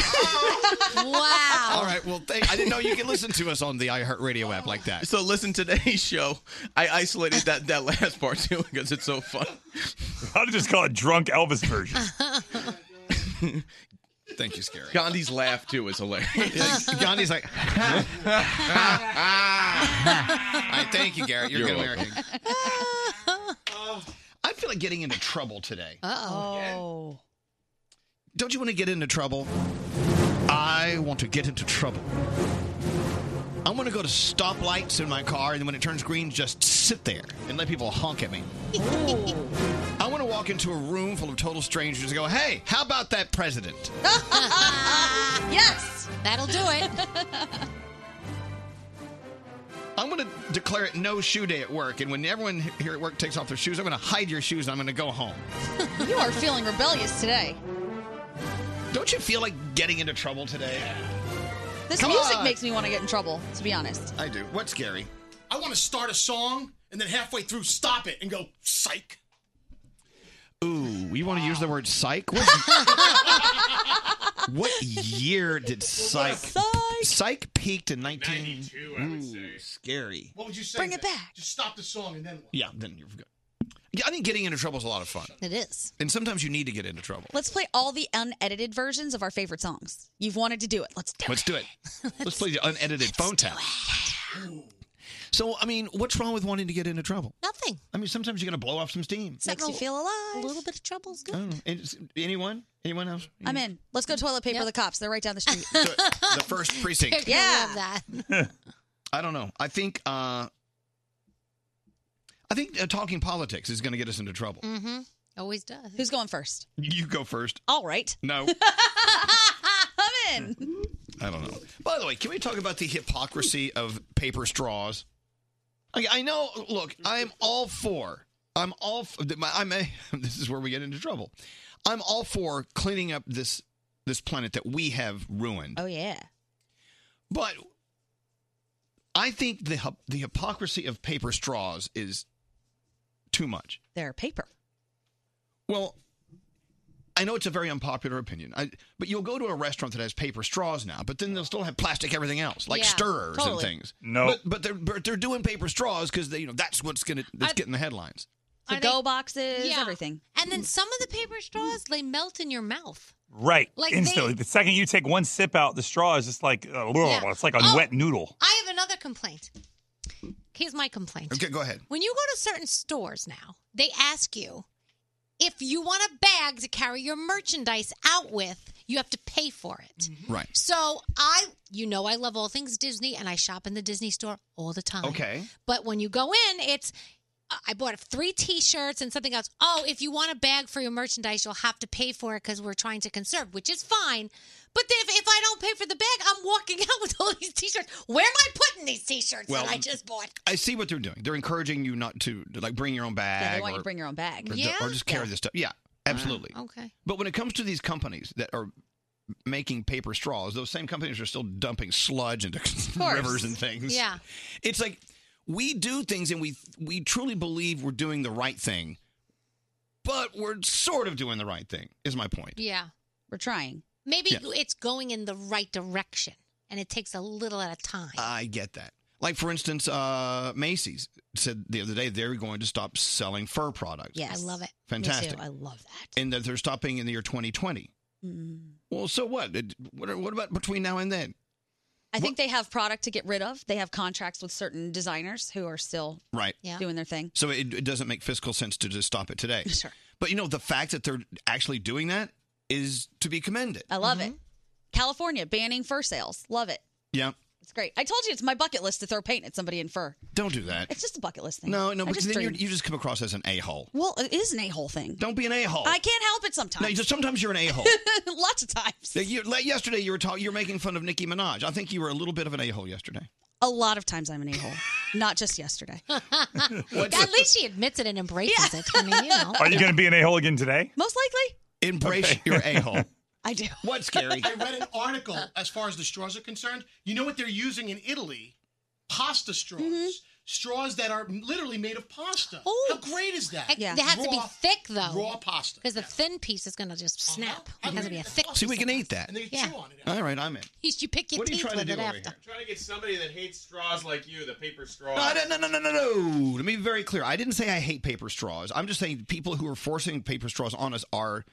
wow.
Um,
All right. Well, thank, I didn't know you could listen to us on the iHeartRadio app like that.
So listen to today's show. I isolated that that last part too because it's so fun.
I'll just call it drunk Elvis version.
Thank you, Scary.
Gandhi's laugh too is hilarious.
Gandhi's like, *laughs* All right, thank you, Garrett. You're, a
You're
good
welcome.
American. I feel like getting into trouble today.
Oh.
Don't you want to get into trouble? I want to get into trouble. I want to go to stoplights in my car, and then when it turns green, just sit there and let people honk at me. I want to walk into a room full of total strangers and go, hey, how about that president?
*laughs*
yes,
that'll do it.
I'm going to declare it no shoe day at work, and when everyone here at work takes off their shoes, I'm going to hide your shoes and I'm going to go home.
you are feeling rebellious today.
Don't you feel like getting into trouble today?
This
Come
music
on.
makes me want to get in trouble, to be honest.
I do. What's scary?
I want to start a song and then halfway through stop it and go psych.
Ooh, we want to use the word psych? What, *laughs* what year did psych, psych? peaked in 19... 92, I would say. Scary.
What would you say? Bring it back. Just stop the song and then what?
Yeah, then you're good. Yeah, I think getting into trouble is a lot of fun.
It is.
And sometimes you need to get into trouble.
Let's play all the unedited versions of our favorite songs. You've wanted to do it. Let's do
Let's do it.
*laughs*
Let's play the unedited phone tap. So, I mean, what's wrong with wanting to get into trouble?
Nothing.
I mean, sometimes you're going to blow off some steam.
it. Makes you feel alive.
A little bit of trouble's
I don't know. It's- Anyone? Anyone else?
I'm in. Let's go toilet paper the cops. They're right down the street.
The first precinct.
*laughs* yeah.
I don't know. I think uh, I think uh, talking politics is going to get us into trouble.
Mm-hmm. Always does.
Who's going first?
You go first.
All
*laughs*
right. *laughs*
No,
I'm in.
I don't know. By the way, can we talk about the hypocrisy of paper straws? I, I know. Look, I'm all for. I'm all. f- my- I'm. A, *laughs* this is where we get into trouble. I'm all for cleaning up this this planet that we have ruined.
Oh yeah.
But I think the hy- the hypocrisy of paper straws is too much.
They're paper.
Well, I know it's a very unpopular opinion, I, but you'll go to a restaurant that has paper straws now, but then they'll still have plastic everything else, like
Yeah,
stirrers and
totally.
things.
No.
but, but they're but they're doing paper straws because they you know that's what's gonna that's getting the headlines.
To go boxes,
Yeah.
everything.
And then some of the paper straws, they melt in your mouth.
Right.
Like
Instantly.
they-
the second you take one sip out, the straw is just like, uh,
Yeah.
*laughs* it's like a
Oh.
wet noodle.
I have another complaint. Here's my complaint.
Okay, go ahead.
When you go to certain stores now, they ask you if you want a bag to carry your merchandise out with, you have to pay for it.
Mm-hmm.
Right.
So I, you know, I love all things Disney, and I shop in the Disney store all the time.
Okay.
But when you go in, it's uh, I bought three T-shirts and something else. Oh, if you want a bag for your merchandise, you'll have to pay for it because we're trying to conserve, which is fine. But then if, if I don't pay for the bag, I'm walking *laughs* out with all these T-shirts. Where am I putting these T-shirts
Well,
that I just bought?
I see what they're doing. They're encouraging you not to like bring your own bag.
Yeah, they want
or,
you to bring your own bag. Uh-huh.
or ju- or just carry this stuff. Yeah, absolutely.
Okay.
But when it comes to these companies that are making paper straws, those same companies are still dumping sludge into *laughs*
course.
rivers and things.
Yeah.
It's like we do things and we we truly believe we're doing the right thing, but we're sort of doing the right thing. Is my point.
Yeah.
We're trying.
Maybe
Yeah.
it's going in the right direction, and it takes a little at a time.
I get that. Like for instance, uh, Macy's said the other day they're going to stop selling fur products.
I love it.
Fantastic.
I love that.
and that they're stopping in the year 2020. Well, so what? It- What what about between now and then?
I think they have product to get rid of. They have contracts with certain designers who are still
Right.
doing their thing.
So it, it doesn't make fiscal sense to just stop it today.
Sure.
But you know, the fact that they're actually doing that is to be commended.
I love it. California banning fur sales. Love it.
Yeah.
It's great. I told you it's my bucket list to throw paint at somebody in fur.
Don't do that.
It's just a bucket list thing.
No, no,
I
because
just
then you
dream.
you just come across as an a hole.
Well, it is an a hole thing.
Don't be an a hole.
I can't help it sometimes.
No, you just, sometimes you're an a
*laughs*
hole.
Lots of times.
yesterday you were talking, you were making fun of Nicki Minaj. I think you were a little bit of an a hole yesterday.
A lot of times I'm an
*laughs*
a hole. Not just yesterday.
At least she admits it and embraces it. I mean, you know.
Are you going to be an a hole again today?
Most likely.
Embrace
*laughs*
your a hole.
I do.
What's
*laughs*
scary?
I read an article
Mm-hmm.
as far as the straws are concerned. You know what they're using in Italy? Pasta straws. straws that are literally made of pasta. How great is that?
It- They have to be
Raw-
thick though.
Raw pasta.
Because the thin piece is going to just snap. It has to be a thick.
Uh-huh. See, we can eat that.
And they chew on it.
All right, I'm in.
You pick your
What are you
teeth
trying to
with
do
it
over
after.
here?
trying to get somebody that hates straws like you, the paper straw.
No, no, no, no, no, no. Let me be very clear. I didn't say I hate paper straws. I'm just saying people who are forcing paper straws on us are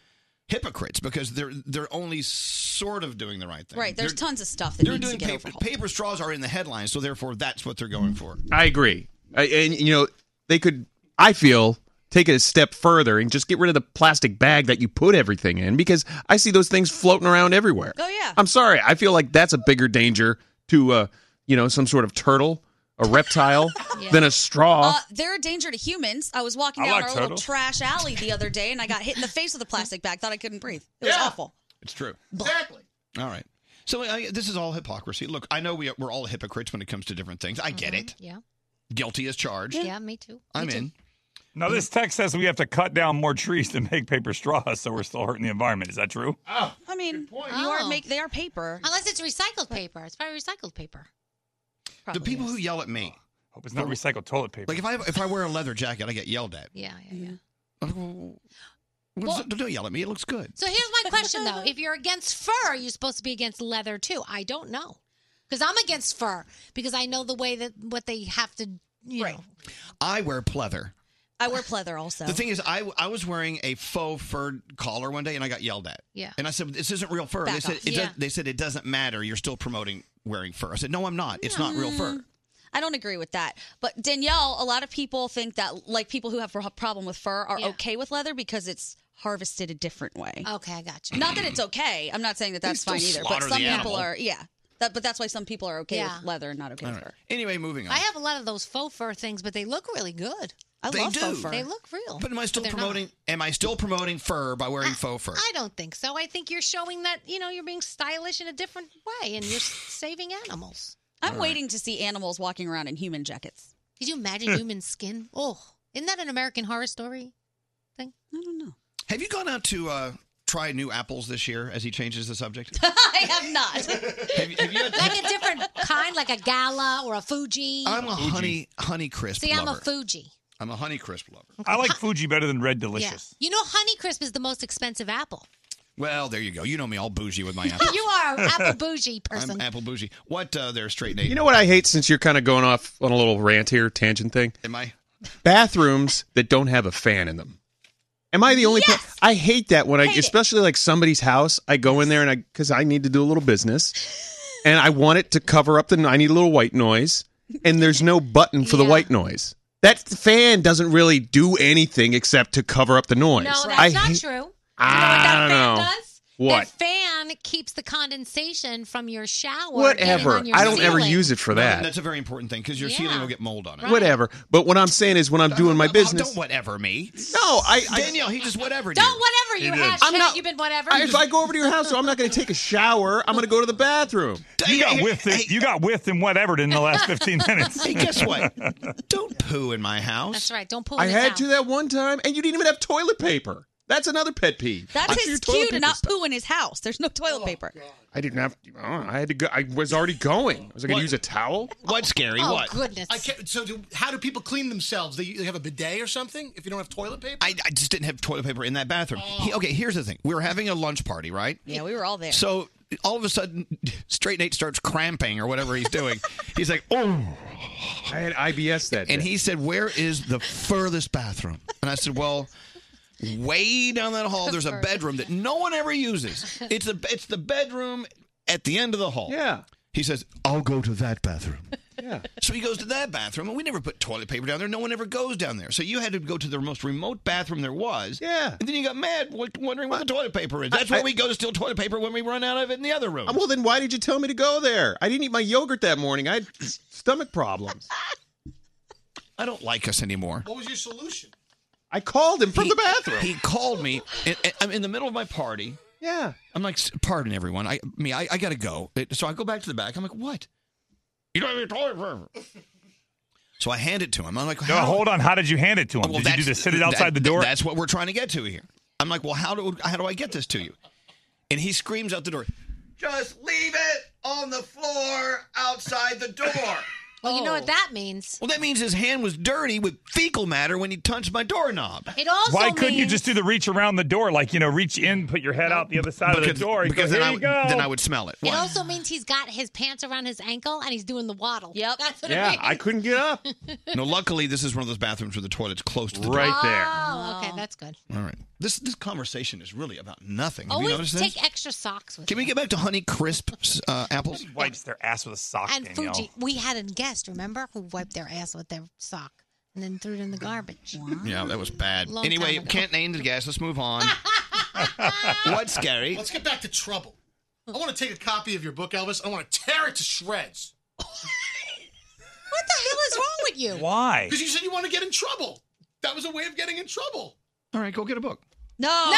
hypocrites because they're they're only sort of doing the right thing.
Right, there's
They're-
tons of stuff that
They're
needs
doing
to get
paper, paper straws are in the headlines, so therefore that's what they're going for.
I agree. I, and you know, they could. I feel take it a step further and just get rid of the plastic bag that you put everything in because I see those things floating around everywhere.
Oh, yeah.
I'm sorry. I feel like that's a bigger danger to uh, you know, some sort of turtle, a reptile,
*laughs* Yeah.
than a straw.
Uh, they're a danger to humans. I was walking
I
down
like
our little
turtles.
trash alley the other day, and I got hit in the face with a plastic bag. Thought I couldn't breathe. It was awful.
It's true.
Exactly.
All right. So I, this is all hypocrisy. Look, I know we, we're all hypocrites when it comes to different things. I
Mm-hmm.
get it.
Mm-hmm. Yeah.
Guilty as charged.
Yeah, me too.
I'm
Me too.
in.
Now, this text says we have to cut down more trees to make paper straws, so we're still hurting the environment. Is that true?
Oh,
I mean, you are
Oh.
make they are paper.
Unless it's recycled paper. It's probably recycled paper.
the people who yell at me.
Hope it's not recycled toilet paper.
Like if I if I wear a leather jacket, I get yelled at.
Yeah, yeah, yeah.
Well, don't yell at me. It looks good.
So here's my question though: If you're against fur, are you supposed to be against leather too? I don't know, because I'm against fur because I know the way that what they have to. You know,
I wear pleather.
I wear pleather also.
The thing is, I, I was wearing a faux fur collar one day and I got yelled at.
Yeah.
And I said, "This isn't real fur." they
Back
said,
off.
it
Yeah.
does, "They said it doesn't matter. You're still promoting wearing fur." I said, "No, I'm not. It's not real fur."
Mm-hmm.
I don't agree with that. But Danielle, a lot of people think that like people who have a problem with fur are okay with leather because it's harvested a different way.
Okay, I got you.
Not that it's okay. I'm not saying that that's
still
fine either. But
slaughter the
some people
animal.
are, yeah. That, but that's why some people are okay
Yeah.
with leather and not okay with fur.
Anyway, moving on.
I have a lot of those faux fur things, but they look really good.
I They love do. faux fur.
They look real.
but am I still
they're not.
promoting? Am I still promoting fur by wearing faux fur?
I don't think so. I think you're showing that you know you're being stylish in a different way, and you're s- saving animals.
I'm waiting to see animals walking around in human jackets.
Could you imagine
Hmm.
human skin? Oh, isn't that an American Horror Story thing?
I don't know.
Have you gone out to uh, try new apples this year? As he changes the subject,
*laughs* I have not. *laughs*
*laughs* like a different kind, like a gala or a Fuji.
I'm a honey honey crisp.
See, I'm a
lover.
Fuji.
I'm a honey crisp lover.
I like Fuji better than Red Delicious.
Yeah. You know, Honeycrisp is the most expensive apple.
Well, there you go. *laughs* You know me, all bougie with my apples.
*laughs* you are
*laughs*
an apple bougie person.
I'm apple bougie. What? Uh, they're straight Nate.
You know what I hate since you're kind of going off on a little rant here, tangent thing?
Am I?
Bathrooms that don't have a fan in them. Am I the only pe- I hate that when I, especially like somebody's house, I go in there and I, because I need to do a
*laughs*
little business and I want it to cover up the, I need a little white noise and there's no button for the white noise. That fan doesn't really do anything except to cover up the noise.
No, that's
I
not
hate-
true. You know what
I
that
don't
fan
know.
does?
What?
That fan keeps the condensation from your shower. getting
Whatever.
on your
I don't ever
ceiling.
use it for
No,
that.
that's a very important thing because your ceiling will get mold on it.
Whatever. But what I'm saying is when I'm doing my business.
Don't whatever me.
No, I,
Danielle, he just whatever.
Don't whatever you
He did.
have.
I'm not-
You've been whatever.
I, if I go over to your house, I'm not going to take a shower. I'm going to go to the bathroom.
You got whiffed. in- you got whiffed and whatever in
*laughs*
the last 15 minutes.
Hey, guess
*laughs*
what?
Don't poo in my house.
That's right. Don't pull
I
it
had
out.
to that one time, and you didn't even have toilet paper. That's another pet peeve.
That's
Make
his
sure your toilet
cue to not
paper's-
poo in his house. There's no
Oh,
toilet paper.
I didn't have. oh, I had to go. I was already going. Was I going to use a towel?
What's scary?
Oh, goodness!
I can't, so, do, how do people clean themselves? They, they have a bidet or something? If you don't have toilet paper,
I, I just didn't have toilet paper in that bathroom. He, okay, here's the thing. We were having a lunch party, right?
Yeah, we were all there.
So all of a sudden, *laughs* Straight Nate starts cramping or whatever he's
*laughs*
doing. he's like, oh.
I had IBS that
And he said, where is the furthest bathroom? And I said, well, way down that hall, there's a bedroom that no one ever uses. It's, a, it's the bedroom at the end of the hall.
Yeah.
He says, I'll go to that bathroom.
Yeah.
So he goes to that bathroom, and we never put toilet paper down there. No one ever goes down there. So you had to go to the most remote bathroom there was.
Yeah.
And then you got mad w- wondering what the toilet paper is. That's
I-
where we go to steal toilet paper when we run out of it in the other room.
Uh, Well, then why did you tell me to go there? I didn't eat my yogurt that morning. I had stomach problems.
I don't like us anymore.
what was your solution?
I called him from the bathroom.
He called me. and- and I'm in the middle of my party.
Yeah.
I'm like, "S- pardon everyone. I me, I, I gotta go. It- So I go back to the back. I'm like, what? You don't have your toilet paper. So I hand it to him. I'm like,
No,
how-
hold on. How did you hand it to him?
Well,
did you do
that's-
this? Sit it
that-
outside the door.
That's what we're trying to get to here. I'm like, well, how do how do I get this to you? And he screams out the door. Just leave it on the floor outside the door.
*laughs* Well, you know what that means.
"Oh." Well, that means his hand was dirty with fecal matter when he touched my doorknob.
It also
Why couldn't you
means-
just do the reach around the door? Like, you know, reach in, put your head out the other side of
Because-
the door. and
because
go,
then I
"Here
would-
you go."
then I would smell it.
It also means he's got his pants around his ankle and he's doing the waddle. Yep. That's what it means.
couldn't get
*laughs*
up. no, luckily this is one of those bathrooms where the toilet's close to the door.
Oh, okay, that's good.
All right. This this conversation is really about nothing. Have you noticed
Always
this?
take extra socks with
Can we get back to Honey Crisp uh, apples?
Wipes their ass with a sock.
And Fuji, we had a guest, remember, who wiped their ass with their sock and then threw it in the garbage.
Yeah, that was bad.
Long
anyway,
time ago.
can't name the gas. Let's move *laughs* on. What's scary?
Let's get back to trouble. I want to take a copy of your book, Elvis. I want to tear it to shreds.
*laughs* what the hell is wrong with you?
Why?
Because you said you want to get in trouble. That was a way of getting in trouble.
All right, go get a book.
No.
No,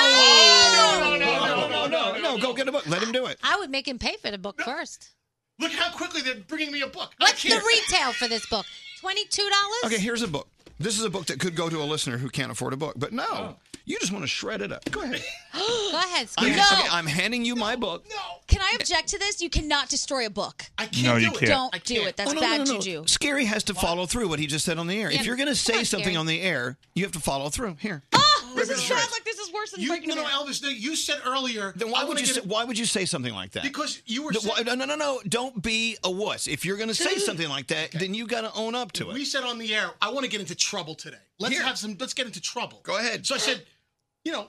no, no, no, no, no. Go get a book. Let him do it.
I would make him pay for the book first.
Look how quickly they're bringing me a book.
What's the retail for this book? Twenty-two dollars.
Okay, here's a book. This is a book that could go to a listener who can't afford a book, but no, you just want to shred it up. Go ahead.
*gasps* Go ahead,
I'm,
Scooter.
okay, I'm handing you my book.
Can I object to this? You cannot destroy a book. I
can't No, do you it. can't.
Don't
I
do
can't.
it. That's
Oh, no, no,
bad
no, no.
juju.
Scary has to follow through what he just said on the air.
Yeah,
if you're going to
come
say
on,
something
Scary.
on the air, you have to follow through. Here.
Oh.
Ah, This is
shreds.
bad. Like this is worse than
You,
breaking
no,
the
no, Elvis. No, you said earlier.
Then why would you say, why would you say something like that?
Because you were
No,
saying-
why- no, no, no, no. Don't be a wuss. If you're going to say something like that, then you got to own up to it.
We said on the air, I want to get into trouble today. Let's have some. Let's get into trouble. Go
ahead.
So I said, you know,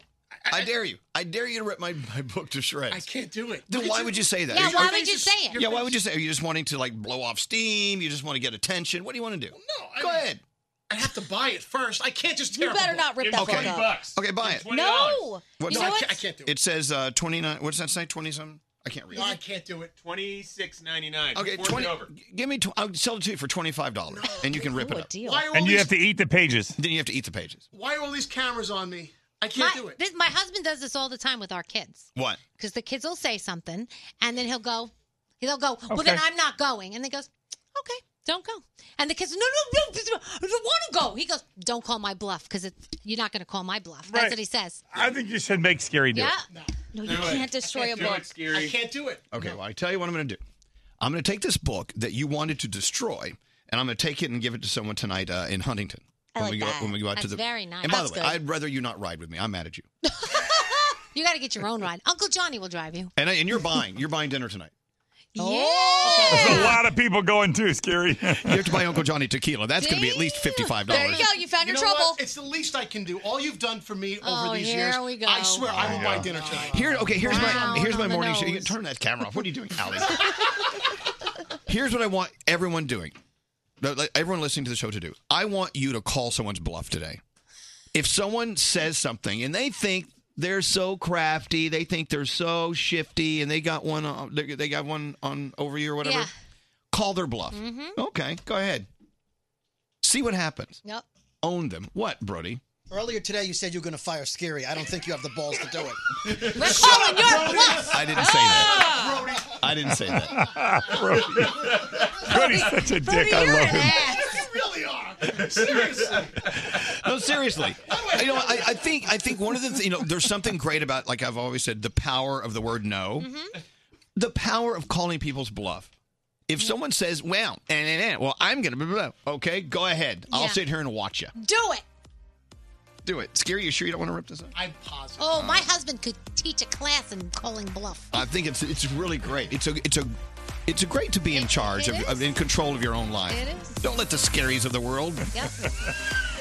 I dare you. I dare you to rip my, my book to shreds.
I can't do it.
Then
Look at
why
you.
would you say that?
Yeah,
Are
why
are
would you say it?
Yeah, why would you say? Are you just wanting to like blow off steam? You just want to get attention? What do you want to do? No, go ahead.
I have to buy it first. I can't just.
You
tear up a
better
book.
not rip
Give
that
me
book
20
up.
bucks.
Okay, buy it.
Give me $20.
What-
No, I can't, I can't do it.
It says uh, twenty nine. What does that say? Twenty something. I can't read.
No, Oh, I
it.
can't do it.
Twenty six ninety nine.
Okay, twenty. Give me. Tw- I'll sell it to you for twenty five dollars, and you can rip it up.
Deal.
Why are all
And you
these
have to eat the pages.
Then you have to eat the pages.
Why are all these cameras on me? I can't
my,
do it.
This, my husband does this all the time with our kids
What?
because the kids will say something and then he'll go, he'll go. Well, then
Okay.
I'm not going. And then he goes, okay, don't go. And the kids, no, no, no, this- I don't want to go. He goes, don't call my bluff because you're not going to call my bluff. That's
Right.
what he says.
I think you should make Scary do
Yeah.
it.
No,
you
can't destroy a book.
I can't do it.
Okay, well, I tell you what I'm going to do. I'm going to take this book that you wanted to destroy, and I'm going to take it and give it to someone tonight uh, in Huntington.
I
we
like
go,
that.
when we go out to
That's
the
very nice.
And by
That's
the way,
good.
I'd rather you not ride with me. I'm mad at you.
You got to get your own ride. Uncle Johnny will drive you.
And I, and you're buying you're buying dinner tonight.
Yeah.
There's a lot of people going too, Scary. you
have to buy Uncle Johnny tequila. That's going to be at least fifty five dollars.
You found your
know what?
trouble.
It's the least I can do. All you've done for me
Oh,
over these
here
years.
we go.
I swear I
There
will
you
buy
go.
dinner tonight.
Here, okay. Here's
Brown
my here's my
on the
morning show. You
nose.
turn that camera off. What are you doing, Alex? *laughs* here's what I want everyone doing, no, like, everyone listening to the show to do. I want you to call someone's bluff today. If someone says something and they think they're so crafty, they think they're so shifty, and they got one on, they they got one on over you or whatever,
Yeah.
call their bluff.
Mhm.
Okay, go ahead. See what happens.
Yep.
Own them. What, Brody?
Earlier today, you said you were going to fire Scary. I don't think you have the balls to do
*laughs*
it.
We're calling your bluff.
I didn't say that. I didn't say that.
Brody's such a dick. I love him.
Seriously.
No, seriously. You know, I, I think I think one of the th- you know there's something great about like I've always said the power of the word no, the power of calling people's bluff. If someone says, "Well, and eh, eh, well, I'm gonna," blah, blah, blah," okay, go ahead. I'll
Yeah.
sit here and watch you
Do it.
do it. Scary, you sure you don't want to rip this up?
I'm positive.
Oh, my husband could teach a class in calling bluff.
I think it's it's really great. It's a it's a it's a great to be in charge of,
it
of in control of your own life.
It is.
Don't let the scaries of the world
Yep.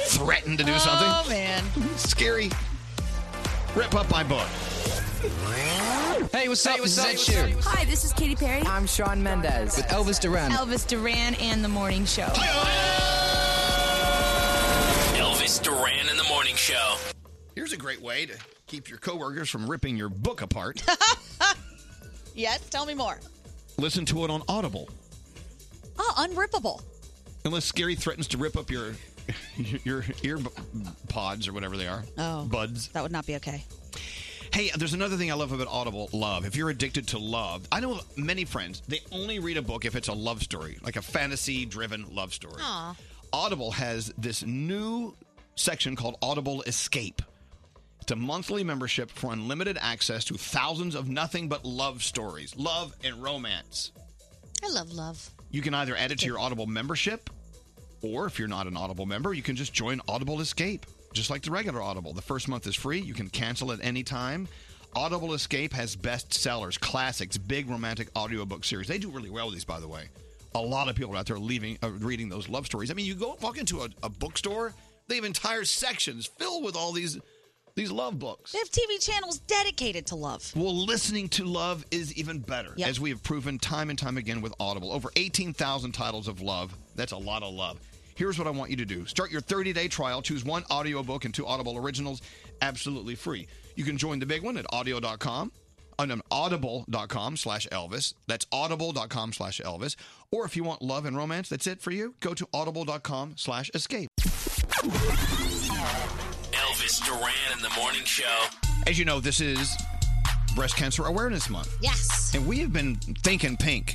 threaten to do something.
Oh
Um,
man.
*laughs* Scary. Rip up my book.
Hey, what's up?
what's
this
up?
is
What's
Ed Sheeran.
Hi, this is Katy Perry. I'm Sean Mendez with Elvis Duran. Elvis Duran and the Morning Show.
Elvis Duran in the morning show.
Here's a great way to keep your coworkers from ripping your book apart.
Yes, tell me more.
Listen to it on Audible.
Oh, unrippable.
Unless Scary threatens to rip up your *laughs* your ear bu- pods or whatever they are.
Oh.
Buds.
That would not be okay.
Hey, there's another thing I love about Audible love. If you're addicted to love, I know many friends, they only read a book if it's a love story, like a fantasy driven love story.
Oh.
Aw.
Audible has this new section called Audible Escape. It's a monthly membership for unlimited access to thousands of nothing but love stories, love and romance.
I love love.
You can either add it to your Audible membership, or if you're not an Audible member, you can just join Audible Escape, just like the regular Audible. The first month is free. You can cancel at any time. Audible Escape has bestsellers, classics, big romantic audiobook series. They do really well with these, by the way. A lot of people are out there leaving, uh, reading those love stories. I mean, you go walk into a, a bookstore, they have entire sections filled with all these these love books.
They have TV channels dedicated to love.
Well, listening to love is even better,
Yep.
as we have proven time and time again with Audible. Over 18,000 titles of love. That's a lot of love. Here's what I want you to do start your 30 day trial, choose one audiobook and two Audible originals absolutely free. You can join the big one at audio.com. On um, audible.com slash Elvis. That's audible.com slash Elvis. Or if you want love and romance, that's it for you. Go to audible.com slash escape.
Elvis Duran in the morning show.
As you know, this is Breast Cancer Awareness Month.
Yes.
And we have been thinking pink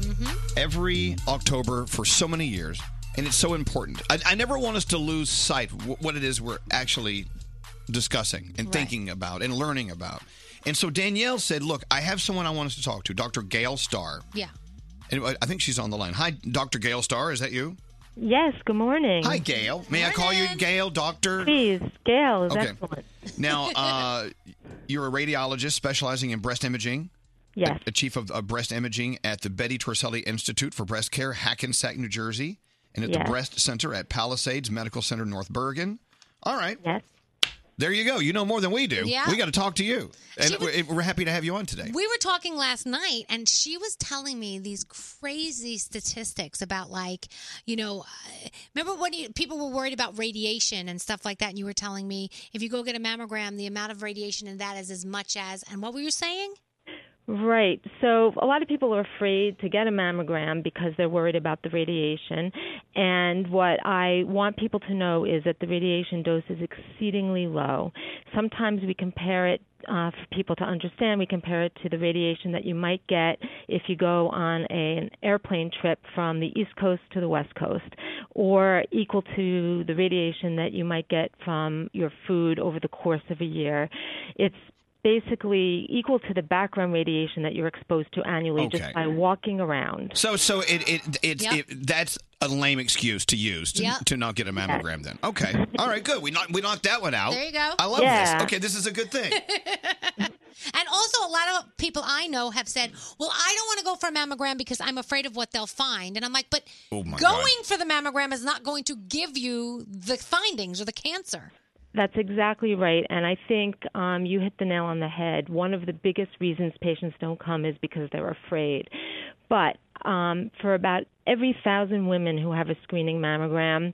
Mm-hmm.
every October for so many years, and it's so important. I, I never want us to lose sight w- what it is we're actually discussing and thinking about and learning about. And so Danielle said, "Look, I have someone I want us to talk to, Dr. Gail Starr,
Yeah.
and uh, I I think she's on the line. Hi, Dr. Gail Starr, is that you?
Yes, good morning.
Hi, Gail. May I call you Gail, Doctor?
Please, Gail is
Okay.
excellent. *laughs*
Now, uh, you're a radiologist specializing in breast imaging.
Yes.
A, a chief of, of breast imaging at the Betty Torselli Institute for Breast Care, Hackensack, New Jersey, and at
Yes.
the Breast Center at Palisades Medical Center, North Bergen. All right.
Yes.
There you go. You know more than we do.
Yeah.
We got to talk to you. And
She was-
we're, we're happy to have you on today.
We were talking last night, and she was telling me these crazy statistics about, like, you know, uh, remember when you, people were worried about radiation and stuff like that? And you were telling me if you go get a mammogram, the amount of radiation in that is as much as, and what were you saying?
Right. So a lot of people are afraid to get a mammogram because they're worried about the radiation. And what I want people to know is that the radiation dose is exceedingly low. Sometimes we compare it uh, for people to understand, we compare it to the radiation that you might get if you go on a, an airplane trip from the East Coast to the West Coast, or equal to the radiation that you might get from your food over the course of a year. It's basically equal to the background radiation that you're exposed to annually
Okay.
just by walking around.
So, so it, it, it's
Yep.
it, that's a lame excuse to use to,
Yep.
to not get a mammogram. Then, okay, all right, good. We knocked we knocked that one out.
There you go.
I love
Yeah.
this. Okay, this is a good thing.
And also, a lot of people I know have said, well, I don't want to go for a mammogram because I'm afraid of what they'll find. And I'm like, but
Oh
going
my
for the mammogram is not going to give you the findings or the cancer.
That's exactly right. And I think um, you hit the nail on the head. One of the biggest reasons patients don't come is because they're afraid. But um, for about every thousand women who have a screening mammogram,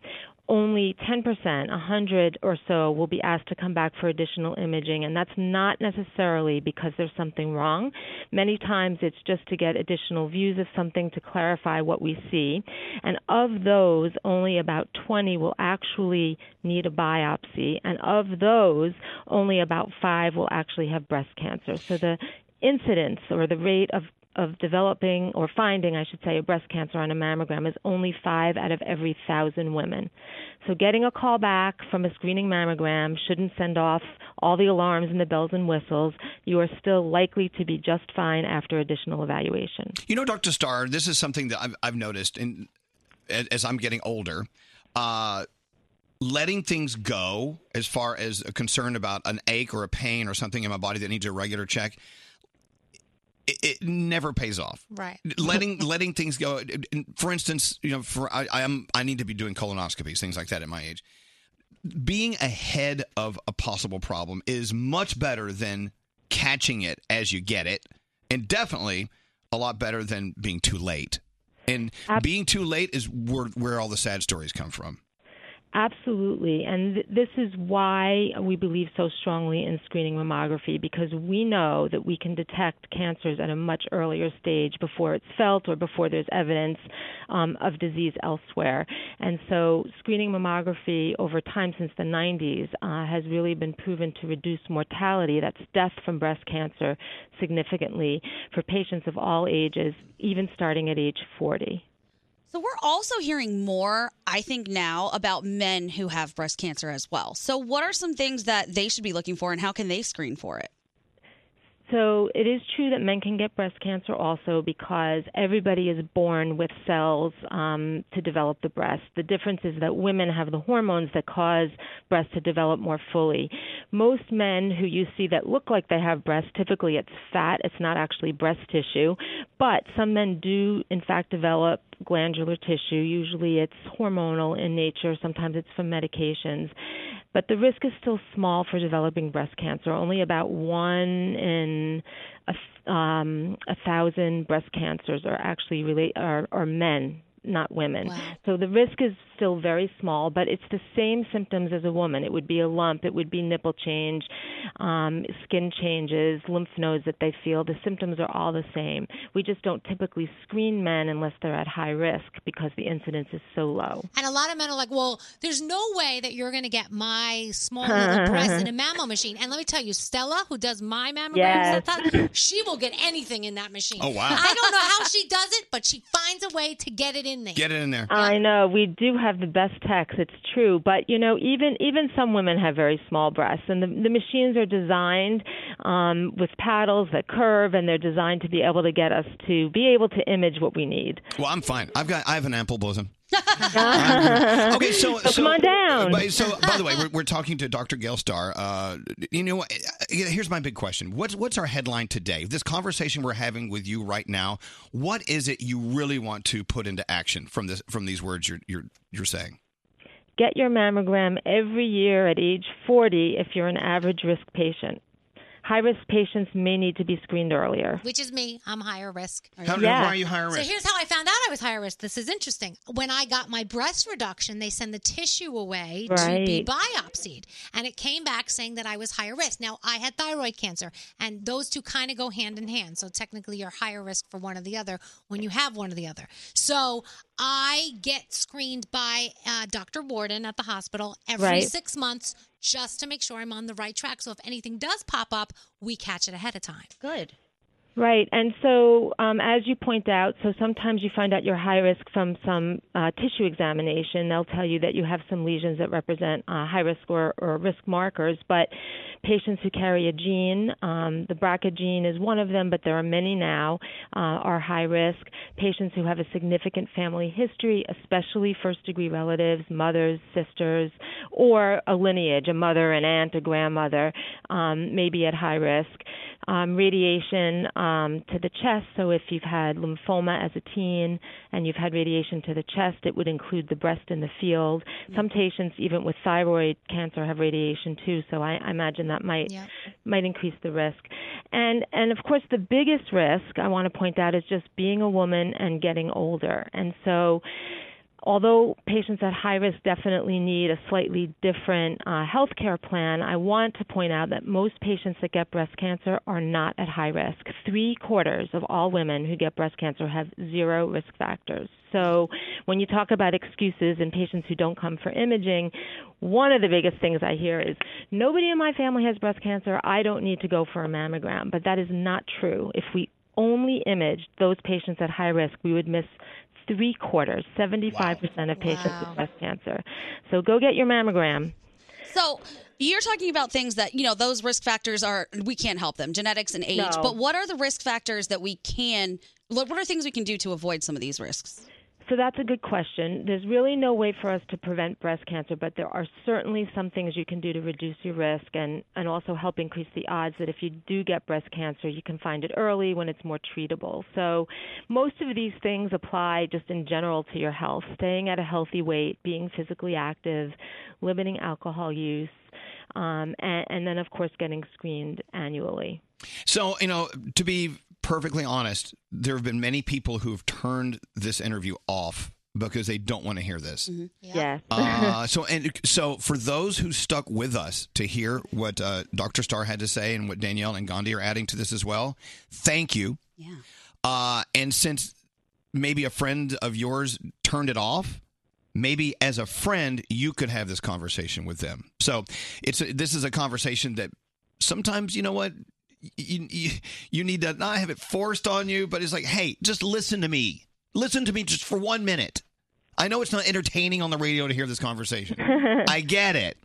only 10%, 100 or so, will be asked to come back for additional imaging, and that's not necessarily because there's something wrong. Many times it's just to get additional views of something to clarify what we see, and of those, only about 20 will actually need a biopsy, and of those, only about 5 will actually have breast cancer. So the incidence or the rate of of developing or finding, I should say, a breast cancer on a mammogram is only five out of every thousand women. So getting a call back from a screening mammogram shouldn't send off all the alarms and the bells and whistles. You are still likely to be just fine after additional evaluation.
You know, Dr. Starr, this is something that I've, I've noticed in, as, as I'm getting older. Uh, letting things go as far as a concern about an ache or a pain or something in my body that needs a regular check, it, it never pays off.
Right.
Letting *laughs* letting things go. For instance, you know, for I, I am I need to be doing colonoscopies, things like that at my age. Being ahead of a possible problem is much better than catching it as you get it, and definitely a lot better than being too late. And being too late is where where all the sad stories come from.
Absolutely. And th- this is why we believe so strongly in screening mammography because we know that we can detect cancers at a much earlier stage before it's felt or before there's evidence um, of disease elsewhere. And so, screening mammography over time since the 90s uh, has really been proven to reduce mortality, that's death from breast cancer, significantly for patients of all ages, even starting at age 40.
So we're also hearing more, I think, now about men who have breast cancer as well. So what are some things that they should be looking for, and how can they screen for it?
So it is true that men can get breast cancer also because everybody is born with cells um, to develop the breast. The difference is that women have the hormones that cause breasts to develop more fully. Most men who you see that look like they have breasts, typically it's fat, it's not actually breast tissue, but some men do in fact develop glandular tissue. Usually it's hormonal in nature, sometimes it's from medications. But the risk is still small for developing breast cancer. Only about one in a, um, a thousand breast cancers are actually relate are, are men, not women.
Wow.
So the risk is still very small, but it's the same symptoms as a woman. It would be a lump, it would be nipple change, um, skin changes, lymph nodes that they feel. The symptoms are all the same. We just don't typically screen men unless they're at high risk because the incidence is so low.
And a lot of men are like, well, there's no way that you're going to get my small little breast
*laughs*
in a mammo machine. And let me tell you, Stella, who does my mammograms,
Yes.
sometimes, she will get anything in that machine.
Oh, wow.
I don't know how she does it, but she finds a way to get it in there.
Get it in there.
I know we do have the best techs. It's true, but you know, even even some women have very small breasts, and the, the machines are designed um, with paddles that curve, and they're designed to be able to get us to be able to image what we need.
Well, I'm fine. I've got I have an
*laughs*
ample bosom. I'm- okay, so,
So
so
come on down.
but- So, by the way, we're, we're talking to Dr. Gail Starr. Uh, you know, what? here's my big question: What's what's our headline today? This conversation we're having with you right now. What is it you really want to put into action from this from these words you're you're you're saying?
Get your mammogram every year at age 40 if you're an average risk patient. High risk patients may need to be screened earlier.
Which is me. I'm higher risk.
How- Yeah. why are you higher risk?
So here's how I found out I was higher risk. This is interesting. When I got my breast reduction, they send the tissue away to be
Right.
biopsied. And it came back saying that I was higher risk. Now, I had thyroid cancer, and those two kind of go hand in hand. So technically, you're higher risk for one or the other when you have one or the other. So I get screened by uh, Dr. Warden at the hospital every
Right.
six months just to make sure I'm on the right track. So if anything does pop up, we catch it ahead of time. Good.
Right. And so, um, as you point out, so sometimes you find out you're high risk from some uh, tissue examination. They'll tell you that you have some lesions that represent uh, high risk or, or risk markers. But patients who carry a gene, um, the BRCA gene is one of them, but there are many now, uh, are high risk. Patients who have a significant family history, especially first degree relatives, mothers, sisters, or a lineage, a mother, an aunt, a grandmother, um, may be at high risk um, radiation um, to the chest. So, if you've had lymphoma as a teen and you've had radiation to the chest, it would include the breast and the field. Some patients, even with thyroid cancer, have radiation too. So, I, I imagine that might might increase the risk. And and of course, the biggest risk I want to point out is just being a woman and getting older. And so although patients at high risk definitely need a slightly different uh, health care plan, I want to point out that most patients that get breast cancer are not at high risk. Three quarters of all women who get breast cancer have zero risk factors. So when you talk about excuses and patients who don't come for imaging, one of the biggest things I hear is nobody in my family has breast cancer. I don't need to go for a mammogram. But that is not true. If we only imaged those patients at high risk, we would miss three quarters, 75% of patients
Wow.
with breast cancer. So go get your mammogram.
So you're talking about things that you know those risk factors are we can't help them genetics and age
No.
but what are the risk factors that we can what what are things we can do to avoid some of these risks
So that's a good question. There's really no way for us to prevent breast cancer, but there are certainly some things you can do to reduce your risk and, and also help increase the odds that if you do get breast cancer, you can find it early when it's more treatable. So most of these things apply just in general to your health staying at a healthy weight, being physically active, limiting alcohol use, um, and, and then, of course, getting screened annually.
So, you know, to be perfectly honest, there have been many people who have turned this interview off because they don't want to hear this.
Mm-hmm. Yes.
Uh, so and so for those who stuck with us to hear what uh, Dr. Starr had to say and what Danielle and Gandhi are adding to this as well, thank you.
Yeah.
Uh, and since maybe a friend of yours turned it off, maybe as a friend you could have this conversation with them. So it's a, this is a conversation that sometimes you know what you you, you need to not have it forced on you, but it's like hey, just listen to me, listen to me just for one minute. I know it's not entertaining on the radio to hear this conversation. I get it.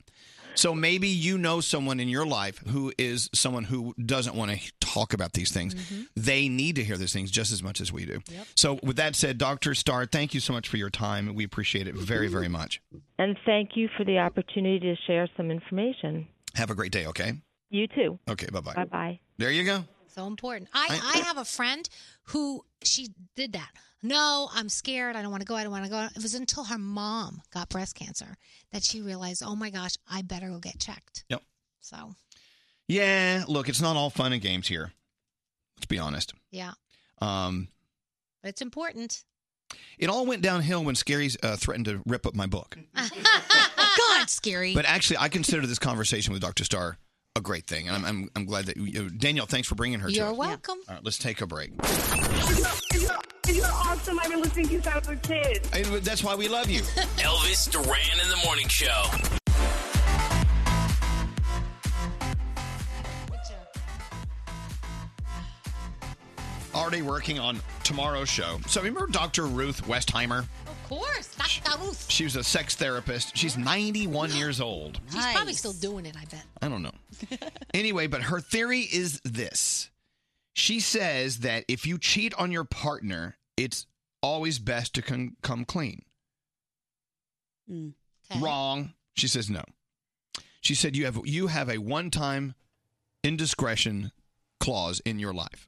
So maybe you know someone in your life who is someone who doesn't want to talk about these things. They need to hear these things just as much as we do. So with that said, Dr. Starr, thank you so much for your time. We appreciate it very, very much.
And thank you for the opportunity to share some information.
Have a great day, okay?
You too.
Okay, bye-bye.
Bye bye.
There you go.
So important. I, I have a friend who she did that. No, I'm scared. I don't want to go. I don't want to go. It was until her mom got breast cancer that she realized, oh my gosh, I better go get checked.
Yep.
So,
Yeah, look, it's not all fun and games here. Let's be honest.
yeah,
Um,
but it's important. *laughs*
it all went downhill when Scary uh, threatened to rip up my book.
God, scary.
But actually, I consider this conversation with Dr. Starr a great thing. And I'm, I'm, I'm glad that you, Danielle, thanks for bringing her to
You're
us.
welcome.
All right, let's take a break.
You're awesome. I've been listening to you since I was a kid.
And that's why we
*laughs*
love you.
Elvis Duran in the morning show.
Already working on tomorrow's show. So remember Dr. Ruth Westheimer?
of course, Dr. Ruth.
She was a sex therapist. She's 91 years old.
She's probably still doing it. I bet.
I
*laughs*
don't know. anyway, but her theory is this. She says that if you cheat on your partner, it's always best to con- come clean. Wrong. She says no. She said you have you have a one-time indiscretion clause in your life.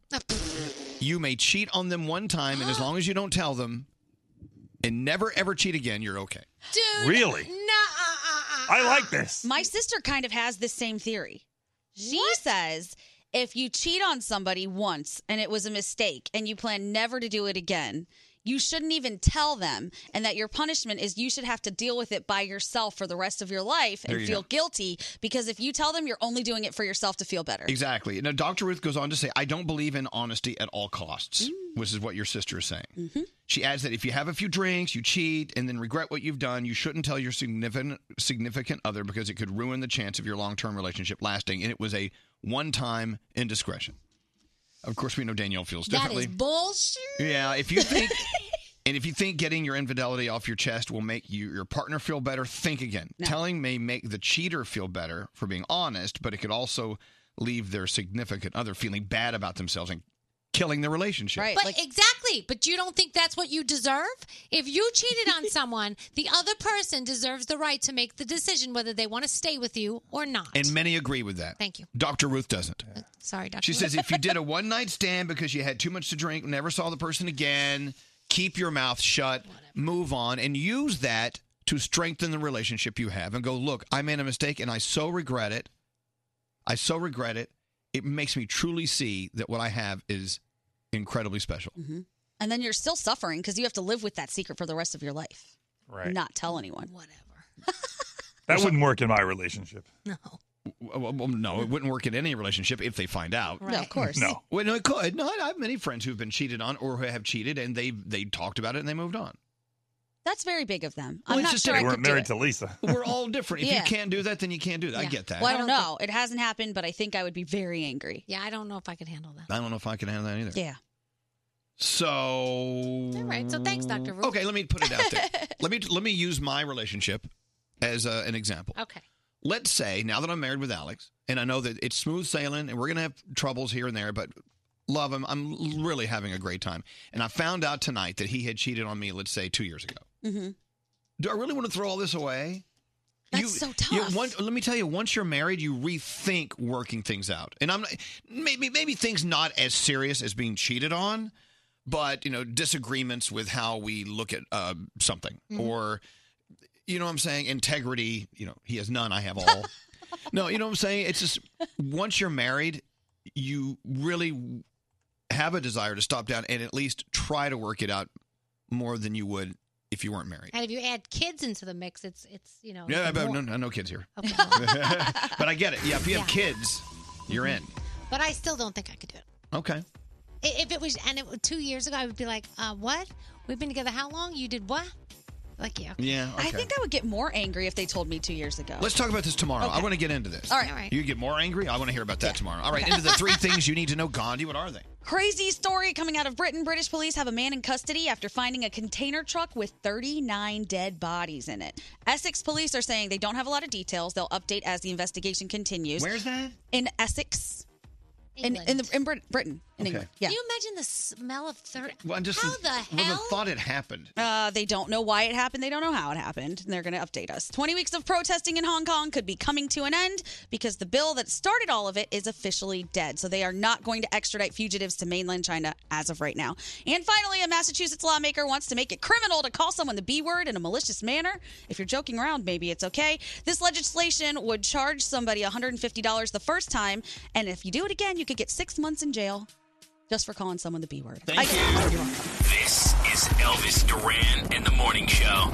you may cheat on them one time and as long as you don't tell them and never ever cheat again, you're okay.
Dude.
Really? I like this.
My sister kind of has this same theory. She says if you cheat on somebody once and it was a mistake and you plan never to do it again, you shouldn't even tell them, and that your punishment is you should have to deal with it by yourself for the rest of your life
There
and
you
feel
go.
guilty because if you tell them, you're only doing it for yourself to feel better.
Exactly. Now, Dr. Ruth goes on to say, I don't believe in honesty at all
Mm.
costs, which is what your sister is saying.
Mm-hmm.
She adds that if you have a few drinks, you cheat, and then regret what you've done, you shouldn't tell your significant, significant other because it could ruin the chance of your long term relationship lasting. And it was a one time indiscretion. Of course, we know Danielle feels
That
differently.
is bullshit.
Yeah, if you think *laughs* and if you think getting your infidelity off your chest will make you your partner feel better, think again. Telling may make the cheater feel better for being honest, but it could also leave their significant other feeling bad about themselves and killing the relationship.
But exactly. But you don't think that's what you deserve? If you cheated *laughs* on someone, the other person deserves the right to make the decision whether they want to stay with you or not.
and many agree with that.
Thank you.
Dr. Ruth doesn't.
Sorry, Dr.
She says if you did a one night stand because you had too much to drink, never saw the person again, keep your mouth shut, move on, and use that to strengthen the relationship you have and go, look, I made a mistake and I so regret it. I so regret it. It makes me truly see that what I have is incredibly special.
Mm-hmm. And then you're still suffering because you have to live with that secret for the rest of your life.
Right.
Not tell anyone. Whatever.
That wouldn't work in my relationship.
Well, well, no, it wouldn't work in any relationship if they find out.
No, of course.
No. Well, no, it could. No, I have many friends who've been cheated on or who have cheated and they they talked about it and they moved on.
That's very big of them.
Well,
I'm
it's
not
just
sure
that they
I could
weren't
do
married
it.
to Lisa. *laughs* We're all different. If
Yeah.
you can't do that, then you can't do that. I
Yeah.
get that.
Well, I don't know. It hasn't happened, but I think I would be very angry.
Yeah, I don't know if I could handle that.
I don't know if I can handle that either.
Yeah.
So. All
right, so thanks, Dr. Ruth.
Okay, let me put it out
*laughs*
there. let me let me use my relationship as uh an example.
Okay.
Let's say now that I'm married with Alex, and I know that it's smooth sailing, and we're gonna have troubles here and there, but love him. I'm really having a great time. And I found out tonight that he had cheated on me. Let's say two years ago.
Mm-hmm.
Do I really want to throw all this away? That's so tough. let me tell you, once you're married, you rethink working things out. And I'm not, maybe maybe things not as serious as being cheated on, but you know disagreements with how we look at uh, something
Mhm.
or you know what I'm saying integrity. You know he has none, I have *laughs* all. no, you know what I'm saying. It's just once you're married, you really have a desire to stop down and at least try to work it out more than you would if you weren't
*laughs*
married.
And if you add kids into the mix, it's it's you know.
Yeah,
even
but
more.
no, no, no kids here.
*laughs*
Okay.
*laughs* but I get it. Yeah, if you have
Yeah.
kids, you're in.
But I still don't think I could do it.
Okay.
I- If it was and it, two years ago, I would be like, uh, "What? We've been together how long? You did what? Like you.
Yeah. Oh, Okay.
I think I would get more angry if they told me two years ago.
Let's talk about this tomorrow. I
Okay.
want to get into this.
All right. All right.
You get more angry. I want to hear about that tomorrow. All right.
Okay.
Into the three things you need to know, Gandhi. What are they?
Crazy story coming out of Britain. British police have a man in custody after finding a container truck with 39 dead bodies in it. Essex police are saying they don't have a lot of details. They'll update as the investigation continues.
Where's that?
In Essex. In, in, the, in Brit- Britain. In
Okay.
England. Yeah.
Can you imagine the smell of third?
Well, I'm just
*laughs* How the
Well,
hell?
the thought it happened.
Uh, they don't know why it happened. They don't know how it happened. And they're going to update us. 20 weeks of protesting in Hong Kong could be coming to an end because the bill that started all of it is officially dead. So they are not going to extradite fugitives to mainland China as of right now. And finally, a Massachusetts lawmaker wants to make it criminal to call someone the B word in a malicious manner. If you're joking around, maybe it's okay. This legislation would charge somebody $150 the first time. And if you do it again, you could get six months in jail just for calling someone the B word. I-
This is Elvis Duran and the Morning Show.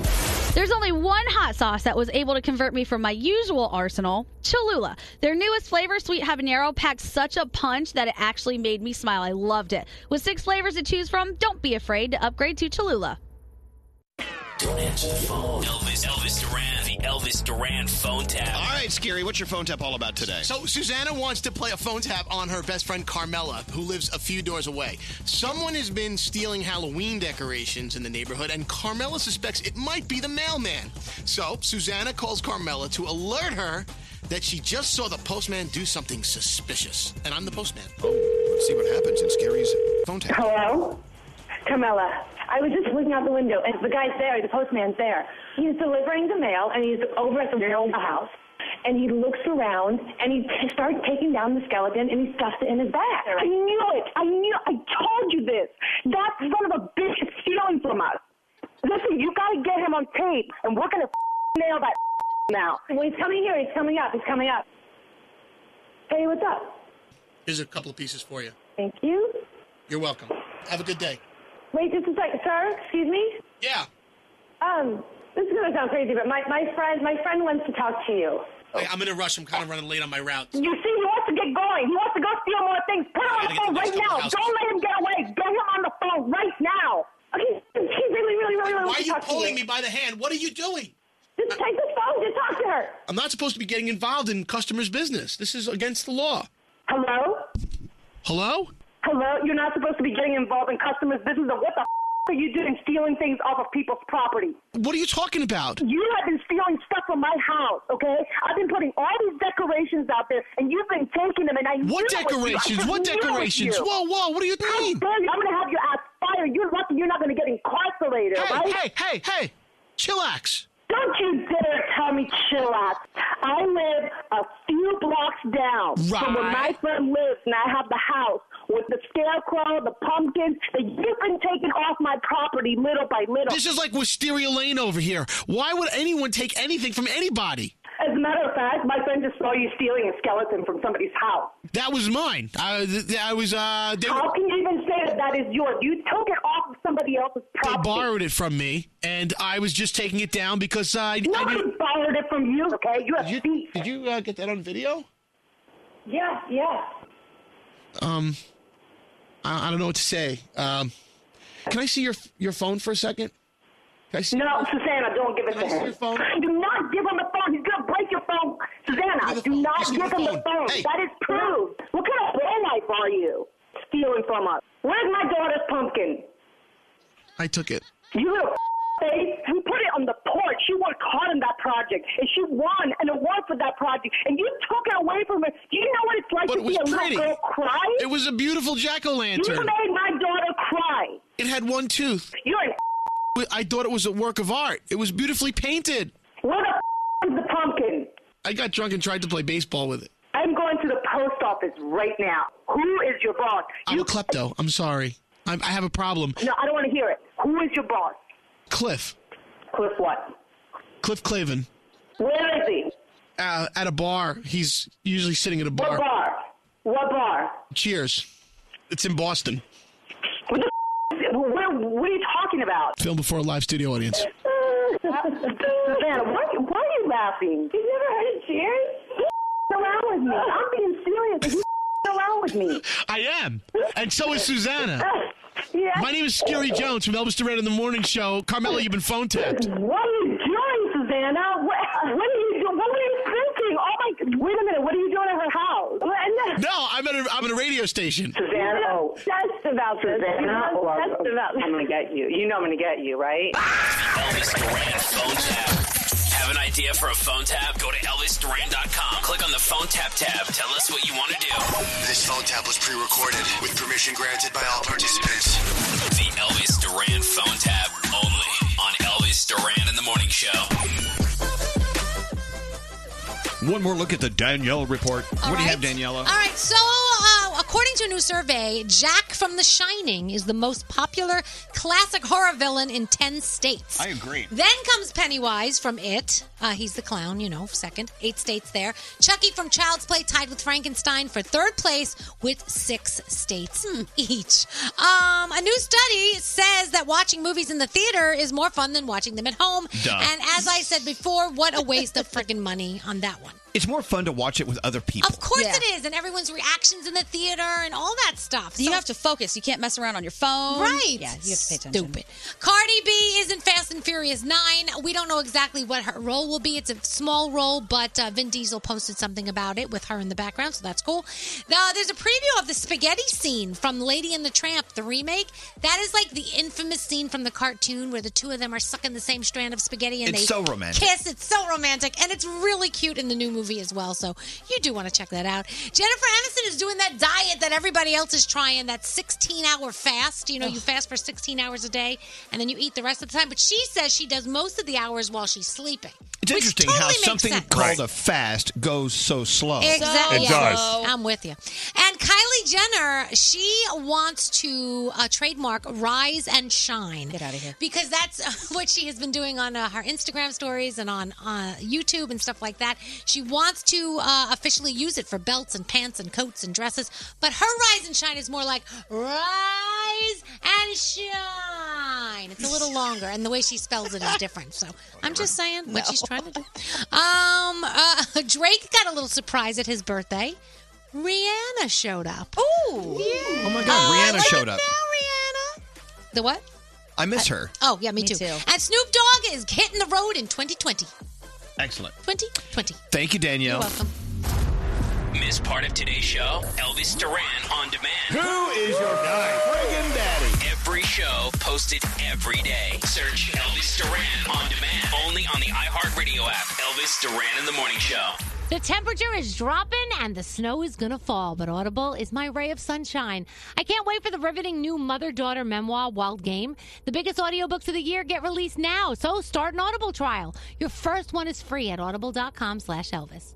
There's only one hot sauce that was able to convert me from my usual arsenal, Cholula. Their newest flavor, Sweet Habanero, packed such a punch that it actually made me smile. I loved it. With six flavors to choose from, don't be afraid to upgrade to Cholula.
Don't answer the phone. Elvis, Elvis Duran, the Elvis Duran phone tap.
All right, Scary. What's your phone tap all about today?
So Susanna wants to play a phone tap on her best friend Carmela, who lives a few doors away. Someone has been stealing Halloween decorations in the neighborhood, and Carmela suspects it might be the mailman. So Susanna calls Carmela to alert her that she just saw the postman do something suspicious. And I'm the postman.
Let's see what happens in Scary's phone tap.
Hello? Carmela. I was just looking out the window, and the guy's there, the postman's there. He's delivering the mail, and he's over at the Wilma house. And he looks around, and he t- starts taking down the skeleton, and he stuffs it in his back.
I knew it. I knew. I told you this. That son of a bitch is stealing from us. Listen, you gotta get him on tape, and we're gonna nail that *laughs* now.
Well, he's coming here. He's coming up. He's coming up. Hey, what's up?
Here's a couple of pieces for you.
Thank you.
You're welcome. Have a good day.
Wait just a sec, sir. Excuse me.
Yeah.
Um, this is gonna sound crazy, but my my friend my friend wants to talk to you.
I, I'm in a rush. I'm kind of running late on my route.
You see, he wants to get going. He wants to go steal more things. Put him on the phone right now. Don't let him get away. Get him on the phone right now. Okay, he really, really, really
Why are
wants to
you
talk
pulling
to
me
you.
by the hand? What are you doing? Uh,
Just take the phone. Just talk to her.
I'm not supposed to be getting involved in customers' business. This is against the law.
Hello?
Hello?
Hello? You're not supposed to be getting involved in customers' business. And what the f- are you doing stealing things off of people's property?
What are you talking about?
You have been stealing stuff from my house, okay? I've been putting all these decorations out there, and you've been taking them, and I
What
knew it was you. I
decorations?
just
What
knew it was
decorations?
you.
Whoa, whoa, what are you
How
doing?
dare you? I'm going to have your ass fired. You're lucky you're not going to get incarcerated,
Hey,
right?
hey, hey, hey. Chillax.
Don't you dare tell me chill out. I live a few blocks down from where my friend lives, and I have the house with the scarecrow, the pumpkins that you've been taking off my property little by little.
This is like Wisteria Lane over here. Why would anyone take anything from anybody?
As a matter of fact, my friend just saw you stealing a skeleton from somebody's house.
That was mine. I, th- th- I was, uh, they,
How can you even say that that is yours? You took it off of somebody else's
they
property.
borrowed it from me, and I was just taking it down because uh, I. I
Nobody
didn't-
borrowed it from you, okay? You have
did you, did you uh, get that on video?
Yeah, yeah.
Um, I, I don't know what to say. Um, can I see your your phone for a second? Can I see
No, Susanna, don't give it to him. Do not give him the phone. He's gonna break your phone, Susanna. Do not give him the phone. That is proved. What kind of lowlife are you? Stealing from us. Where's my daughter's pumpkin?
I took it.
You little face. We put it on the porch. She worked hard on that project, and she won an award for that project. And you took it away from her. Do you know what it's like
But
to
it was
see a
pretty.
little girl cry?
It was a beautiful jack o'
You
lantern.
made my daughter cry.
It had one tooth.
You're an
I thought it was a work of art. It was beautifully painted.
Where the is the pumpkin?
I got drunk and tried to play baseball with it.
I'm going to the post office right now. Who is your boss?
I'm a klepto. I'm sorry. I'm, I have a problem.
No, I don't want to hear it. Who is your boss?
Cliff.
Cliff what?
Cliff Clavin.
Where is he?
Uh, at a bar. He's usually sitting at a bar.
What bar? What bar?
Cheers. It's in Boston.
What the f- what, what are you talking about?
Film before a live studio audience.
Savannah, why, why are you laughing? You've never heard of Cheers? He's around with me. I'm
*laughs*
being serious. He's around with me. *laughs*
I am. And so is Susanna.
You
here.
My name is Scary Jones from Elvis Duran in the Morning Show. Carmela, you've been phone tapped.
What are you doing, Susanna? What, what are you doing? What were you thinking? Oh my! Wait a minute. What are you doing at her house? And
No, I'm at a, I'm at a radio station.
Susanna,
oh. That's about Susanna. That's Oh, I'm-
about-
I'm gonna get you. You know I'm gonna get you, right? *laughs*
Elvis Duran phone tap. Have an idea for a phone tap? Go to ElvisDuran.com. Click on the phone tap tab. Tell us what you want to do.
This phone tap was pre-recorded with permission granted by all participants.
The Elvis Duran phone tap only on Elvis Duran in the Morning Show.
One more look at the Danielle report.
All
what do you
right.
have, Daniela?
All right, so uh, according to a new survey, Jack from The Shining is the most popular classic horror villain in 10 states.
I agree.
Then comes Pennywise from It. Uh, he's the clown, you know, second. Eight states there. Chucky from Child's Play tied with Frankenstein for third place with six states *laughs* each. Um, a new study says that watching movies in the theater is more fun than watching them at home.
Duh.
And as I said before, what a waste of freaking money on that one.
It's more fun to watch it with other people.
Of course it is, and everyone's reactions in the theater and all that stuff. you have
to focus. You can't mess around on your phone.
Right.
Yeah, you have to pay attention.
Stupid. Cardi B is in Fast and Furious 9. We don't know exactly what her role will be. It's a small role, but uh, Vin Diesel posted something about it with her in the background, so that's cool. Now, there's a preview of the spaghetti scene from Lady and the Tramp, the remake. That is like the infamous scene from the cartoon where the two of them are sucking the same strand of spaghetti and
It's
they
so romantic.
kiss. It's so romantic, and it's really cute in the new movie as well, so you do want to check that out. Jennifer Aniston is doing that diet that everybody else is trying, that 16 hour fast. You know, you fast for 16 hours a day and then you eat the rest of the time. But she says she does most of the hours while she's sleeping.
It's interesting how
totally makes
something
sense.
called
Right.
a fast goes so slow.
Exactly. I'm with you. And Kylie Jenner, she wants to uh, trademark Rise and Shine. Get out of here. Because that's *laughs* what she has been doing on uh, her Instagram stories and on uh, YouTube and stuff like that. She wants to uh, officially use it for belts and pants and coats and dresses. But her Rise and Shine is more like Rise and Shine. It's a little longer, and the way she spells it is different. So I'm just saying what she's trying to do. Um, uh, *laughs* Drake got a little surprise at his birthday. Rihanna showed up. Ooh! Yeah.
Oh my God,
I
Rihanna
like
showed
it
up.
now. The what?
I miss her.
Oh yeah, me, too. And Snoop Dogg is hitting the road in 2020.
Excellent.
2020.
Thank you, Danielle.
You're welcome.
Miss part of today's show? Elvis Duran on demand.
Who is your friggin' daddy?
Every show posted every day. Search Elvis Duran on demand. Only on the iHeartRadio app. Elvis Duran in the Morning Show.
The temperature is dropping and the snow is going to fall, but Audible is my ray of sunshine. I can't wait for the riveting new mother daughter memoir, Wild Game. The biggest audiobooks of the year get released now, so start an Audible trial. Your first one is free at audible.com slash Elvis.